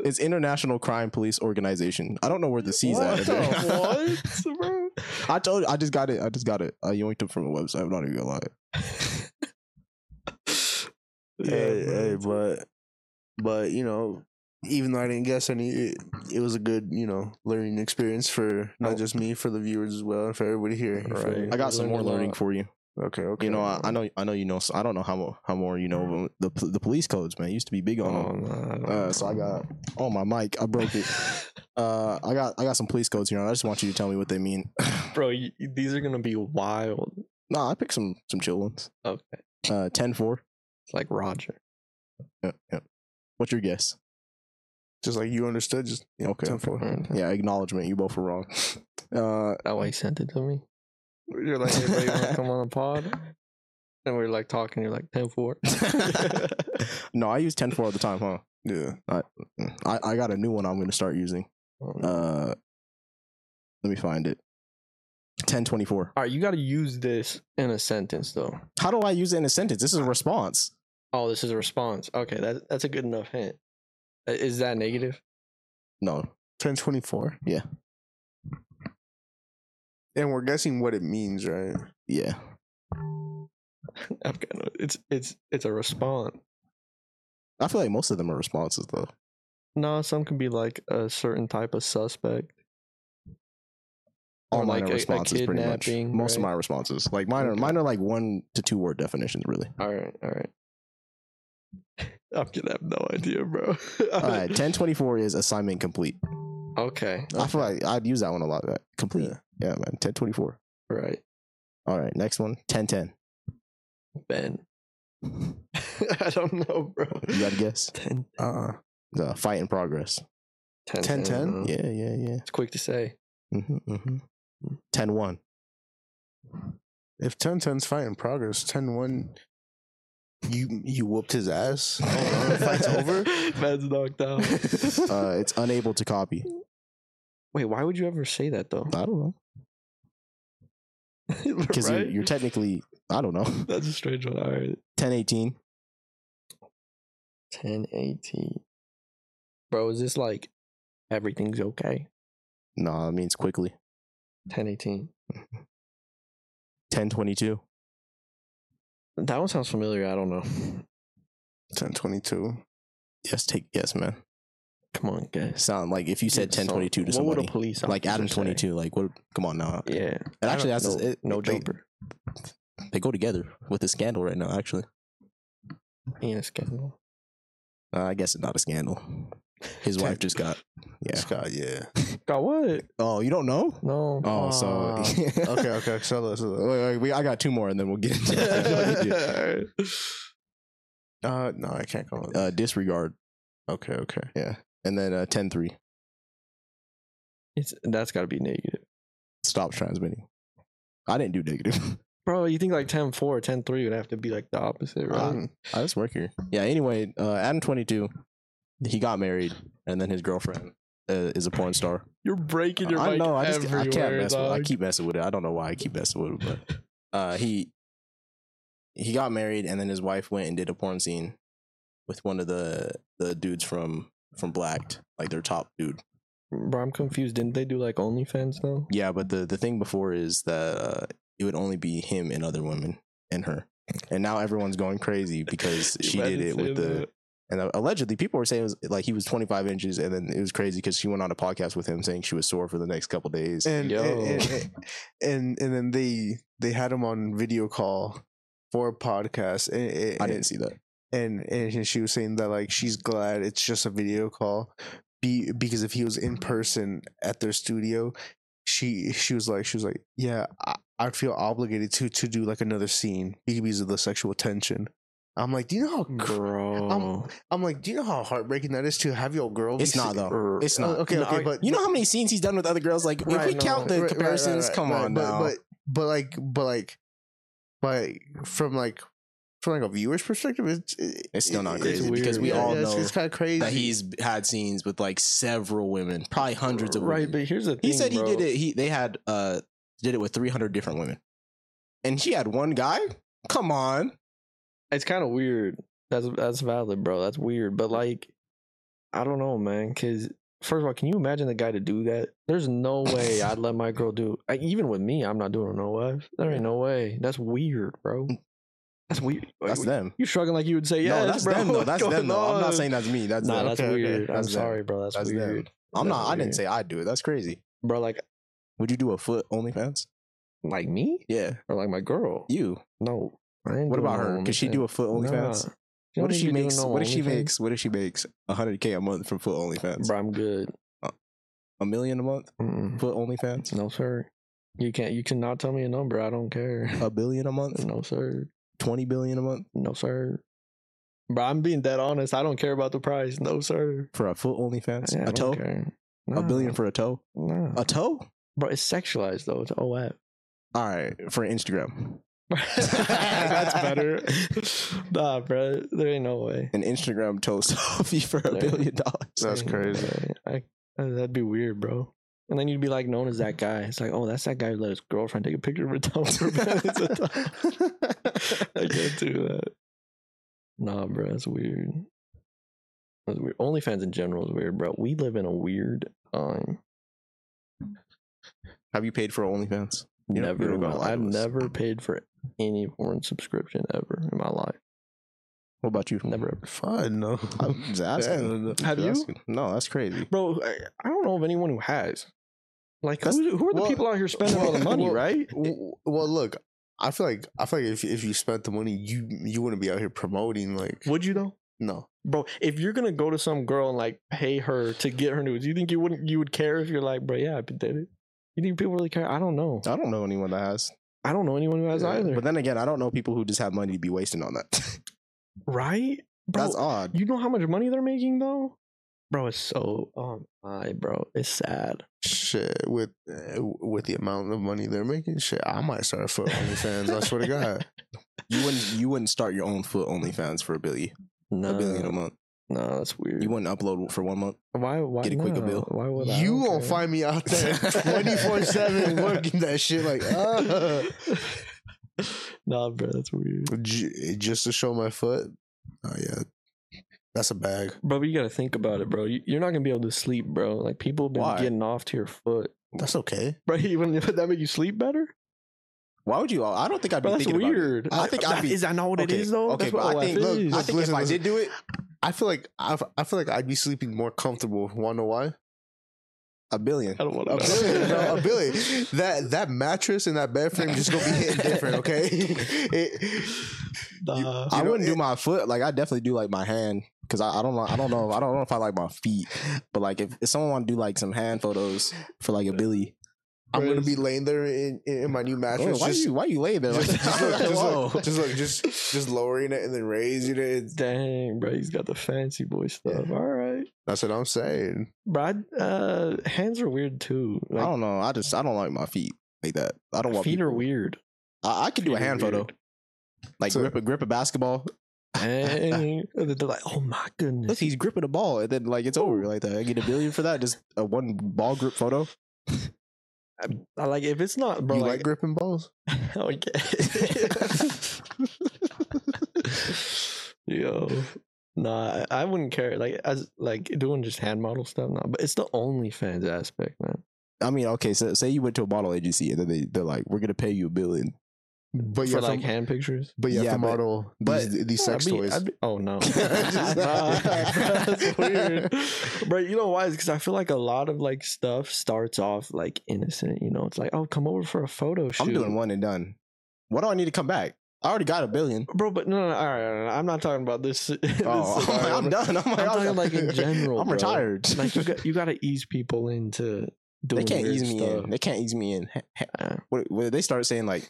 It's International Crime Police Organization. I don't know where the C's what at. the what, bro? I told you, I just got it. I just got it. I yoinked it from a website. I'm not even gonna lie. hey, hey, bro. but but you know, even though I didn't guess any, it, it was a good you know learning experience for not Oh. just me, for the viewers as well, and for everybody here. you feel Right. me? I got some learned more a learning lot. for you. Okay. Okay. You know, I, I know, I know. You know, so I don't know how mo- how more you Mm. know. But the the police codes, man, used to be big on Oh. them. Uh, so I got oh my mic, I broke it. Uh, I got I got some police codes here. and I just want you to tell me what they mean. bro. You, these are gonna be wild. nah, I picked some some chill ones. Okay, Uh, ten four. it's like Roger. Yeah, yeah. What's your guess? just like you understood. Just you know, Okay, ten okay. four. That Yeah, acknowledgement. You both were wrong. Uh, way he sent it to me. You're like, hey, bro, you wanna come on the pod? And we're like talking. You're like ten four. no, I use ten four all the time, huh? Yeah. I I got a new one. I'm gonna start using. All Uh, let me find it. Ten twenty four. right, you got to use this in a sentence though. How do I use it in a sentence? This is a response. Oh, this is a response. Okay, that that's a good enough hint. Uh, Is that negative? No, Ten twenty four. Yeah. And we're guessing what it means, right? yeah. I've got no, it's it's it's a response. I feel like most of them are responses though. No, some can be like a certain type of suspect. all Or mine like are a- a responses pretty much. kidnapping, Most of right? my responses, like mine, are Okay. mine are like one to two word definitions, really. All right, all right. I'm gonna have no idea, bro. All right, ten twenty four is assignment complete. Okay. I feel like I'd use that one a lot. That complete, yeah, man. Ten twenty four. Right. All right, next one. Ten ten. Ben. I don't know, bro. You got to guess. 10 Uh. The fight in progress. 10 10, 10? uh, Yeah, yeah, yeah. It's quick to say. Mm-hmm, mm-hmm. Ten one. If 10 10's fighting progress, 10 1, you you whooped his ass. Oh, Oh, I don't know, the fight's over. Ben's knocked out. Uh, it's unable to copy. Wait, why would you ever say that though? I don't know because right? you're, you're technically. I don't know. That's a strange one. All right. Ten eighteen. 1018. Bro, is this like everything's okay? No, it means quickly. 1018. Ten twenty two. That one sounds familiar. I don't know. 10 22. Yes, take yes, man. Come on, guys. sound like if you said So, ten twenty two to What somebody would a police officer like Adam say? twenty two like what come on now Yeah. and actually that's no, it, no they, jumper. they go together with the scandal right now actually In a scandal. uh, I guess it's not a scandal his wife just got yeah Scott, yeah. Got what? oh you don't know No. oh so Ah. Okay, okay. So, so Wait, wait, we, I got two more and then we'll get into that. Alright. uh, no, I can't call it. uh, disregard okay, okay. yeah and then uh, ten three it's that's got to be negative, stop transmitting I didn't do negative bro. You think like 10-4, 10-3 would have to be like the opposite, right? Uh, I just work here yeah anyway uh, Adam twenty two he got married and then his girlfriend uh, is a porn star. You're breaking your I mic know. I just everywhere. I can't mess with. it. I dog. keep messing with it. I don't know why I keep messing with it, but uh, he he got married, and then his wife went and did a porn scene with one of the the dudes from from Blacked, like their top dude. bro. I'm confused. Didn't they do like OnlyFans though? Yeah, but the the thing before is that uh, it would only be him and other women and her, and now everyone's going crazy because she did Imagine it with saying the And uh, allegedly, people were saying it was like he was 25 inches, and then it was crazy because she went on a podcast with him saying she was sore for the next couple days. and, Yo. and, and and and then they they had him on video call for a podcast. And, and, I didn't see that. and and she was saying that like she's glad it's just a video call be because if he was in person at their studio she she was like she was like yeah I, i'd feel obligated to to do like another scene because of the sexual tension i'm like do you know how Hmm. cr- bro. i'm like do you know how heartbreaking that is to have your girl be It's not si- though. Or- It's Uh, not. okay No, okay I- but You know how many scenes he's done with other girls? Like, if Right, we no. count the Right, right, right, comparisons, right, come right, on but, now. but but like but like but from like from like a viewer's perspective it's it- It's still not crazy because we all it's, know it's kind of crazy that he's had scenes with like several women, probably hundreds of right, women. but here's the thing. he said he bro. did it. He they had uh did it with three hundred different women, and she had one guy. Come on, It's kind of weird. That's that's valid, bro. That's weird. But like, I don't know, man. Because first of all, can you imagine the guy to do that? There's no way I'd let my girl do. I, even with me, I'm not doing it with no wife. There ain't no way. That's weird, bro. That's weird. Mm. that's Like, them. You struggling like you would say yes, no, that's bro. them though. What's That's going them though. I'm on? not saying that's me. That's nah, them. that's Okay, okay, weird. I'm that's them. sorry, bro. That's, That's them. weird, I'm not. I didn't weird. say I'd do it. That's crazy. bro. Like Would you do a foot OnlyFans? like me Yeah, or like my girl. you. No, I ain't What doing about no her? Could she OnlyFans. do a foot OnlyFans? Nah. What if don't she need to do makes? no what if she OnlyFans. makes? What if she makes 100k a month from foot OnlyFans? Bro, I'm good. A million a month Mm-mm. foot OnlyFans? No, sir. You can't. You cannot tell me a number. I don't care. A billion a month? no, sir. 20 billion a month No, sir. Bro, I'm being dead honest. I don't care about the price. No, sir. for a foot OnlyFans? a toe? A Nah, billion for a toe? nah. A toe? bro. It's sexualized though. It's OF. All right, for Instagram. That's better. nah, bro. There ain't no way. An Instagram toe selfie for a There. billion dollars. That's crazy. I, I- uh, that'd be weird, bro. And then you'd be like known as that guy. It's like, oh, that's that guy who let his girlfriend take a picture of her toe. with her balance at the- I can't do that. Nah, bro, that's weird. That's weird. OnlyFans in general is weird, bro. We live in a weird time. Have you paid for OnlyFans? You don't- never, you don't in my gotta lie life. to I've us. never paid for any porn subscription ever in my life. What about you? Never. ever. fun no I'm just asking. Have Just you? asking. No, that's crazy. Bro, I, I don't know of anyone who has. Like, That's- who, who are the well- people out here spending all the money, well- right? W- well look i feel like i feel like if, if you spent the money you you wouldn't be out here promoting like Would you though? no bro if you're gonna go to some girl and like pay her to get her nudes you think you wouldn't you would care if you're like bro yeah i did it you think people really care i don't know I don't know anyone that has. i don't know anyone who has Yeah. either But then again, I don't know people who just have money to be wasting on that. right bro that's odd. you know how much money they're making though bro it's so um my bro it's sad shit with uh, with the amount of money they're making shit i might start a foot OnlyFans. i swear to god You wouldn't. You wouldn't start your own foot OnlyFans for a billion, no a billion a month. no that's weird You wouldn't upload for one month. why why Get a quicker no, bill. why would I? I you don't won't care. find me out there 24 7 working that shit like uh, nah bro that's weird j- just to show my foot oh yeah that's a bag bro but you gotta think about it bro You- you're not gonna be able to sleep bro like people have been Why? getting off to your foot that's okay Bro, you wouldn't would that make you sleep better? Why would you? I don't think I'd be Bro, that's thinking about it. weird. I think I'd be. is that not what it okay, is though? Okay, that's but what I think. OF look, is. I think Listen, if I listen. did do it, i feel like i i feel like i'd be sleeping more comfortable wanna know why a billion. I don't want A to. billion, bro, a billion. That that mattress and that bed frame just gonna be hitting different, okay? It- Nah. I know, wouldn't do it- my foot. Like I definitely do like my hand because I, I don't know. I don't know. I don't know if I like my feet. But like if, if someone want to do like some hand photos for like a billy, I'm gonna Where's- be laying there in, in, in my new oh, mattress. why just, you why you lay there? Like, just, just look, just, whoa. look, just look, just just lowering it and then raising it. Dang, bro, he's got the fancy boy stuff. All right, That's what I'm saying. bro. I'd- Uh, hands are weird too. I Like don't know. I just I don't like my feet like that. I don't want feet are people- weird. I, I could do a Feet are hand photo, weird. like So- grip a grip a basketball. Dang. They're like, oh my Look, goodness. he's gripping the ball, and then like it's over like that. I get a billion for that. Just a one ball grip photo. I like if it's not, bro. you like, like, gripping balls? okay. Yo. Nah, I I wouldn't care. Like as like doing just hand model stuff, nah. But it's the OnlyFans aspect, man. I mean, okay, so say you went to a model agency and then they, they're like, we're going to pay you a billion. But you for have like to, hand pictures. but you have Yeah, to but- model but- these, these sex I'd be- toys. I'd be- oh no, Just- Nah, that's weird. But you know why? It's because I feel like a lot of like stuff starts off like innocent. You know, it's like oh, come over for a photo shoot. I'm doing one and done. Why do I need to come back? I already got a billion. bro. But no, no, no, all right, all right, all right. I'm not talking about this. this Oh, I'm, scenario, like, I'm bro. done. I'm, like, I'm I'm talking done. like in general. I'm bro. retired. Like you got you got to ease people into. they Doing can't weird ease me stuff. in. They can't ease me in. Ha- ha- Uh, What, what they start saying like,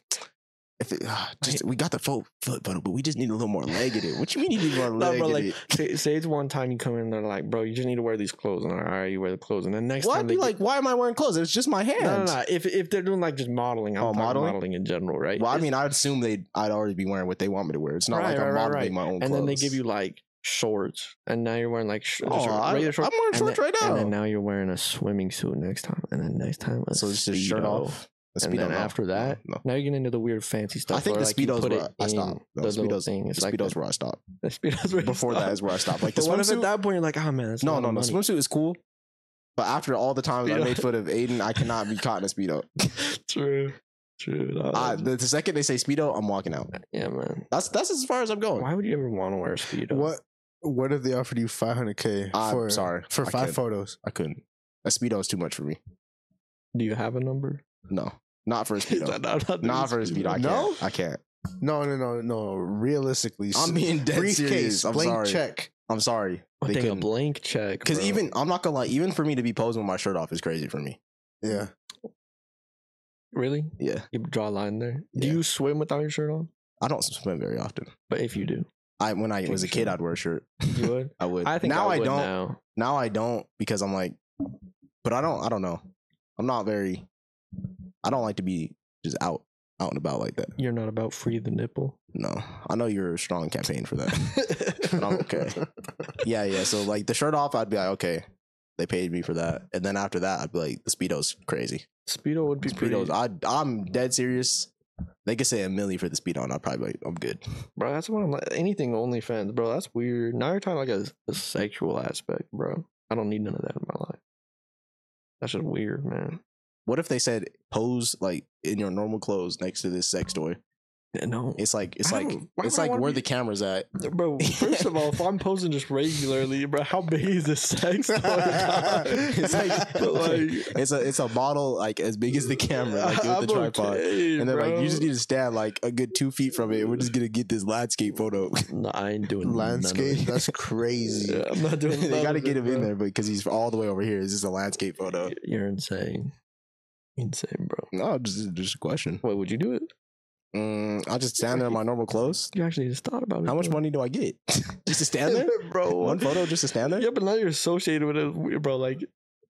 if it, ah, just we got the foot foot pedal, but we just need a little more leg in it. What you mean you need more No, leg bro, in like it? say, say it's one time you come in and they're like, bro, you just need to wear these clothes. And I'm like, all right, you wear the clothes. And then next Well, time I'd they be get- like, why am I wearing clothes? It's just my hands. no, no, no. If if they're doing like just modeling, I'm Oh, talking modeling? modeling? in general, right? Well, I It's- mean, I'd assume they I'd already be wearing what they want me to wear. It's not Right, like right, I'm right, modeling right. my own clothes. and then they give you like shorts, and now you're wearing like sh- Oh, just I, I'm regular wearing shorts. and shorts then- right now. And then now you're wearing a swimming suit next time, and then next time a so it's just shirt Speedo. off. The and Speedo, then no. after that, no. now you're getting into the weird fancy stuff. I think where, the like, you speedos put where it I stopped. in No, the little speedos. thing. It's the like speedos the, where I stopped. the speedos. Where you Before stop. that is where I stopped. Like the But what if swimsuit- at that point you're like, oh man, that's No, no, no. Swimsuit. Swimsuit is cool, but after all the times I Speedo. made fun of Aiden, I cannot be caught in a speedo. True, true. No, I, that's- the, the second they say speedo, I'm walking out. yeah, man. That's that's as far as I'm going. Why would you ever want to wear a speedo? what what if they offered you 500k I'm for Ah, sorry, for I five can't. photos? I couldn't. A speedo is too much for me. do you have a number? No, not for a No, speedo. no, no, not for a speedo. I can't. No? I can't. No, no, no, no. Realistically, s- I'm being dead briefcase, serious. I'm blank sorry. check. I'm sorry. I They think a couldn't. blank check. Because bro. even I'm not gonna lie. Even for me to be posing with my shirt off is crazy for me. Yeah, really, Yeah, you draw a line there. Do Yeah. you swim without your shirt on? I don't swim very often. But if you do, I when I was a kid, I'd wear a shirt. you would. I would. I think now I, would don't. Now. Now I don't because I'm like, but I don't. I don't know. I'm not very. I don't like to be just out out and about like that. You're not about free the nipple. No, I know you're a strong campaign for that. but I'm okay. Yeah, yeah. So like the shirt off, I'd be like, okay, they paid me for that, and then after that, I'd be like, the speedo's crazy. Speedo would be Speedos, pretty. I I'm dead serious. They could say a milli for the speedo, and I'd probably be like, I'm good. bro, that's what I'm like. Anything OnlyFans, bro. That's weird. Now you're talking like a, a sexual aspect, bro. I don't need none of that in my life. That's just weird, man. What if they said pose like in your normal clothes next to this sex toy? No, It's like it's I like don't- why it's would I like wanna where be- the camera's at. bro. First of all, if I'm posing just regularly, bro, how big is this sex toy? dog? It's like- But, like It's a it's a model like as big as the camera, like with the I'm tripod. okay, And then like you just bro. need to stand like a good two feet from it. We're just gonna get this landscape photo. No, I ain't doing none of landscape. it. That's crazy. Yeah, I'm not doing. they none gotta of get it, him in bro. there, but because he's all the way over here. It's just a landscape photo. Y- You're insane, insane, bro. No, just just a question. Wait, would you do it? Mm, I'll just stand there in my normal clothes. You actually just thought about it. How much bro. money do I get just to stand there? bro? One photo just to stand there. Yeah, but now you're associated with it, weird, bro. Like,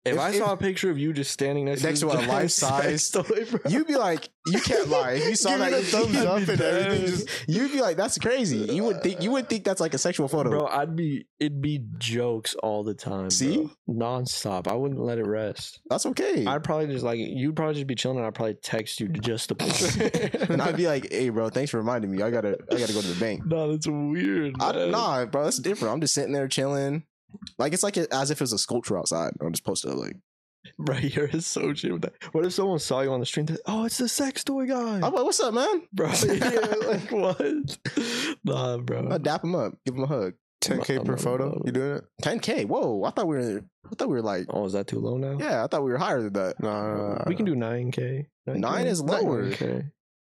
if, If- I saw a picture of you just standing next, Next to, to a this giant life-size- sex toy, bro. You'd be like, you can't lie. If you saw Give that, it a thumbs you'd up be and everything, dead. you'd be like, that's crazy. You would think you would think that's like a sexual photo. Bro, I'd be it'd be jokes all the time. See? bro. nonstop. I wouldn't let it rest. That's okay. I'd probably just like you'd probably just be chilling, and I'd probably text you just the picture. and I'd be like, hey, bro, thanks for reminding me. I gotta I gotta go to the bank. No, that's weird. I, man. nah, bro, that's different. I'm just sitting there chilling. Like it's like it as if it was a sculpture outside. I'm just posted like bro, you're associated with that. What if someone saw you on the street? And, oh, it's the sex toy guy, I'm like, what's up, man? bro. yeah, like what? Nah, bro. I dap him up, give him a hug. 10k per Mother- photo. You doing it? 10k. Whoa, I thought we were I thought we were like Oh, is that too low now? Uh, yeah, I thought we were higher than that. No, no, no, no, we can do nine k. Nine is lower. Okay.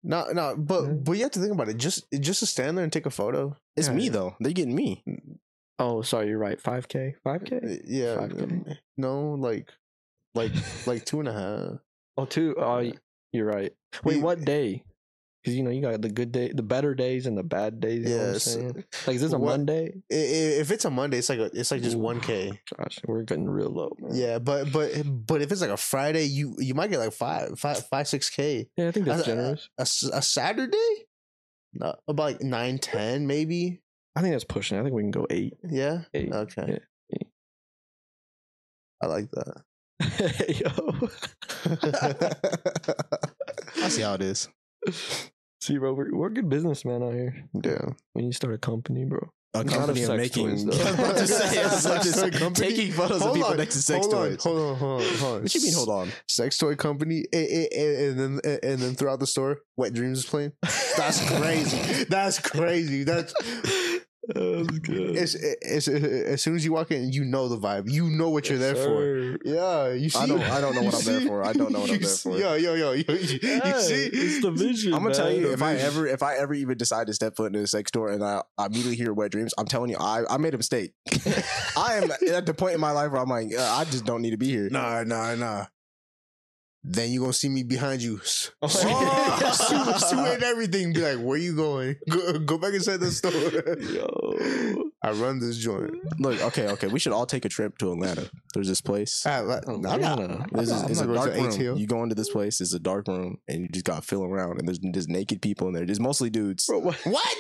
No, Uh, no, but Yeah. but you have to think about it. Just just to stand there and take a photo. It's Yeah. me though. They're getting me. Oh, sorry, you're right. Five k. Five k. eh, Yeah, 5K. no, like like like two and a half. Oh, two. Oh, y- you're right. Wait, We- what day? Because you know you got the good day, the better days, and the bad days. You know what I'm Yes. saying? Like, is this a What- Monday? I- i- If it's a Monday, it's like a, it's like just Ooh. one k. Gosh, we're getting real low. Man. Yeah, but but but if it's like a Friday, you you might get like five five five six k. Yeah, I think I- that's I- generous. A, s- a Saturday, no, about like nine ten maybe. I think that's pushing. I think we can go eight. Yeah. Eight. Okay. I like that. Yo. I see how it is. See, bro, we're, we're a good businessman out here. Yeah. When you start a company, bro. a Not company of of sex making. toys, though. I was about to say, I was about to Sex say, toy company? taking photos of Hold people on, next to sex hold on, toys. hold on, hold on, hold on. What you mean? Hold on. Sex toy company, and, and, and then and then throughout the store, Wet Dreams is playing. That's crazy. That's crazy. That's That's good. it's, it's, as soon as you walk in, you know the vibe. You know what you're there for. Yeah, you see. I don't. I don't know what I'm there for. I don't know what you I'm there see- for. Yo, yo, yo, yo, you, you see, it's the vision. I'm gonna tell man. you the if I vision. ever if I ever even decide to step foot into a sex store and I, I immediately hear wet dreams, I'm telling you, I, I made a mistake. I am at the point in my life where I'm like, uh, I just don't need to be here. Nah, nah, nah. Then you gonna see me behind you. s- Oh. Oh, su- suing everything. Be like, where you going? Go, go back inside the store. Yo. I run this joint. Look, okay, okay, we should all take a trip to Atlanta. There's this place. I, I, I'm not- Atlanta. Oh, I'm This is, not it's a going dark to room. ATL. You go into this place, it's a dark room, and you just gotta feel around, and there's just naked people in there, just mostly dudes. Bro, what? What?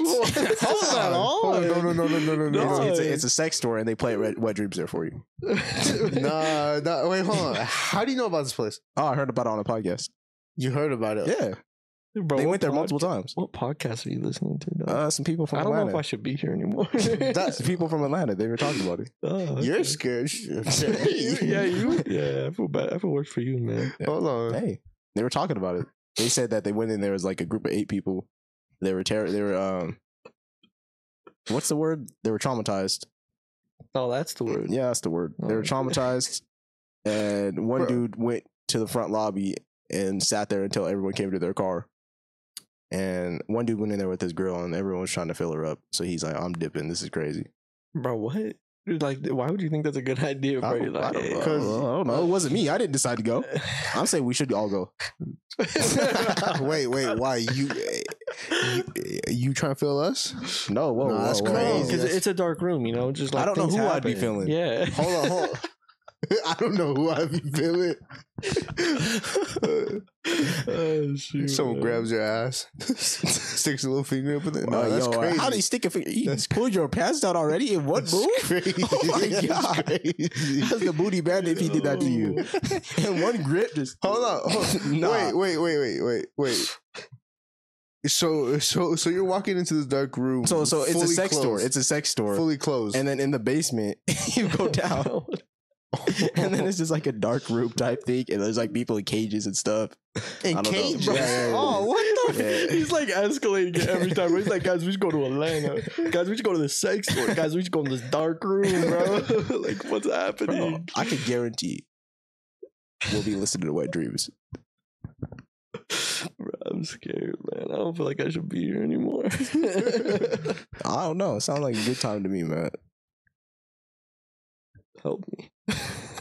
Hold on, Hold on, no, no, no, no, no, no, no. It's, it's a, it's a sex store, and they play Red, Wet Dreams there for you. nah, nah, wait, hold on. How do you know about this place? Oh, I heard about it on a podcast. You heard about it. Yeah, Bro, they what went there pod- multiple times. What podcast are you listening to? dog? Uh, some people from I don't Atlanta. know if I should be here anymore. That's people from Atlanta. They were talking about it. Oh, You're okay. scared. You- yeah, you. Yeah, I feel bad. I feel worse for you, man. Hold on. Hey, they were talking about it. They said that they went in there as like a group of eight people. They were terror. They were um, what's the word? They were traumatized. Oh, that's the word. Yeah, that's the word. They were Oh. traumatized, and one Bro. dude went to the front lobby and sat there until everyone came to their car. And one dude went in there with his girl, and everyone was trying to fill her up. So he's like, "I'm dipping. This is crazy." Bro, what? Dude, like, why would you think that's a good idea, bro? I You're don't, I like, don't know. I eh. hey, don't know. It wasn't me. I didn't decide to go. I'm saying we should all go. wait, wait, why you? You, you trying to feel us? No, whoa, No, whoa, that's whoa, crazy. whoa. Because it's a dark room, you know. Just I like don't know things who I'd be happen. feeling. Yeah. Hold on, hold on. I don't know who I be feeling. oh, shoot, Someone man. grabs your ass, sticks a little finger up in there. No, Uh, that's yo, uh, crazy. How do you stick a finger? You That's- pulled your pants down already in one That's move? Crazy. Oh my That's God. crazy. That's the booty bandit if he did that to you. In one grip, just Hold on. Hold Nah. Wait, wait, wait, wait, wait, wait. So, so, so you're walking into this dark room. So so it's a fully sex store. clothed, It's a sex store. fully closed. and then in the basement, you go down. and then it's just like a dark room type thing, and there's like people in cages and stuff. I in don't know. cages. Yeah, yeah, yeah. Oh, what the? Yeah. He's like escalating it every time. bro. He's like, guys, we should go to Atlanta. Guys, we should go to the sex store. Guys, we should go in this dark room, bro. like, what's Bro, happening? I can guarantee we'll be listening to Wet Dreams. Bro, I'm scared, man. I don't feel like I should be here anymore. I don't know. It sounds like a good time to me, man. Help me.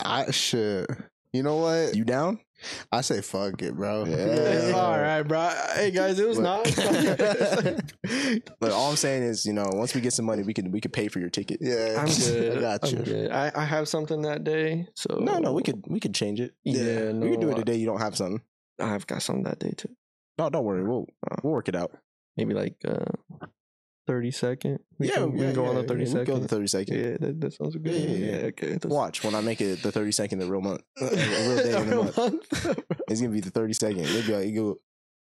I shit. You know what? You down? I say fuck it, bro. Yeah. all right, bro. Hey, guys, it was Look. nice. But all I'm saying is, you know, once we get some money, we can we can pay for your ticket. Yeah, I'm good. I got you. I'm good. I, I have something that day, so No, no, we could we could change it. Yeah, we could do no, it today. You don't have something. I've got something that day too. No, don't worry. We'll Uh, we'll work it out. Maybe like uh, thirty second. We yeah, can, we can yeah, go on yeah, the thirty yeah, we can go second. on the thirty second. yeah, that, that sounds good. Yeah, yeah, yeah. okay. that's- Watch when I make it the thirty second, the real month, uh, the real day in the Real month. month. It's gonna be the thirty second. It'll be like you go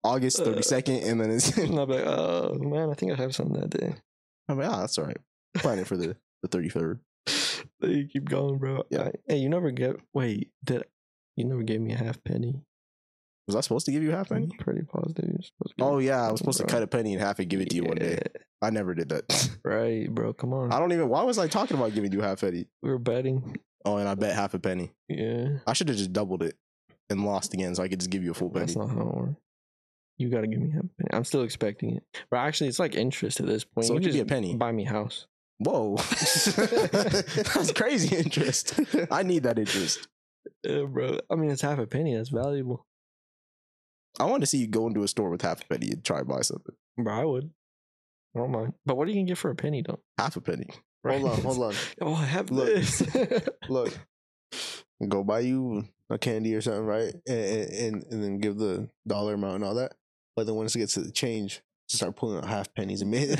Uh, August thirty second, and then it's. And I'll be like, oh man, I think I have something that day. I'm like, ah, that's all right. Plan it for the the thirty third. They keep going, bro. Yeah. I- hey, you never get. Wait, did you never gave me a half penny? Was I supposed to give you half I'm penny? pretty positive. You're supposed to Oh yeah, I was supposed to cut a penny in half and give it to you one day. I never did that. Right, bro. Come on. I don't even. Why was I talking about giving you half penny? we were betting. Oh, and I bet half a penny. Yeah. I should have just doubled it and lost again, so I could just give you a full penny. That's not how it works. You gotta give me half a penny. I'm still expecting it. But actually, it's like interest at this point. So you it could be just a penny. Buy me a house. Whoa, that's crazy interest. I need that interest. Yeah, bro. I mean, it's half a penny. That's valuable. I want to see you go into a store with half a penny and try and buy something. Bro, I would. I don't mind. But what are you gonna get for a penny, though? Half a penny. Hold on, hold on. Oh, I have Look. this. Look, go buy you a candy or something, right? And and, and then give the dollar amount and all that. But then once it gets to the change, just start pulling out half pennies and mid.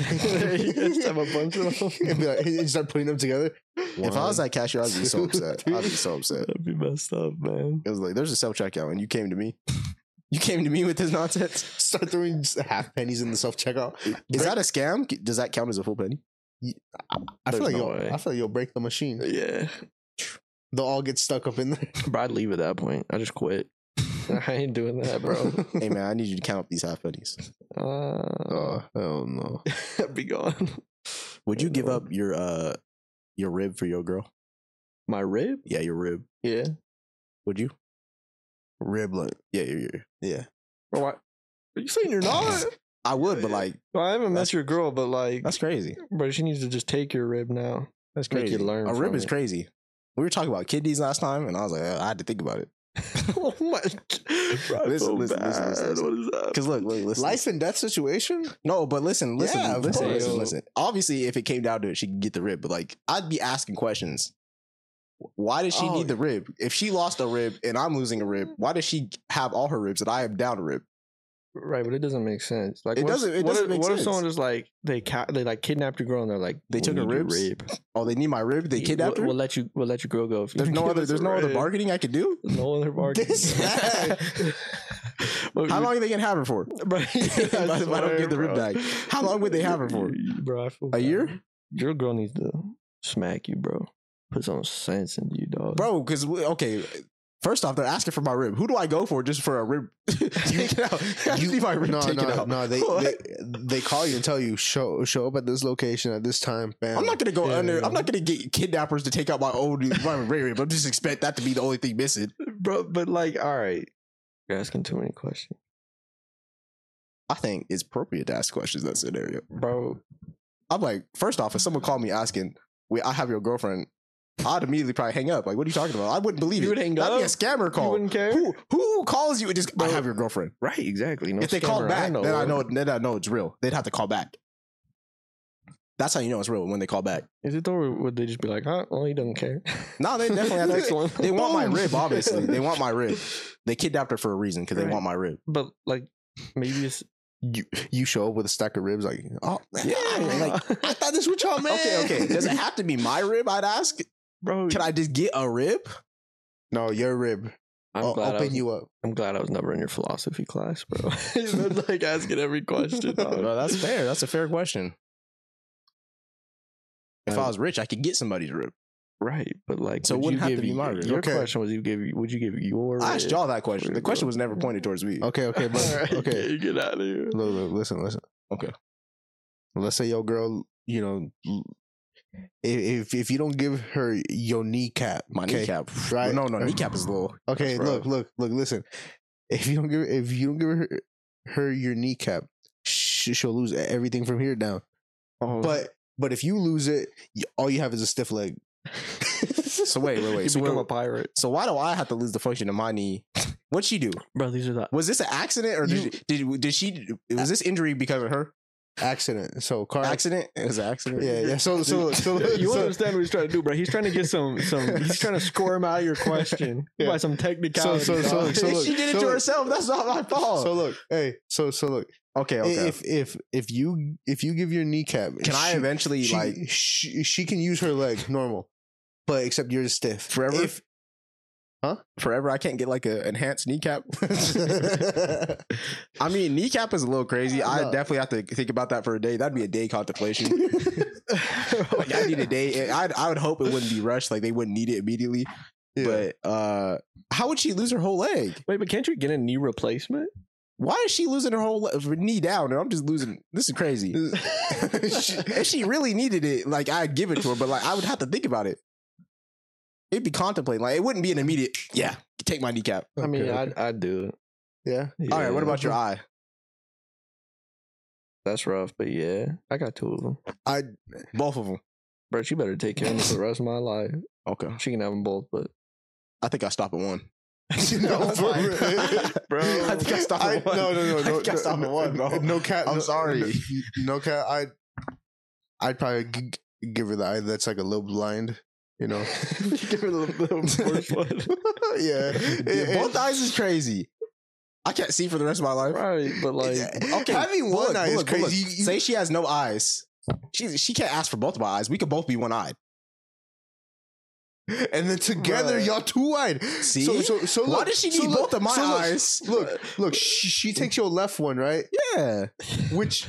You just have a bunch of them. and be like, and start putting them together. if I was One, that cashier, I'd be so two, upset. I'd be so upset. That'd be messed up, man. It was like, there's a self checkout, and you came to me. You came to me with this nonsense. start throwing just half pennies in the self checkout. Is that a scam? Does that count as a full penny? I feel There's like no you'll, way. I feel like you'll break the machine. Yeah. They'll all get stuck up in there, Bro, I'd leave at that point. I just quit. I ain't doing that, bro. hey man, I need you to count up these half pennies. Uh, oh hell no! be gone. Would you Oh, give no. up your uh your rib for your girl? My rib? Yeah, your rib. Yeah. Would you? Riblet. Yeah, your, your. Yeah. Bro, why? Are you saying you're not? I would, but like Well, I haven't That's- met your girl, but like, that's crazy. bro, she needs to just take your rib now. That's Make you crazy. learn a rib from is it. crazy. We were talking about kidneys last time, and I was like, I had to think about it. oh my! Bro, Listen, listen, listen, listen, listen. What is that? Because look, look, listen. Life and death situation. No, but listen, listen, Yeah, of listen, course. listen, Yo. listen. Obviously, if it came down to it, she could get the rib. But like, I'd be asking questions. Why does she Oh, need the rib? If she lost a rib and I'm losing a rib, why does she have all her ribs and I am down a rib? Right, but it doesn't make sense. Like, It what if- doesn't- it what doesn't if, make what sense. if someone just like they ca- they like kidnapped your girl and they're like They "We took her need your ribs? Rib. Oh, they need my rib. They You- kidnapped we'll, her. We'll let you. We'll let your girl go. If you there's no give other. us There's a no other rib. bargaining I could do. No other bargaining. This guy. But How you- long are they gonna have her for? Bro, If I don't get the rib back, how long would they have her for? Bro, I feel A bad. year? Your girl needs to smack you, bro. Put some sense into you, dog. bro. Because okay, first off, they're asking for my rib. Who do I go for just for a rib? take it out. I You- need my rib no, taken no, out. no. They, What? they they call you and tell you show show up at this location at this time. Bam. I'm not gonna go Yeah, under. yeah. I'm not gonna get kidnappers to take out my old my rib. I'm just expect that to be the only thing missing. bro. But like, all right, you're asking too many questions, I think it's appropriate to ask questions in that scenario. bro. I'm like, first off, if someone called me asking, "Wait, I have your girlfriend," I'd immediately probably hang up. Like, what are you talking about? I wouldn't believe You it. would hang That'd be a up? scammer You call. wouldn't care, Who who calls you and just I Bro. have your girlfriend? right? Exactly. No if they scammer call back, then I of. know then I know it's real. They'd have to call back. That's how you know it's real when they call back. Is it though, or would they just be like, huh? Well, he doesn't care. No, they definitely have Next to. one. They want my Boom. rib, obviously. They want my rib. They kidnapped her for a reason because they Right. want my rib. But like, maybe it's You you show up with a stack of ribs. Like oh Yeah, like, I thought this was y'all man. okay, okay. Does it have to be my rib? I'd ask. bro. Can I just get a rib? no, your rib. I'm I'll glad I open was, you up. I'm glad I was never in your philosophy class, bro. You're like asking every question. dog. Bro, Oh, that's fair. That's a fair question. If I Um, was rich, I could get somebody's rib. right, but like, So it would wouldn't have you to give be you- my rib. Your Okay. question was, you give, would you give your? I asked rib? y'all that question. The rib, question bro. was never pointed towards me. Okay, okay, All but right, okay. get- get out of here. Look, look, listen, listen. Okay. Let's say your girl, you know, i- if if you don't give her your kneecap, My okay, kneecap. right? Uh, No, no, kneecap is little. Okay, That's look, rough. look, look, listen. If you don't give if you don't give her her your kneecap, sh- she'll lose e-, everything from here down. Oh, But but if you lose it, y- all you have is a stiff leg. So wait, wait, you wait. So, become wait, a pirate, so why do I have to lose the function of my knee? What'd she do? bro. These are the Was this an accident or You- did, she- did did she was this injury because of her Accident. So car accident? It was an accident. Yeah, yeah. So so so, you so- understand what he's trying to do, bro? He's trying to get some, some. He's trying to squirm out of your question Yeah. by some technicality. So- so- dog. so look, she did it so to look. herself. That's not my fault. so look, hey, so so look. okay, i- okay. If if if you if you give your kneecap, can I she- eventually she, like? she, she can use her leg normal, but except yours is stiff Forever? If, forever I can't get like an enhanced kneecap. I mean, kneecap is a little crazy. I No. definitely have to think about that for a day. That'd be a day contemplation. like I need a day. and I'd, I would hope it wouldn't be rushed. Like they wouldn't need it immediately. But uh how would she lose her whole leg? Wait, but can't you get a knee replacement? Why is she losing her whole le- her knee down? And I'm just losing. This is crazy. She- if she really needed it, like I'd give it to her, but like I would have to think about it. It'd be contemplating. Like it wouldn't be an immediate. Yeah, take my kneecap. I mean, Okay, I'd, I'd do it. yeah. All right. What about your Yeah. eye? That's rough, but yeah, I got two of them. I Both of them. Bro, she better take care of me for the rest of my life. Okay. She can have them both, but I think I stop at one. No, for Oh my- real. Bro. I think I stopped I at one. no no no I no think I stopped at one, bro. no, no cat. I'm no- sorry. No, no cat. I I'd probably g- give her the eye that's like a little blind. You know. give her the, the worst one. yeah. Dude, It- both eyes is crazy. I can't see for the rest of my life. Right, but like, it- Okay, Having but one look, eye but is look, but crazy. look. You- you- Say she has no eyes. She she can't ask for both of my eyes. We could both be one eyed. and then together Bruh. y'all two eyed. See? so, so, so Why look, does she need so look, both of my so look, eyes? Look, look, she, she takes your left one, right? Yeah. Which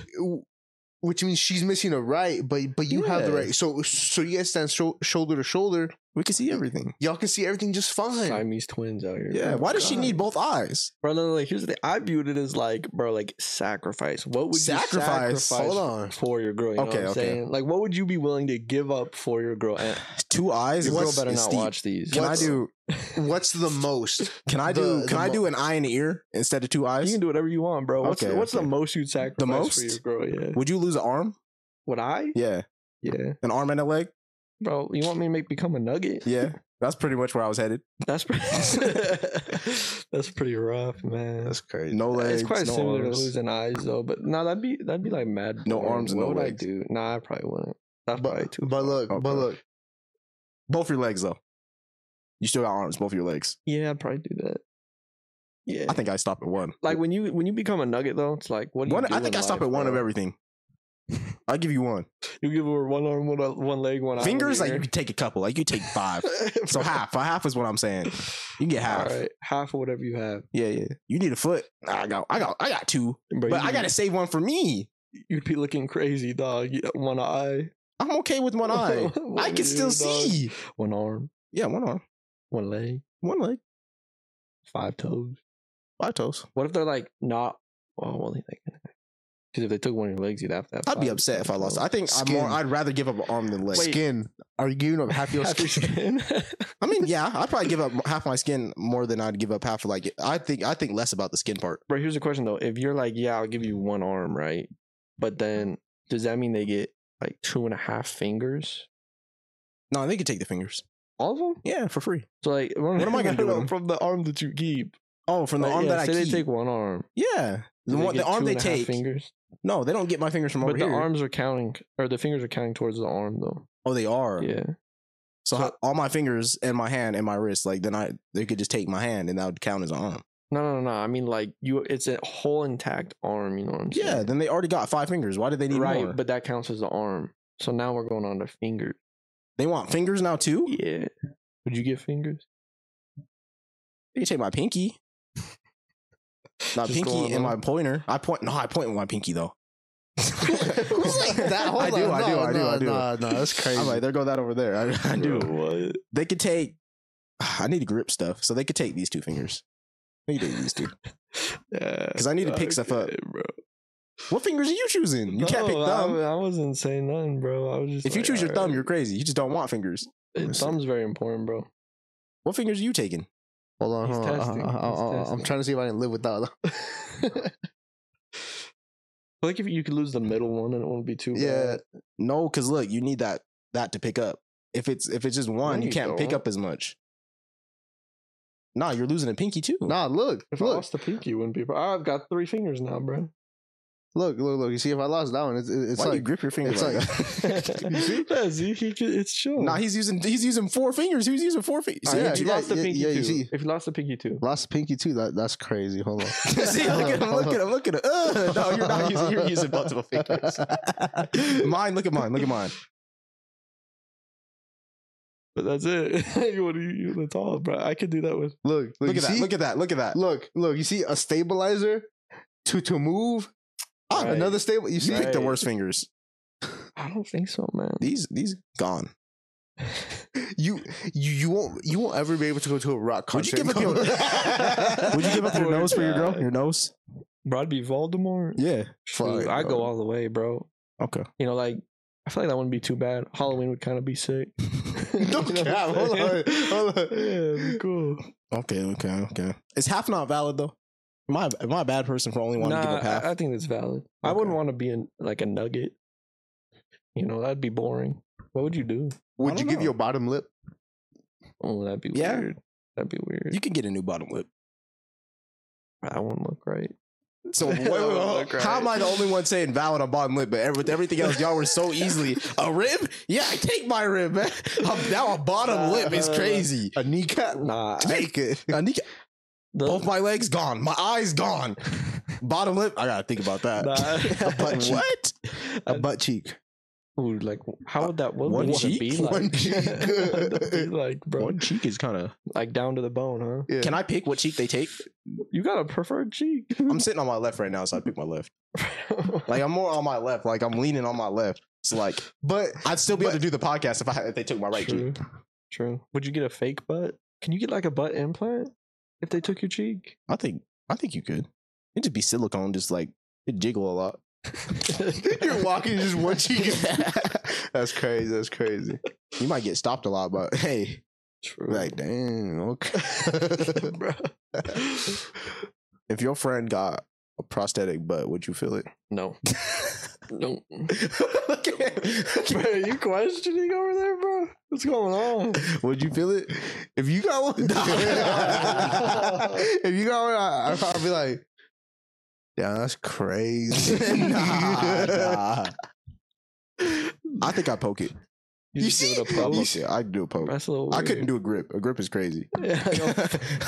which means she's missing a right, but but you have the Yeah. right. So so you guys stand sho- shoulder to shoulder. We can see everything. Y'all can see everything just fine. Siamese twins out here. Yeah. bro. Why does she God. need both eyes? Bro, no, no, like here's the thing. I viewed it as like, bro, like sacrifice. What would Sacrifice? you sacrifice Hold on. for your girl? Okay, You know what I'm okay. saying? Like, what would you be willing to give up for your girl? And Two eyes. your girl is- better is not steep. watch these. Can I What's- do? What's the most? Can I The- do? the Can I mo- do an eye and an ear instead of two eyes? You can do whatever you want, bro. What's Okay, what's okay. the most you'd sacrifice most? for your girl? Yeah. Would you lose an arm? Would I? Yeah, Yeah. an arm and a leg. Bro, you want me to make become a nugget? Yeah, that's pretty much where I was headed. That's pretty That's pretty rough, man. crazy. No legs. it's quite no similar arms. to losing eyes though, but no, that'd be that'd be like mad. No boring. arms and What no would legs. I do? Nah, I probably wouldn't. That's probably But, too. but far. look, Okay. but look. both your legs though. You still got arms, both your legs. Yeah, I'd probably do that. Yeah, I think I stopped at one. like when you when you become a nugget though, it's like what? Do one. you do I think in I stopped life, at one of bro? everything. I give you one. You give her one arm, one, one leg, one eye, one Fingers, like you ear. could take a couple. Like you take five. so half. Half is what I'm saying. You can get half. All right, half of whatever you have. Yeah, yeah. You need a foot. I got, I got, I got two. Bro, But you'd I gotta be- save one for me. You'd be looking crazy, dog. You- One eye, I'm okay with one eye. One I can still ear, dog. see. One arm, Yeah, one arm, one leg, one leg, five toes. five toes. What if they're like not? Oh, well, they because if they took one of your legs, you'd have to. Have I'd be five- upset if I five lost. toes. I think I'm more, Skin. I'd rather give up an arm than a leg. Wait. Skin. Are you giving up half your Half skin? your skin. I mean, yeah, I'd probably give up half my skin more than I'd give up half of like. I think I think less about the skin part. Bro, here's the question though. If you're like, yeah, I'll give you one arm, right? But then does that mean they get like two and a half fingers? No, they could take the fingers. All of them? Yeah, for free. So like What am I gonna do with 'em? from the arm that you keep? Oh, from the Like, arm yeah, that I say keep. they take one arm. yeah, do the, one, get the arm two they and a half take. fingers. No, they don't get my fingers from But over the here. arms are counting or the fingers are counting towards the arm though. oh, they are. Yeah. So, ho- all my fingers and my hand and my wrist, like then I they could just take my hand and that would count as an arm. No, no, no, no. I mean like you it's a whole intact arm, you know what I'm saying? Yeah, then they already got five fingers. Why did they need right, more? but that counts as the arm. So now we're going on to fingers. they want fingers now too. Yeah. Would you get fingers? They take my pinky, my Just go on pinky and my on. pointer. I point. No, I point with my pinky though. Who's like that? Hold I do, on. I do, No, I do, no, I do. no, no, that's crazy. I'm like, there go that over there. I, I do. Bro, what? They could take. I need to grip stuff, so they could take these two fingers. They could take these two. Because I need to pick stuff up. bro. What fingers are you choosing? You can't pick Oh, No, thumb. Oh, I, I wasn't saying nothing, bro. I was just. if you like, choose your thumb, alright. you're crazy. You just don't want fingers. Uh, thumb's very important, bro. What fingers are you taking? hold on, He's hold on. testing, I, he's am testing. trying to see if I can live without. them. like if you could lose the middle one and it wouldn't be too Yeah. bad. No, because look, you need that that to pick up. If it's if it's just one, No, you you can't pick don't. up as much. Nah, you're losing a pinky too. Nah, look, If I look, lost the pinky, it wouldn't be. a pro- I've got three fingers now, bro. look, look, look. You see, if I lost that one, it's it's why do you like grip your finger it's like, like- that? Yeah, see, he could- it's chill. nah, he's using he's using four fingers. He was using four fingers. I See, yeah, if you yeah, lost the yeah, pinky yeah, you too. see. If you lost the pinky too. lost pinky too. That that's crazy. Hold on. See, look at him, look at him, look at him. Ugh, no, you're not using you're using multiple fingers. mine, look at mine, look at mine. But that's it. you want to you that's all, bro. I could do that with. Look, look, Look you at that, see? look at that, look at that. look, look. You see a stabilizer to to move. Ah, Right. Another stable. You see, You picked the Right. worst fingers. I don't think so, man. These these gone. you you you won't you won't ever be able to go to a rock Would you concert. give up your- Would you give up your Poor nose for your girl? guy. Your nose? Bro, I'd be Voldemort. Yeah. Shoot, Fuck, I'd bro. go all the way, bro. Okay. You know, like I feel like that wouldn't be too bad. Halloween would kind of be sick. No You know what I'm cap, hold saying? on, hold on. Yeah, it'd be cool. Okay, okay, okay. Is half not valid though? Am I am I a bad person for only wanting to give Nah, up half? I, I think that's valid. I wouldn't Okay. want to be in like a nugget. You know, that'd be boring. What would you do? I Would you don't give know. your bottom lip? Oh, that'd be Yeah. weird. That'd be weird. you can get a new bottom lip. I wouldn't look right. So wait, wait, That wait, would hold- look how right. am I the only one saying valid on bottom lip? But ev- with everything else, y'all were so easily a rib. Yeah, I take my rib, man. A- Oh, now a bottom lip is crazy. A kneecap? Nah. Take it. A kneecap- The- both my legs gone. My eyes gone. Bottom lip. I gotta think about that. Nah. a butt cheek. What? A butt cheek. Ooh, like how would that what One would it be cheek? like? One cheek. That'd be like, bro, cheek is kind of. like down to the bone, huh? Yeah. Can I pick what cheek they take? You got a preferred cheek. I'm sitting on my left right now, so I pick my left. Like I'm more on my left. Like I'm leaning on my left. So like But I'd still be able to do the podcast if I if they took my right cheek. True. True. Would you get a fake butt? Can you get like a butt implant if they took your cheek? I think I think you could. It'd just be silicone, just like it jiggle a lot. you're walking just one cheek. that's crazy. That's crazy. You might get stopped a lot, but hey, True. Like, damn. Okay. Bro. if your friend got a prosthetic butt, would you feel it? No. No. Look at him. Bro, are you questioning over there, bro? What's going on? Would you feel it if you got one? if you got one, I, I'd probably be like, "Yeah, that's crazy." Nah, nah. I think I poke it. You, just give it a I poke. poke it. I can do a poke. That's a little I weird. couldn't do a grip. A grip is crazy. Yeah, I know.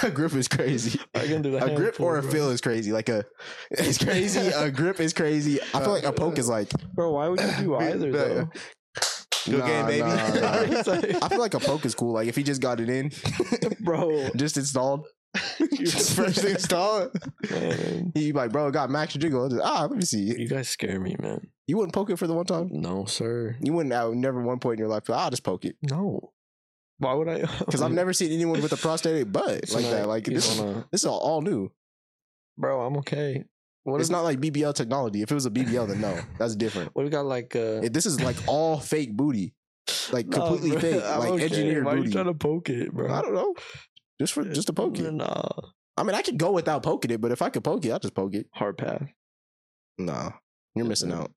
a grip is crazy. I can do the A hand grip or a pull, bro. feel is crazy. Like a, it's crazy. A grip is crazy. I feel like a poke is like. Bro, why would you do Be- either be like, though? Good nah, game, baby. nah, nah. It's like, I feel like a poke is cool. Like if he just got it in, bro, just installed, you- first installed, Man, he like, bro, it got max jiggle. Just, ah, let me see. you guys scare me, man. You wouldn't poke it for the one time. No, sir. You wouldn't. I would never one point in your life. be like, I'll just poke it No. Why would I? because I've never seen anyone with a prosthetic butt So like now that. Like you this, is- wanna- this is all, all new. bro. I'm okay. What It's if, not like BBL technology. If it was a BBL, then no, that's different. What if we got like uh, If this is like all fake booty, like no, completely bro, fake, I'm like okay. engineered Why are booty. you trying to poke it, bro? I don't know. Just for just to poke it. Nah, I mean, I could go without poking it, but if I could poke it, I'll just poke it. hard pass. No, you're missing out.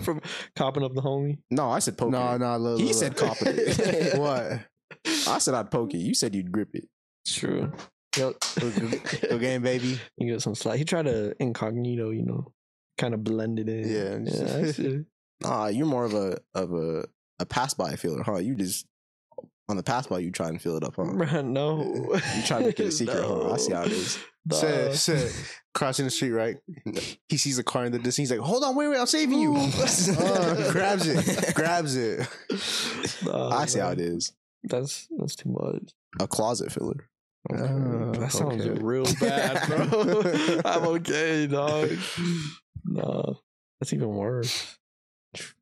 From copping up the homie. No, I said poke No, it. no. Look, He look, said look. cop it. what? I said I'd poke it. You said you'd grip it. True. Yep. Good game, baby. You get some slack. He tried to incognito, you know, kind of blended in. Yeah. yeah. I see. Nah, you're more of a of a a pass by feeler, huh? You just on the pass by, you try and fill it up, huh? Bruh, no. You try to make it a secret, huh? I see how it is. Nah. Said, said, crossing the street, right? He sees a car in the distance. He's like, "Hold on, wait, wait, I'm saving you." Uh, grabs it, grabs it. Nah, I see how man. it is. That's that's too much. A closet filler. Uh, that sounds okay. real bad, bro. I'm okay, dog. Nah, that's even worse.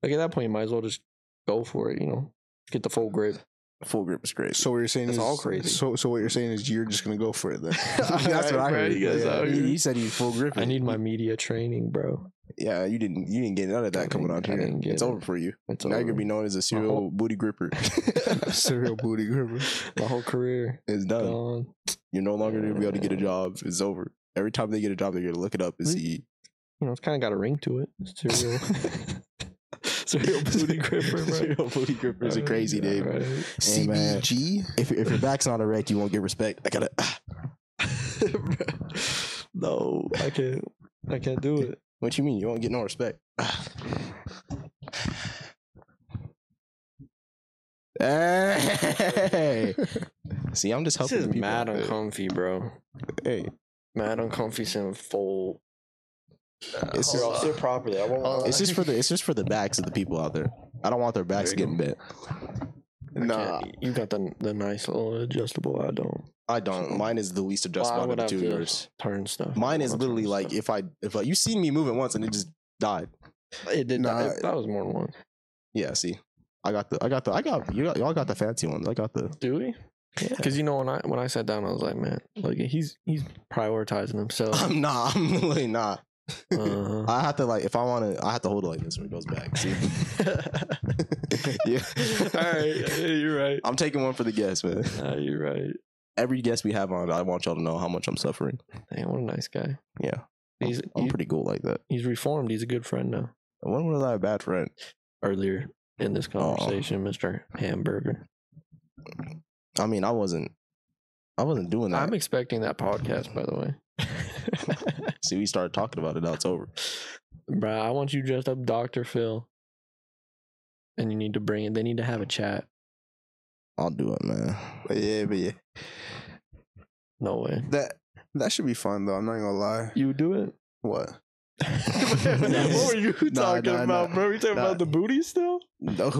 Like at that point, you might as well just go for it. You know, get the full grip. Full grip is great. So what you're saying It's is all crazy. So so what you're saying is you're just gonna go for it then. That's what I Alright, bro, heard. you guys yeah, out he, here. he said he full grip. I it. need my media training, bro. Yeah, you didn't. You didn't get none of I that coming didn't- on I here. didn't get It's it. over for you. It's Now you're over. gonna be known as a serial whole- booty gripper. Serial booty gripper. my whole career It's done. gone. You're no longer gonna be able to get a Yeah. job. It's over. Every time they get a job, they're gonna look it up and Really? see. You know, it's kind of got a ring to it. Serial, serial booty gripper, bro. Serial booty gripper is a Alright, crazy name. alright. Hey, man. CBG. If, if your back's not erect, you won't get respect. I gotta. ah, no, I can't. I can't do it. What you mean? You won't get no respect? hey. See, I'm just helping. the people. uncomfy, bro. Hey, Mad uncomfy and full. It's Here, I'll just- sit properly. I won't. Hold it's just for the it's just for the backs of the people out there. I don't want their backs There getting you bent. I Nah, can't. e, you got the the nice little adjustable. I don't. I don't. Mine is the least Why adjustable would out I of the two feel yours. Turn stuff. Mine is I'll turn literally like stuff. if I if I, you seen me move it once and it just died. it did Nah. not. it- that was more than one. Yeah, see, I got the I got the I got you got, y'all got the fancy ones. I got the Do we? Because you know when I when I sat down, I was like, man, look, he's he's prioritizing himself. I'm not. I'm really not. Uh-huh. I have to like if I want to I have to hold it like this when it goes back. See, yeah. All right, yeah, you're right. I'm taking one for the guests, man. Nah, Uh, you're right. Every guest we have on, I want y'all to know how much I'm suffering. Dang, what a nice guy. Yeah, I'm, He's I'm he- pretty cool like that. he's reformed. He's a good friend now. When was I a bad friend? Earlier in this conversation, Mr. Hamburger. I mean, I wasn't. I wasn't doing that. I'm expecting that podcast, by the way. see, we started talking about it. Now it's over. Bruh, I want you dressed up Dr. Phil. And you need to bring it. They need to have a chat. I'll do it, man. but yeah, but yeah, No way. that that should be fun though. I'm not gonna lie. You would do it? What? what were you talking Nah, nah, about, nah. bro? You talking Nah. about the booty still? No,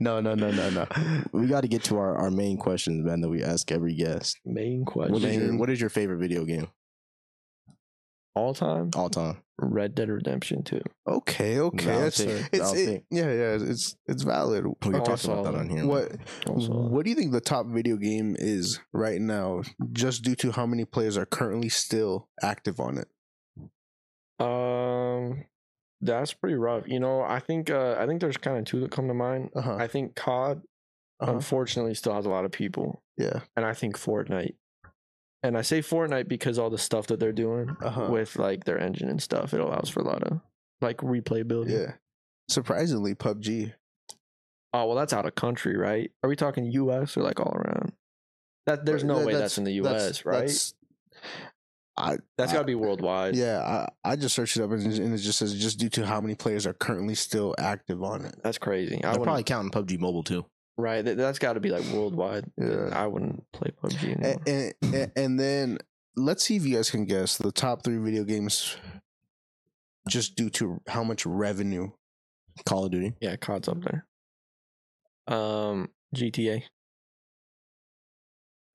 no, no, no, no, no. we got to get to our, our main questions, man, that we ask every guest. Main question. What is, your, Main- what is your favorite video game All time? all time? Red Dead Redemption 2. Okay, okay, Valid that's take. it's Valid it, take. yeah, yeah, it's it's valid. We Okay. talked about that Also, on here. man. What Also, what do you think the top video game is right now, just due to how many players are currently still active on it? Um, that's pretty rough. You know, I think uh, I think there's kind of two that come to mind. Uh huh. I think COD Uh-huh. unfortunately still has a lot of people, Yeah. and I think Fortnite. And I say Fortnite because all the stuff that they're doing Uh-huh. with like their engine and stuff, it allows for a lot of like replayability. Yeah. Surprisingly, PUBG. Oh well, that's out of country, right? Are we talking U.S. or like all around? That there's no That- way that's, in the U.S. right? that's- That's, I got to be worldwide. yeah, I, I just searched it up and it and it just says just due to how many players are currently still active on it. that's crazy. I I'm would probably probably counting PUBG Mobile too. right. That, that's got to be like worldwide. Yeah. I wouldn't play PUBG anymore. And, and and- and then let's see if you guys can guess the top three video games just due to how much revenue. Call of Duty. Yeah, COD's up there. Um, GTA.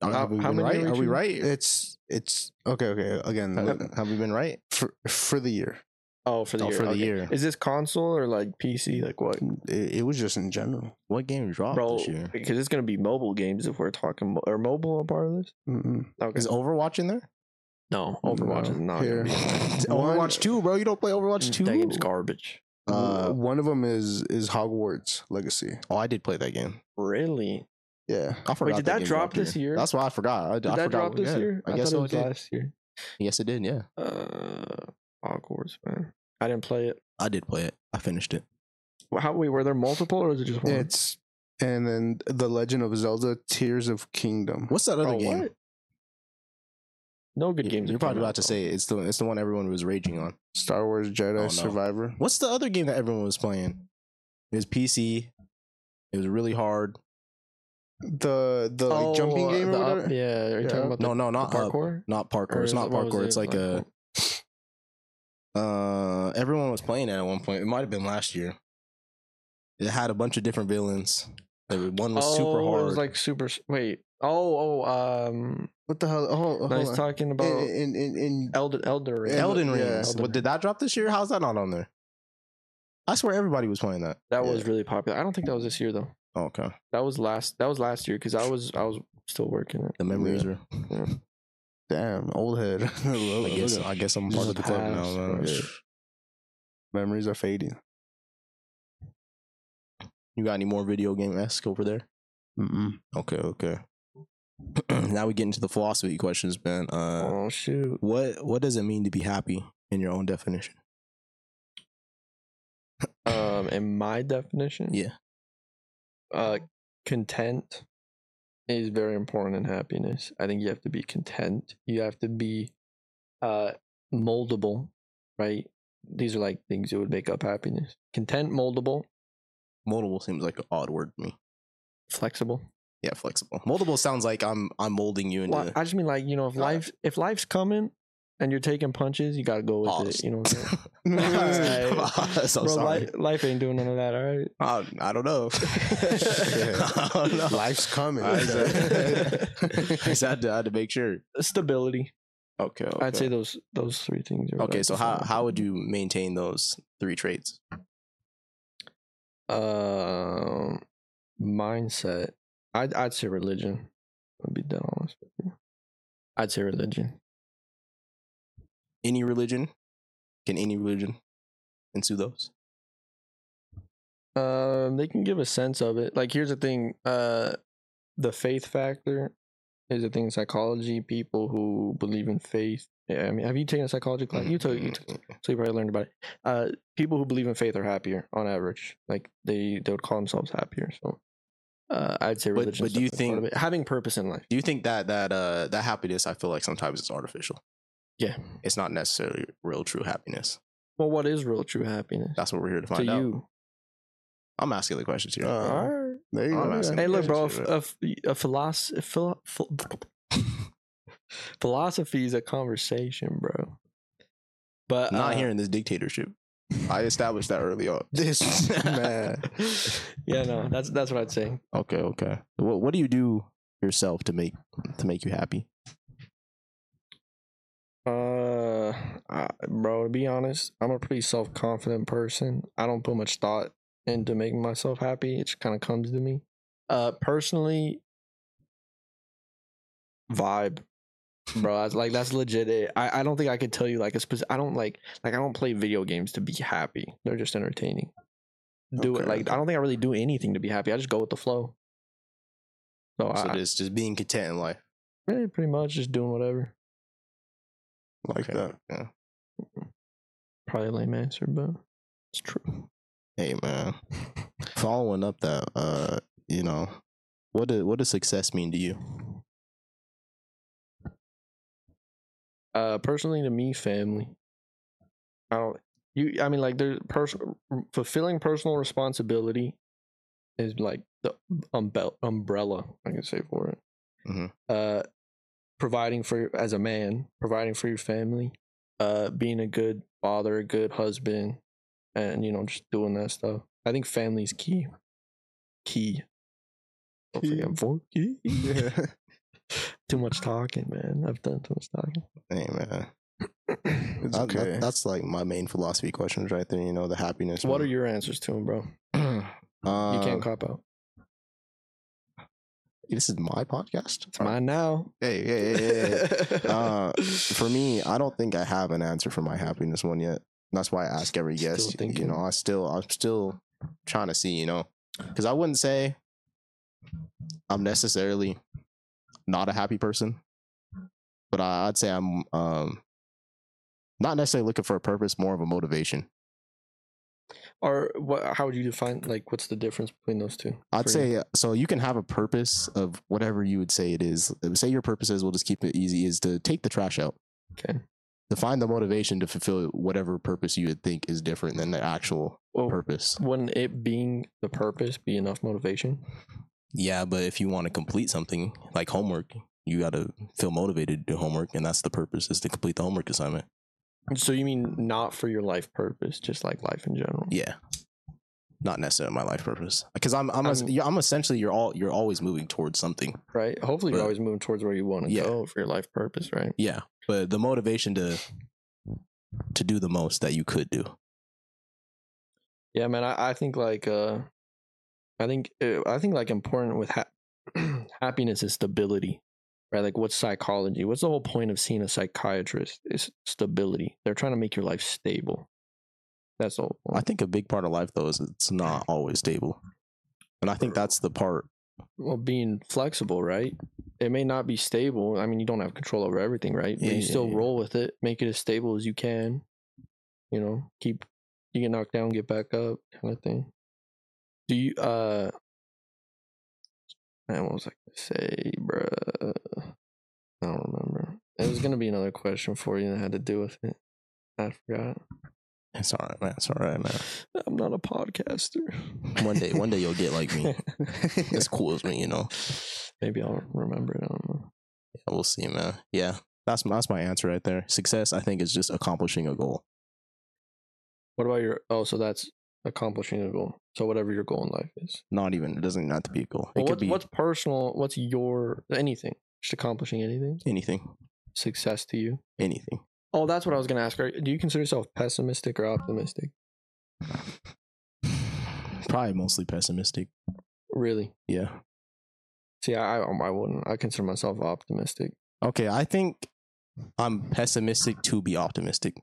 Are, How- have we how been many right? Are are we you- right? It's it's okay okay again Have, look, have we been right? for for the year Oh, for the Oh, year. for the okay. year. Is this console or like PC? Like what, it, it was just in general. What game dropped bro? this year? Because it's gonna be mobile games if we're talking mo- or mobile a part of this. Mm-mm. Okay. Is Overwatch in there? no, Overwatch No. is not Here. gonna be. One- Overwatch two, bro. You don't play Overwatch two. That game's garbage. Uh, One of them is is Hogwarts Legacy. oh, I did play that game. Really? Yeah. I forgot. did that game drop dropped this year? That's why I forgot. I, Did I that forgot drop what- this yeah, year? I guess thought so. It was did. last year. Yes, it did. Yeah, Uh, Hogwarts, man. I didn't play it. I did play it. I finished it. Well, How wait? Were there multiple or is it just one? It's and then The Legend of Zelda: Tears of Kingdom. What's that other Bro, game? Oh, what? No good You- games. You're have probably come out, about to though. say it. it's the it's the one everyone was raging on. Star Wars Jedi Oh, no. Survivor? What's the other game that everyone was playing? It was PC. It was really hard. The the like, Oh, jumping uh, game or the up- whatever. Yeah, are you Yeah. talking about No, the, no, the not up. parkour? Not parkour. Or It's is not it- what was parkour. It's it? like a uh everyone was playing it at one point. It might have been last year. It had a bunch of different villains. There was- One was super Oh, hard. It was like super. s- Wait. Oh, oh. Um. What the hell? Oh, hold Nice on. talking about In in in, in Elden Elden Ring. Elden yeah, Ring. Elden What did that drop this year? How's that not on there? I swear everybody was playing that. That was yeah. really popular. I don't think that was this year though. Oh, okay. That was last. That was last year because I was I was still working it. The memories Yeah. are. damn old head. I Look guess. at- I guess I'm This part is of the the club past, now. man. bro. memories are fading. You got any more video game esque over there? Mm-mm. Okay, okay. now we get into the philosophy questions, man. Uh, oh shoot! what what does it mean to be happy in your own definition? Um, in my definition, Yeah. uh, content is very important in happiness. I think you have to be content. You have to be, uh, moldable, right? These are like things that would make up happiness. Content, moldable, Moldable seems like an odd word to me. flexible. Yeah, flexible. Moldable sounds like I'm I'm molding you into. Well, I just mean like you know if Uh, life if life's coming and you're taking punches, you gotta go with Pause. it. You know, what I'm saying? Pause. I'm Bro, sorry. Life, life ain't doing none of that. All right. I, Uh, I don't know. I don't know. Life's coming. I just had to, I had to make sure. Stability. Okay. I'd say those those three things. Are Okay, so how how would you maintain those three traits? Um, mindset. I'd I'd say religion. I'll be dead honest with you. I'd say religion. Any religion? Can any religion ensue those? Um, they can give a sense of it. Like here's the thing. Uh, the faith factor is a thing in psychology. People who believe in faith. Yeah, I mean, have you taken a psychology class? Uh, You took Mm-hmm. you took so you probably learned about it. Uh, people who believe in faith are happier on average. Like they they would call themselves happier. So uh, I'd say But- religion. but do you is definitely think- part of it. having purpose in life? Do you think that that uh that happiness I feel like sometimes is artificial? Yeah. It's not necessarily real true happiness. Well, what is real true happiness That's what we're here to to find out. Uh-huh. you? I'm asking the questions here. Uh, All right. there you I'm go. asking Hey, look, bro. Yes, A, a, philosophy, philosophy is a conversation, bro. But Not uh, here in this dictatorship. I established that early on. This man. Yeah, no, that's that's what I'd say. Okay, okay. What what do you do yourself to make to make you happy? Uh, I, bro, to be honest, I'm a pretty self confident person. I don't put much thought into making myself happy. It just kind of comes to me. Uh, personally, vibe, bro. That's like that's legit. It. I I don't think I could tell you like a specific. I don't like like I don't play video games to be happy. They're just entertaining. Do it Okay. like I don't think I really do anything to be happy. I just go with the flow. So, So I, just just being content in life. yeah, pretty much just doing whatever. Like that. Yeah. Probably a lame answer, but it's true. Hey man. Following up that, uh, you know, what do, what does success mean to you? Uh, personally, to me, family. I don't. You, I mean, like, there's personal fulfilling personal responsibility is like the umbe- umbrella I can say for it. Mhm. Uh, providing for as a man, providing for your family, uh, being a good father, a good husband, and you know, just doing that stuff. I think family's key. Key. Don't Key. forget Vorky. Yeah. too much talking, man. I've done too much talking. Hey man, It's That- that- okay. that's like my main philosophy questions right there. You know, the happiness. What are your answers to him, bro? um, Mm. You can't cop out. This is my podcast. It's mine now. Hey, hey, hey, hey, hey. Uh, for me, I don't think I have an answer for my happiness one yet. That's why I ask every Still guest. You thinking. know, I still, I'm still trying to see. You know, because I wouldn't say I'm necessarily not a happy person, but I, I'd say I'm um not necessarily looking for a purpose, more of a motivation. or what? How would you define? Like, what's the difference between those two? I'd for you? say uh, so. You can have a purpose of whatever you would say it is. Uh, Say your purpose is. We'll just keep it easy. Is to take the trash out. Okay. To find the motivation to fulfill whatever purpose you would think is different than the actual Well, purpose. wouldn't it being the purpose be enough motivation? Yeah, but if you want to complete something like homework, you got to feel motivated to do homework, and that's the purpose is to complete the homework assignment. So you mean not for your life purpose, just like life in general? Yeah, not necessarily my life purpose because I'm I'm I'm- I'm, I'm essentially you're all you're always moving towards something. Right. Hopefully, But- you're always moving towards where you want to Yeah. go for your life purpose. Right. Yeah, but the motivation to to do the most that you could do. Yeah, man. I, I think like uh, I think uh, I think like important with ha- happiness is stability, right? Like, what's psychology? What's the whole point of seeing a psychiatrist? Is stability. They're trying to make your life stable. That's the whole I point. think a big part of life though is it's not always stable, and I think that's the part. Well, being flexible, right? It may not be stable. I mean, you don't have control over everything, right? But Yeah, you yeah, still yeah. roll with it. Make it as stable as you can. You know, keep you get knocked down, get back up, kind of thing. Do you uh man, what was I gonna say, bruh? I don't remember. It was gonna be another question for you that had to do with it. I forgot. It's all right, man. It's all right, man. I'm not a podcaster. One day, one day you'll get like me. It's cool as me, you know. Maybe I'll remember it. I don't know. Yeah, we'll see, man. Yeah, that's that's my answer right there. Success, I think, is just accomplishing a goal. What about your? Oh, so that's accomplishing a goal. So whatever your goal in life is. Not even it doesn't have to be a goal. It Well, could what's, be what's personal? What's your anything? Just accomplishing anything. anything, Success to you. anything. Oh, that's what I was gonna ask. Are, do you consider yourself pessimistic or optimistic? Probably mostly pessimistic. Really? Yeah. See, I I, I wouldn't. I consider myself optimistic. Okay, I think I'm pessimistic to be optimistic.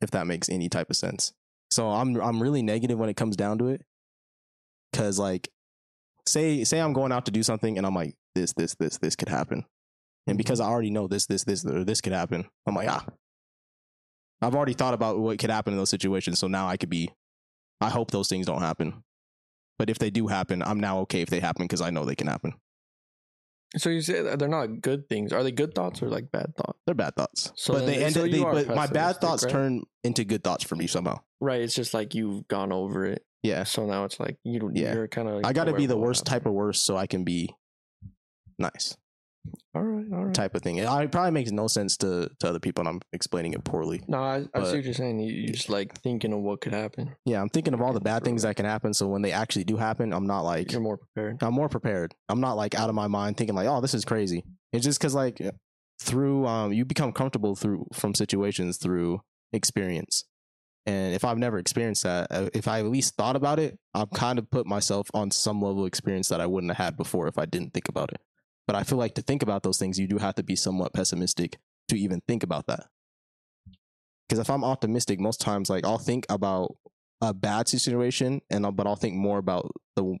If that makes any type of sense. So I'm I'm really negative when it comes down to it. Cause like say say I'm going out to do something and I'm like, this, this, this, this could happen. And because I already know this, this, this, or this could happen, I'm like, ah. I've already thought about what could happen in those situations. So now I could be I hope those things don't happen. But if they do happen, I'm now okay if they happen because I know they can happen. So you say that they're not good things. Are they good thoughts or like bad thoughts? They're bad thoughts. So but then- they end so up, they, you are but my bad pessimistic, thoughts right? turn into good thoughts for me somehow. Right. It's just like you've gone over it. Yeah. So now it's like you. Yeah. You're kind of. I got to be the worst type of worst so I can be nice. All right, all right. type of thing. It, it probably makes no sense to to other people, and I'm explaining it poorly. No, I, I But- see what you're saying. You, you're just like thinking of what could happen. Yeah, I'm thinking of all the bad things that can happen. So when they actually do happen, I'm not like You're more prepared. I'm more prepared. I'm not like out of my mind thinking like, oh, this is crazy. It's just because like through um, you become comfortable through from situations through experience. And if I've never experienced that, uh, if I at least thought about it, I've kind of put myself on some level of experience that I wouldn't have had before if I didn't think about it. But I feel like to think about those things, you do have to be somewhat pessimistic to even think about that. Because if I'm optimistic, most times like I'll think about a bad situation, and I'll, but I'll think more about the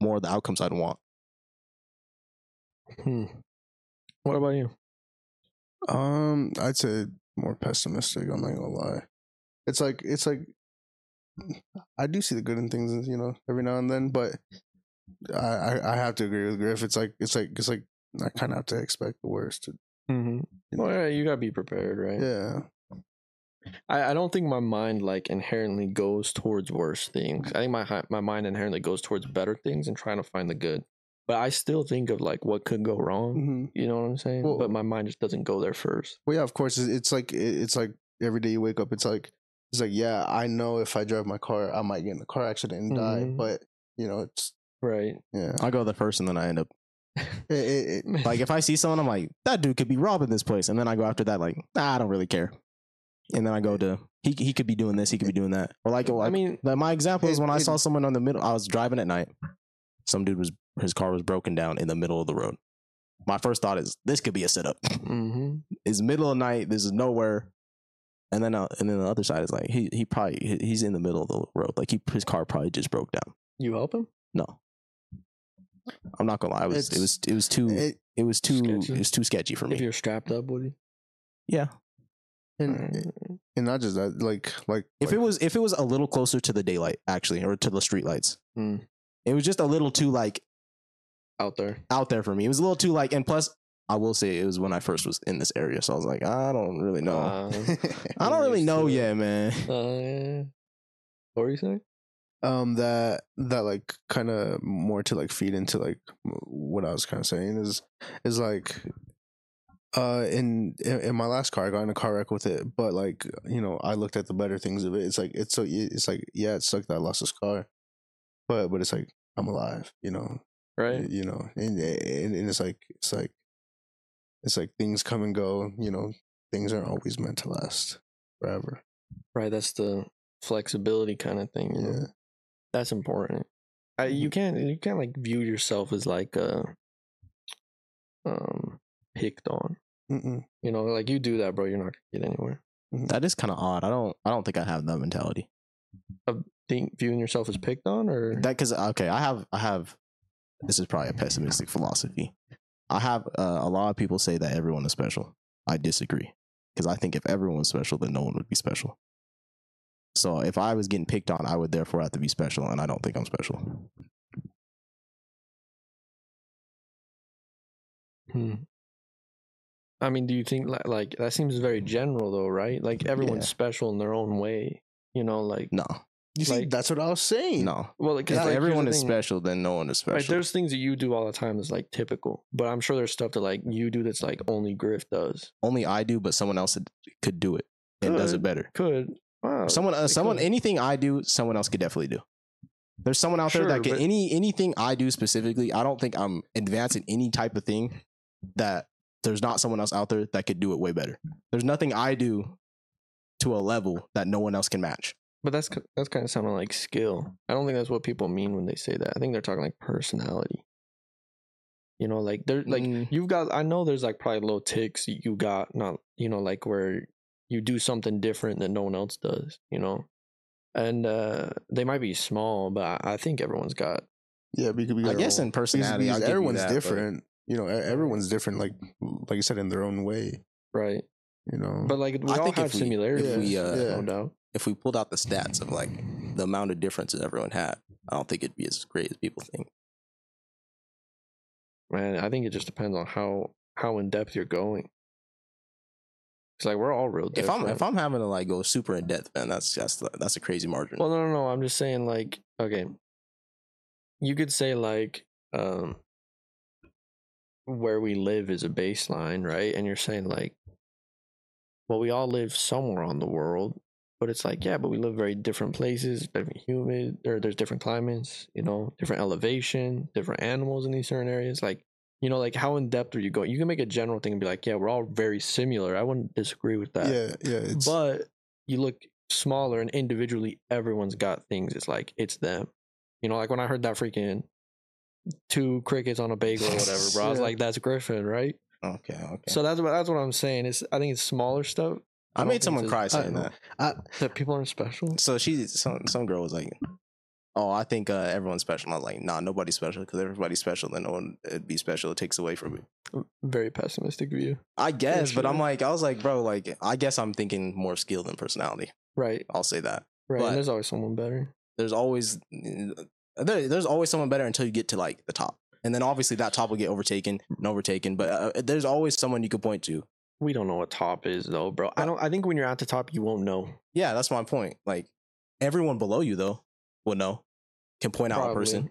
more of the outcomes I'd want. Hmm. What about you? Um, I'd say more pessimistic. I'm not gonna lie. It's like it's like I do see the good in things, you know, every now and then. But I I, I have to agree with Griff. It's like it's like it's like I kind of have to expect the worst. Mm-hmm. you know? Well, yeah, you gotta be prepared, right? yeah, I, I don't think my mind like inherently goes towards worse things. I think my hi- my mind inherently goes towards better things and trying to find the good. But I still think of like what could go wrong. hmm You know what I'm saying? Well- but my mind just doesn't go there first. Well, yeah, of course. It's, it's like it- it's like every day you wake up, it's like it's like yeah, I know if I drive my car, I might get in a car accident and die. Mhm. But you know, it's Right. yeah. I go there first, and then I end up It- it- it- like if I see someone, I'm like, that dude could be robbing this place, and then I go after that, like, nah, I don't really care, and then I go to he he could be doing this, he could be doing that, or like, I mean, like, my example is when I it- saw someone on the middle. I was driving at night, some dude was his car was broken down in the middle of the road. My first thought is this could be a setup. mm-hmm. It's middle of night. This is nowhere. And then, uh, and then the other side is like he he probably he- he's in the middle of the road. Like he his car probably just broke down. you help him. No. I'm not gonna lie. It was it It's- was it was too it, it- was too sketchy. it was too sketchy for If me. you're strapped up, would you? Yeah. and, and not just that, like like If it was if it was a little closer to the daylight actually, or to the streetlights, Mm. it was just a little too like out there. out there for me. It was a little too like, and plus, I will say it was when I first was in this area, so I was like, I don't really know. Uh, I don't really used to know it. yet, man. uh, what were you saying? um that that like kind of more to like feed into like what I was kind of saying is is like uh in in my last car I got in a car wreck with it but like you know I looked at the better things of it it's like it's so it's like yeah it sucked that I lost this car but but it's like I'm alive you know Right. you know and, and and it's like it's like it's like things come and go you know things aren't always meant to last forever Right. That's the flexibility kind of thing. You know? yeah That's important. I, Mm-hmm. you can't you can't like view yourself as like uh um picked on. Mm-mm. You know, like you do that, bro, you're not gonna get anywhere. That is kind of odd. I don't I don't think I have that mentality. Think viewing yourself as picked on or that because okay i have i have this is probably a pessimistic philosophy i have uh, a lot of people say that everyone is special i disagree because i think if everyone was special then no one would be special so if i was getting picked on i would therefore have to be special and i don't think i'm special Hmm. I mean, do you think li- like that seems very general though, right? Like everyone's special in their own way. You know, like no you see Like- that's what I was saying no well, like, 'cause, if like, here's everyone the is thing. special then no one is Right, special there's things that you do all the time that's like typical, but I'm sure there's stuff that like you do that's like only Griff does. only i do but someone else could do it and does it Good. better Could wow, Oh, someone uh, they someone could. anything i do someone else could definitely do there's someone out there Sure, that can but- any anything i do specifically i don't think i'm advancing any type of thing that there's not someone else out there that could do it way better there's nothing i do to a level that no one else can match But that's ki- that's kind of sounding like skill. I don't think that's what people mean when they say that. I think they're talking like personality. You know, like they're like Mm. you've got. I know there's like probably little ticks y- you got, not you know, like where you do something different that no one else does. You know, and uh they might be small, but I, I think everyone's got. yeah because we got i our guess own- in personality because I'll give you everyone's that, but- different you know e- everyone's different like like you said in their own way Right, you know but like we I all think if have we- similarities, if we, uh, no doubt. if we pulled out the stats of like the amount of differences everyone had i don't think it'd be as great as people think Man, I think it just depends on how how in depth you're going. It's like we're all real. if i'm different. if i'm having to like go super in depth man that's that's that's a crazy margin Well, no, no, no. I'm just saying, like, okay, you could say like, um, where we live is a baseline, right? And you're saying like, well, we all live somewhere on the world, but it's like, yeah, but we live very different places, different humid, or there's different climates, you know, different elevation, different animals in these certain areas. Like, you know, like how in depth are you going? You can make a general thing and be like, yeah, we're all very similar. I wouldn't disagree with that. yeah, yeah. It's, but you look smaller and individually, everyone's got things. It's like it's them. You know, like when I heard that freaking two crickets on a bagel or whatever, bro. I was Yeah. like, that's Griffin, right? Okay, okay. So that's what that's what I'm saying. It's I think it's smaller stuff. I, don't made think someone it's- cry I saying know. that. I, That people aren't special. so she, some some girl was like, "Oh, I think uh, everyone's special." And I was like, "Nah, nobody's special because everybody's special, then no one would be special. It takes away from it." Very pessimistic view. I guess, but I'm sure. like, I was like, bro, like, I guess I'm thinking more skill than personality. Right. I'll say that. Right. But- and there's always someone better. There's always uh, there, there's always someone better until you get to like the top, and then obviously that top will get overtaken and overtaken. But uh, there's always someone you could point to. We don't know what top is though, bro. I don't I think when you're at the top you won't know. Yeah, that's my point. Like everyone below you though will know, can point out a person.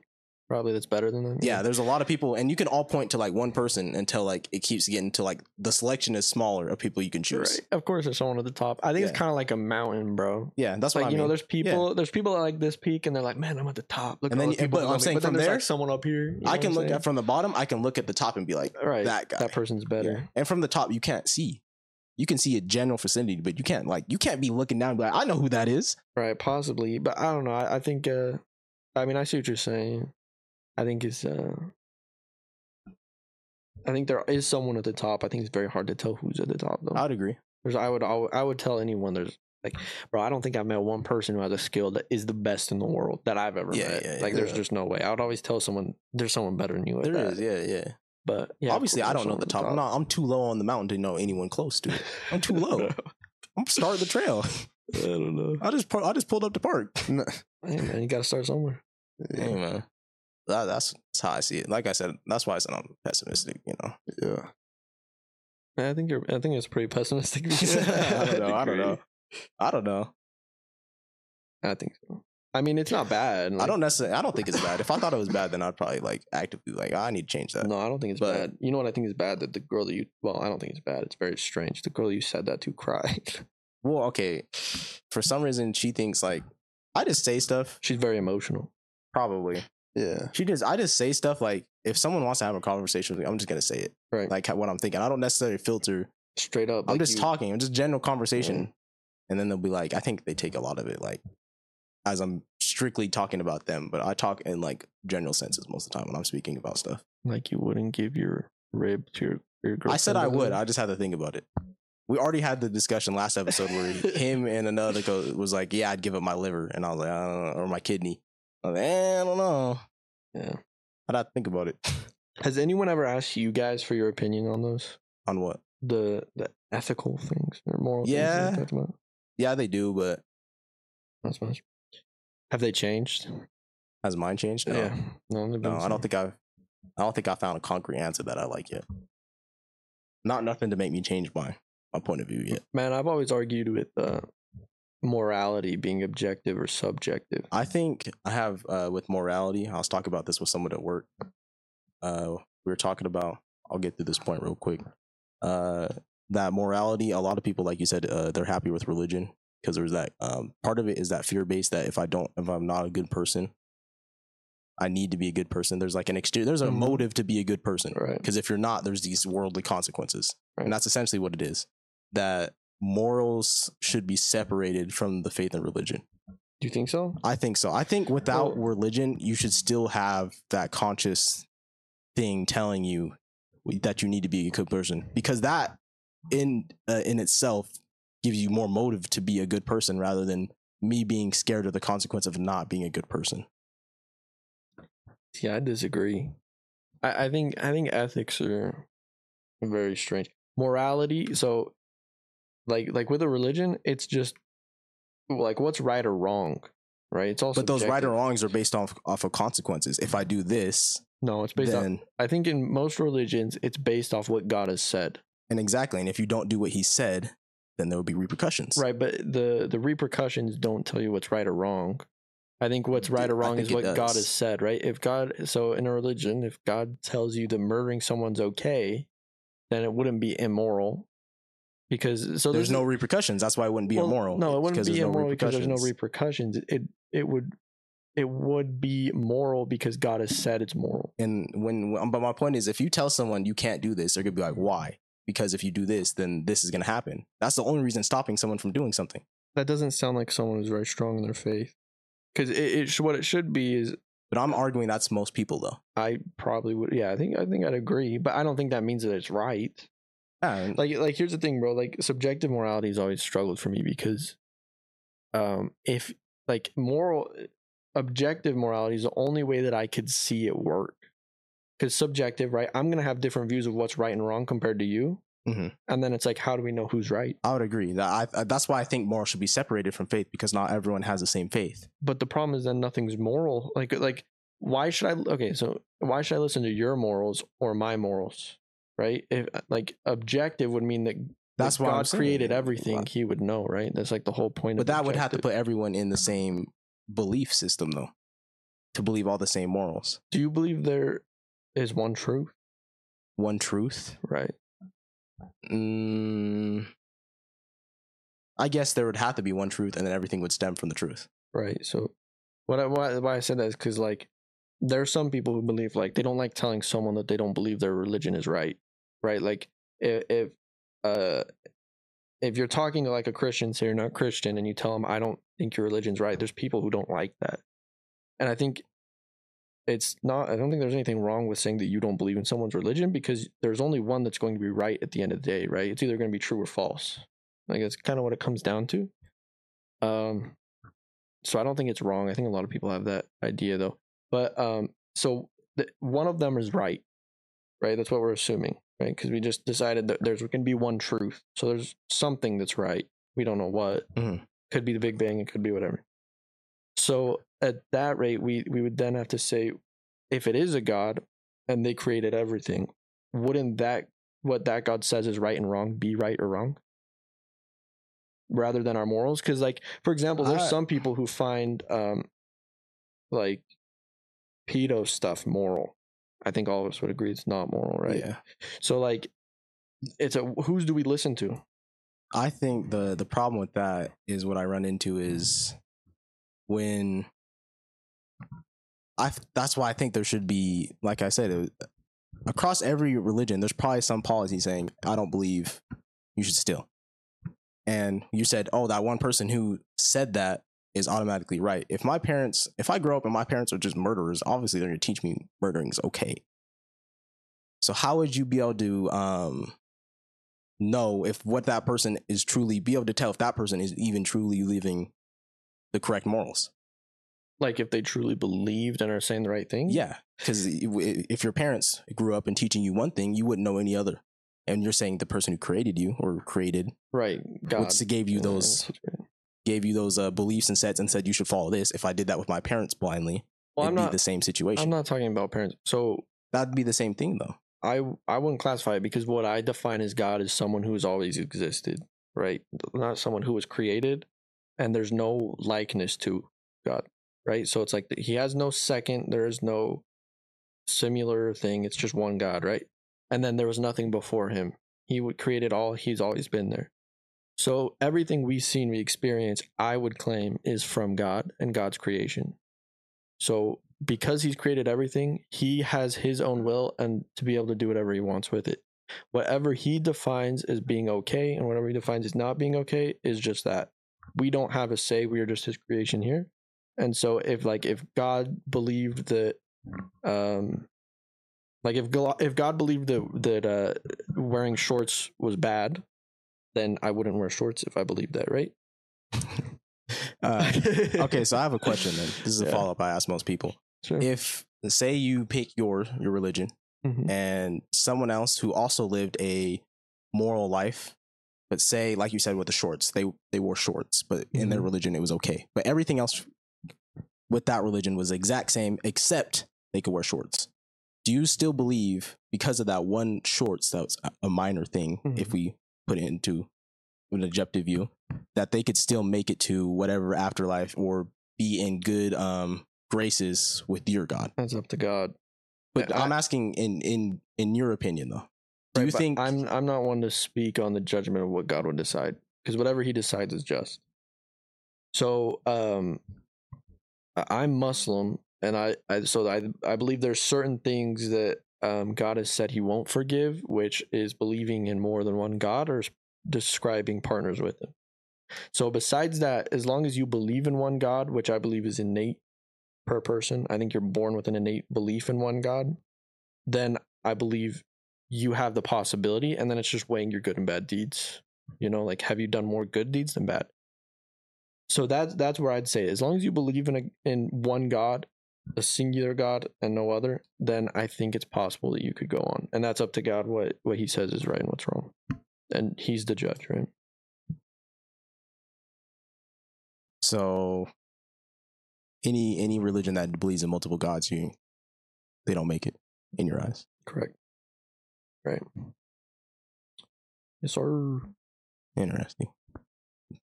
Probably that's better than them. yeah there's a lot of people and you can all point to like one person until like it keeps getting to like the selection is smaller of people you can choose Right. Of course there's someone at the top. I think Yeah. it's kinda like a mountain, bro. yeah that's like what i you know, mean there's people, there's people that like this peak, and they're like, "Man, I'm at the top." Look, And at then all you- the people but below I'm me." saying but then from there's there, like someone up here. you know i what can I'm look saying? at from the bottom i can look at the top and be like right that guy That person's Yeah. better. and from the top you can't see you can see a general vicinity but you can't like you can't be looking down and be like i know who that is Right, possibly, but I don't know. I, I think. uh I mean, I see what you're saying. I think it's. uh I think there is someone at the top. I think it's very hard to tell who's at the top, though. i'd agree There's, I would, I would, I would tell anyone. There's like, bro, I don't think I've met one person who has a skill that is the best in the world that I've ever Yeah, met. yeah, like, there's yeah. just no way. I would always tell someone there's someone better than you. At There that. is, yeah yeah But yeah, of obviously course i there's don't know the top, someone I'm, at not, I'm too low on the mountain to know anyone close to it i'm too top. low i'm starting the trail I don't know. i just pu- i just pulled up the park no- Hey man, you gotta start somewhere. Hey man, that, that's that's how I see it. Like I said, that's why I said I'm pessimistic. You know, yeah. I think you're. I think it's pretty pessimistic. I don't know. I don't know. Degree. I don't know. I think so. I mean, it's not bad. I don't necessarily. I don't think it's bad. If I thought it was bad, then I'd probably like actively like I need to change that. No, I don't think it's but- bad. You know what I think is bad? That the girl that you. Well, I don't think it's bad. It's very strange. The girl you said that to cried. Well, okay. For some reason, she thinks like I just say stuff. She's very emotional. Probably Yeah. she just I just say stuff like if someone wants to have a conversation with me, I'm just gonna say it Right. like how- what I'm thinking. I don't necessarily filter. Straight up. I'm like just you- talking. I'm just general conversation, and then they'll be like, I think they take a lot of it like as I'm strictly talking about them, but I talk in like general senses most of the time when I'm speaking about stuff. Like you wouldn't give your rib to your your girl. I said I would. I just had to think about it. We already had the discussion last episode where him and another co- was like, "Yeah, I'd give up my liver," and I was like, "I don't know," or my kidney. I was like, eh, "I don't know." Yeah. I'd have to think about it. Has anyone ever asked you guys for your opinion on those? On what? The the ethical things or moral things that Yeah. we talked about? Yeah, they do, but Not so much. Have they changed? has mine changed? No, No, I don't no, think I so. don't think I've. I don't think I found a concrete answer that I like yet. Not nothing to make me change my my point of view yet. Man, I've always argued with uh, morality being objective or subjective. I think I have uh, with morality. I was talking about this with someone at work. Uh, we were talking about. I'll get to this point real quick. Uh, that morality. A lot of people, like you said, uh, they're happy with religion because there's that um, part of it is that fear based. That if I don't, if I'm not a good person, I need to be a good person. There's like an exterior. There's a Mhm. motive to be a good person Right. because if you're not, there's these worldly consequences, Right. and that's essentially what it is. That morals should be separated from the faith and religion. Do you think so? I think so. I think without Well- religion, you should still have that conscious thing telling you that you need to be a good person because that in uh, in itself gives you more motive to be a good person rather than me being scared of the consequence of not being a good person. Yeah, I disagree. I, I think I think ethics are very strange. Morality, so like like with a religion, it's just like what's right or wrong, right? It's also But those right or wrongs are based off off of consequences. If I do this, No, it's based on. then I think in most religions, it's based off what God has said. and exactly, and if you don't do what he said, then there will be repercussions. Right, but the the repercussions don't tell you what's right or wrong. I think what's right or I wrong think is it what God does. has said, right? If God, so in a religion, if God tells you that murdering someone's okay, then it wouldn't be immoral because so there's no repercussions. That's why it wouldn't be well, immoral. No, it It's wouldn't be there's no immoral because there's no repercussions. repercussions. It, it would it would be moral because God has said it's moral. And when, when- but my point is, if you tell someone you can't do this, they're gonna be like, why? Because if you do this, then this is gonna happen. That's the only reason stopping someone from doing something. That doesn't sound like someone who's very strong in their faith. Because it, it sh- what it should be is But I'm arguing that's most people though. I probably would. Yeah, I think I think I'd agree, but I don't think that means that it's right. Yeah, Like like here's the thing, bro. Like subjective morality has always struggled for me because, um, if like moral objective morality is the only way that I could see it work. Because subjective, right? I'm gonna have different views of what's right and wrong compared to you, Mhm. and then it's like, how do we know who's right? I would agree that I, that's why I think moral should be separated from faith because not everyone has the same faith. but the problem is then nothing's moral like like why should i okay so why should i listen to your morals or my morals right if uh, like objective would mean that That's that why I'm god saying created it. everything he would know right that's like the whole point But of that would have to objective. put everyone in the same belief system though, to believe all the same morals. do you believe there is one truth One truth. right Mm, I guess there would have to be one truth, and then everything would stem from the truth. right so what I, why, why i said that is because like there are some people who believe like they don't like telling someone that they don't believe their religion is right right like if, if uh if you're talking to like a christian say you're not christian and you tell them i don't think your religion's right there's people who don't like that and i think it's not i don't think there's anything wrong with saying that you don't believe in someone's religion because there's only one that's going to be right at the end of the day right it's either going to be true or false like that's kind of what it comes down to um so i don't think it's wrong i think a lot of people have that idea though but um so th- one of them is right right that's what we're assuming right because we just decided that there's going to be one truth so there's something that's right we don't know what Mhm. could be the big bang it could be whatever so at that rate we we would then have to say if it is a god and they created everything wouldn't that what that god says is right and wrong be right or wrong rather than our morals because like for example there's I- some people who find um like pedo stuff moral i think all of us would agree it's not moral right Yeah. so like it's a who's do we listen to I think the the problem with that is what I run into is when I that's why I think there should be like I said it, across every religion there's probably some policy saying I don't believe you should steal. And you said, "Oh, that one person who said that is automatically right." If my parents, if I grow up and my parents are just murderers, obviously they're going to teach me murdering's okay. So how would you be able to um know if what that person is truly be able to tell if that person is even truly living the correct morals. like if they truly believed and are saying the right thing Yeah, because if your parents grew up and teaching you one thing, you wouldn't know any other. And you're saying the person who created you or created right god what's gave you Yeah, those that's right. gave you those uh, beliefs and sets and said you should follow this. If I did that with my parents blindly, well it'd i'm be not the same situation. i'm not talking about parents so That'd be the same thing though. I I wouldn't classify it because what I define as God is someone who has always existed, right? Not someone who was created, and there's no likeness to God, right? So it's like he has no second. There is no similar thing. It's just one God, right? And then there was nothing before him. He would created all. He's always been there. So everything we see and we experience, I would claim, is from God and God's creation. So because he's created everything, he has his own will and to be able to do whatever he wants with it. Whatever he defines as being okay and whatever he defines as not being okay is just that. We don't have a say, we are just his creation here. And so if like if God believed that um like if God, if God believed that that uh wearing shorts was bad, then I wouldn't wear shorts if I believed that, right? Uh, okay, so I have a question then. This is a Yeah. follow up I ask most people. Sure. If say you pick your your religion Mhm. and someone else who also lived a moral life but say like you said with the shorts they they wore shorts but in their Mhm. religion it was okay but everything else with that religion was the exact same except they could wear shorts do you still believe because of that one shorts that was a- a minor thing if we put it into an objective view that they could still make it to whatever afterlife or be in good um graces with your God. That's up to God. But I- I, am asking in in in your opinion though. Do you But think I'm I'm not one to speak on the judgment of what God would decide because whatever He decides is just. So um, I- I'm Muslim, and I, I so I I believe there's certain things that um, God has said He won't forgive, which is believing in more than one God or s- describing partners with Him. So besides that, as long as you believe in one God, which I believe is innate per person, I think you're born with an innate belief in one God. Then I believe you have the possibility and then it's just weighing your good and bad deeds you know like have you done more good deeds than bad so that's that's where i'd say as long as you believe in a in one god a singular god and no other then i think it's possible that you could go on and that's up to god what what he says is right and what's wrong and he's the judge right so any any religion that believes in multiple gods you they don't make it in your eyes. correct right yes sir Interesting.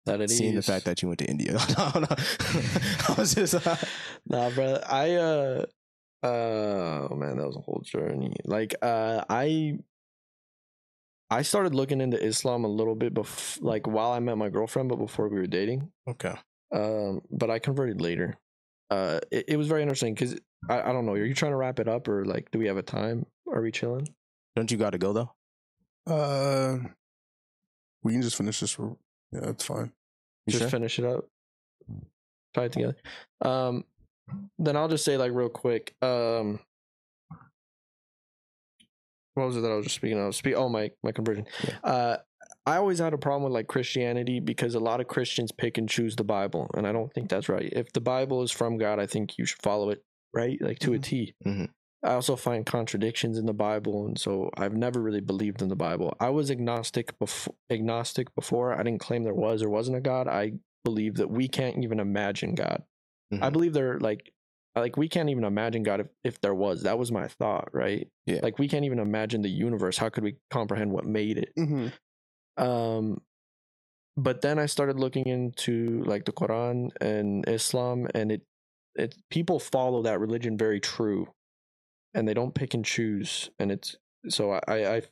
that it is. Seeing the fact that you went to India. No, no. I was just nah, bro. I uh, uh, oh man, that was a whole journey. Like, uh, I, I started looking into Islam a little bit, bef- like while I met my girlfriend, but before we were dating. Okay. Um, but I converted later. Uh, it, it was very interesting because I, I don't know. Are you trying to wrap it up or like, do we have a time? Are we chilling? Don't you gotta go though? Uh, we can just finish this. r- Yeah, that's fine. You just sure? finish it up tie it together um then i'll just say like real quick um what was it that i was just speaking of speak oh my my conversion uh i always had a problem with like christianity because a lot of christians pick and choose the bible and i don't think that's right if the bible is from god i think you should follow it right like to a Mhm. T. I Mhm. also find contradictions in the bible and so i've never really believed in the bible i was agnostic before agnostic before i didn't claim there was or wasn't a god i believe that we can't even imagine God. I Mhm. believe they're like like we can't even imagine God if, if there was. That was my thought, right? Yeah. Like we can't even imagine the universe. How could we comprehend what made it? Mm-hmm. Um but then I started looking into like the Quran and Islam and it it people follow that religion very true and they don't pick and choose and it's so I I, I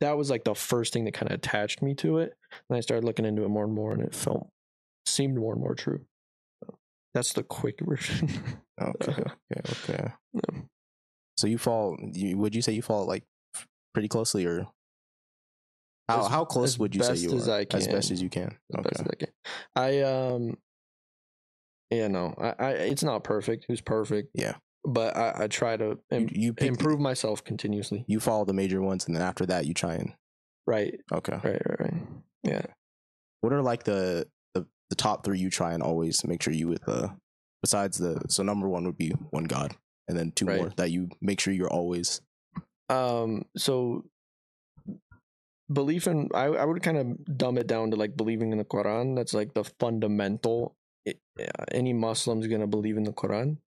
that was like the first thing that kind of attached me to it and I started looking into it more and more and it felt seemed more and more true. That's the quick version. Okay. Okay. Okay. Yeah. So you fall? You, would you say you fall like pretty closely, or how As- how close as would you say best you as are? I As best can. as you can. the best Okay. that I can. I um yeah, no. I, I it's not perfect. Who's perfect? Yeah. But I, I try to im- you you pick, improve myself continuously. You follow the major ones, and then after that, you try and Right, okay. right, right, right. Yeah. What are like the, the the top three you try and always make sure you with uh besides the so number one would be one God, and then two Right. more that you make sure you're always Um. So belief in I I would kind of dumb it down to like believing in the Quran. That's like the fundamental. It, yeah, any Muslim's gonna believe in the Quran.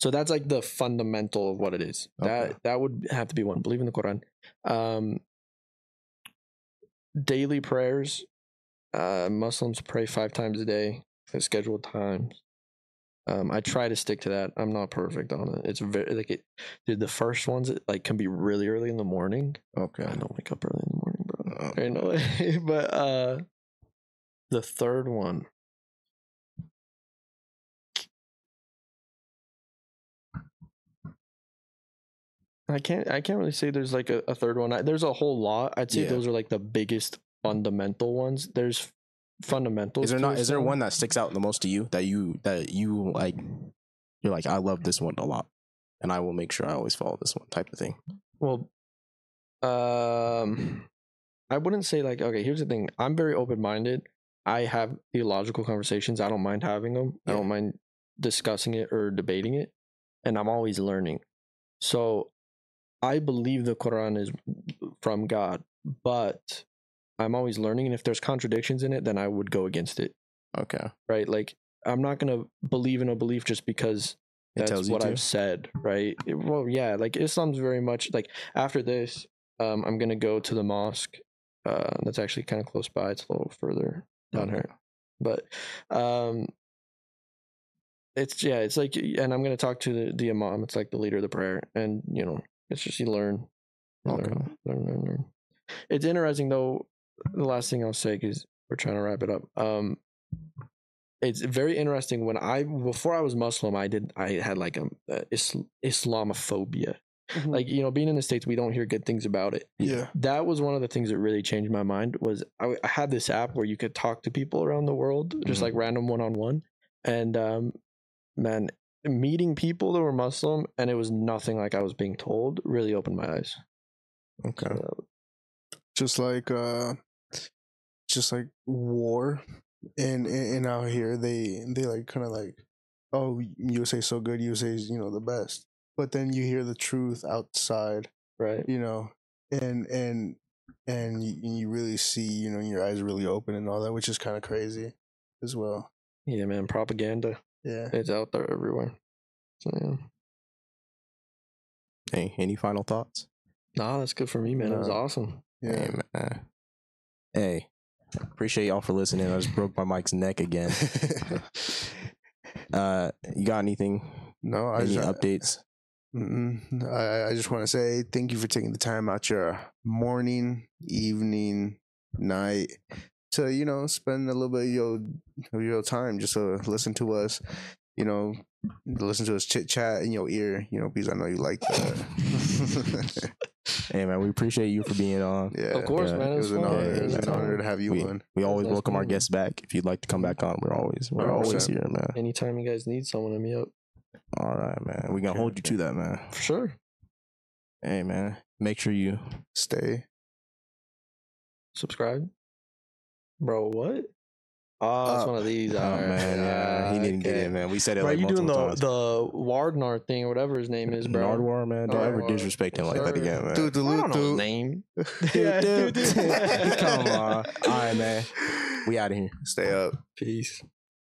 So that's like the fundamental of what it is. Okay. That that would have to be one. Believe in the Quran. Um. Daily prayers. Uh, Muslims pray five times a day at scheduled times. Um, I try to stick to that. I'm not perfect on it. It's very like it, dude. The first ones like can be really early in the morning. okay. I don't wake up early in the morning, bro. Uh, There ain't no way. but uh, the third one. I can't. I can't really say there's like a, a third one. I, there's a whole lot. I'd say Yeah. those are like the biggest fundamental ones. There's fundamentals. Is there to not? Is there Islam. one that sticks out the most to you that you that you like? You're like, I love this one a lot, and I will make sure I always follow this one type of thing. Well, um, I wouldn't say like okay. Here's the thing: I'm very open minded. I have theological conversations. I don't mind having them. I Yeah. don't mind discussing it or debating it, and I'm always learning. So, I believe the Quran is from God, but I'm always learning. And if there's contradictions in it, then I would go against it. Okay, Right? Like I'm not gonna believe in a belief just because it that's tells you what to. I've said, right? It- well, yeah, like Islam's very much like after this, um, I'm gonna go to the mosque. Uh, that's actually kind of close by. It's a little further down here, but um, it's yeah, it's like, and I'm gonna talk to the the imam. It's like the leader of the prayer, and you know, it's just you learn, you Okay. learn, learn, learn, learn. It's interesting though. The last thing I'll say is we're trying to wrap it up. Um, it's very interesting when I before I was Muslim, I did I had like a, a Isl- Islamophobia. Like you know, being in the states, we don't hear good things about it Yeah. that was one of the things that really changed my mind was I, I had this app where you could talk to people around the world just Mhm. like random one-on-one and um man meeting people that were muslim and it was nothing like i was being told really opened my eyes Okay. Just like uh just like war and and, and out here they they like kind of like oh USA's so good, USA's you know the best. But then you hear the truth outside, right you know, and and and you, you really see, you know, your eyes really open and all that, which is kind of crazy as well. yeah man propaganda Yeah. it's out there everywhere so yeah Hey, any final thoughts? nah that's good for me man it was Nah. awesome Yeah. Hey, man. Hey, appreciate y'all for listening. I just broke my mic's neck again. Uh, you got anything? no, I any just, updates? Mm-mm. Mm-hmm. I, I just want to say thank you for taking the time out your morning, evening, night to you know spend a little bit of your of your time just to listen to us. You know, listen to us chit chat in your ear. You know, because I know you like that. Hey, man, we appreciate you for being on. yeah, of course yeah, man it it was, was an fun. honor. Yeah, it was an yeah. honor to have you We- on. We always Nice welcome our meeting you. guests back. If you'd like to come back on, we're always we're always 100%. here, man. anytime you guys need someone to meet up All right, man. We gonna Okay, hold you okay. to that, man. for sure Hey, man. Make sure you Stay. subscribe bro what oh it's Up. one of these Oh Alright, man, yeah, he alright, didn't okay. get in, man. We said it Bro, like you doing multiple the times. the Wardnar thing or whatever his name is, bro? Nardwar, man. Don't ever Nardwar. disrespect him like that Sorry. again, man. Dude, I don't know his dude, name. Yeah, Dude, dude, dude. dude. Come on. All right, man. We out of here. Stay up. Peace.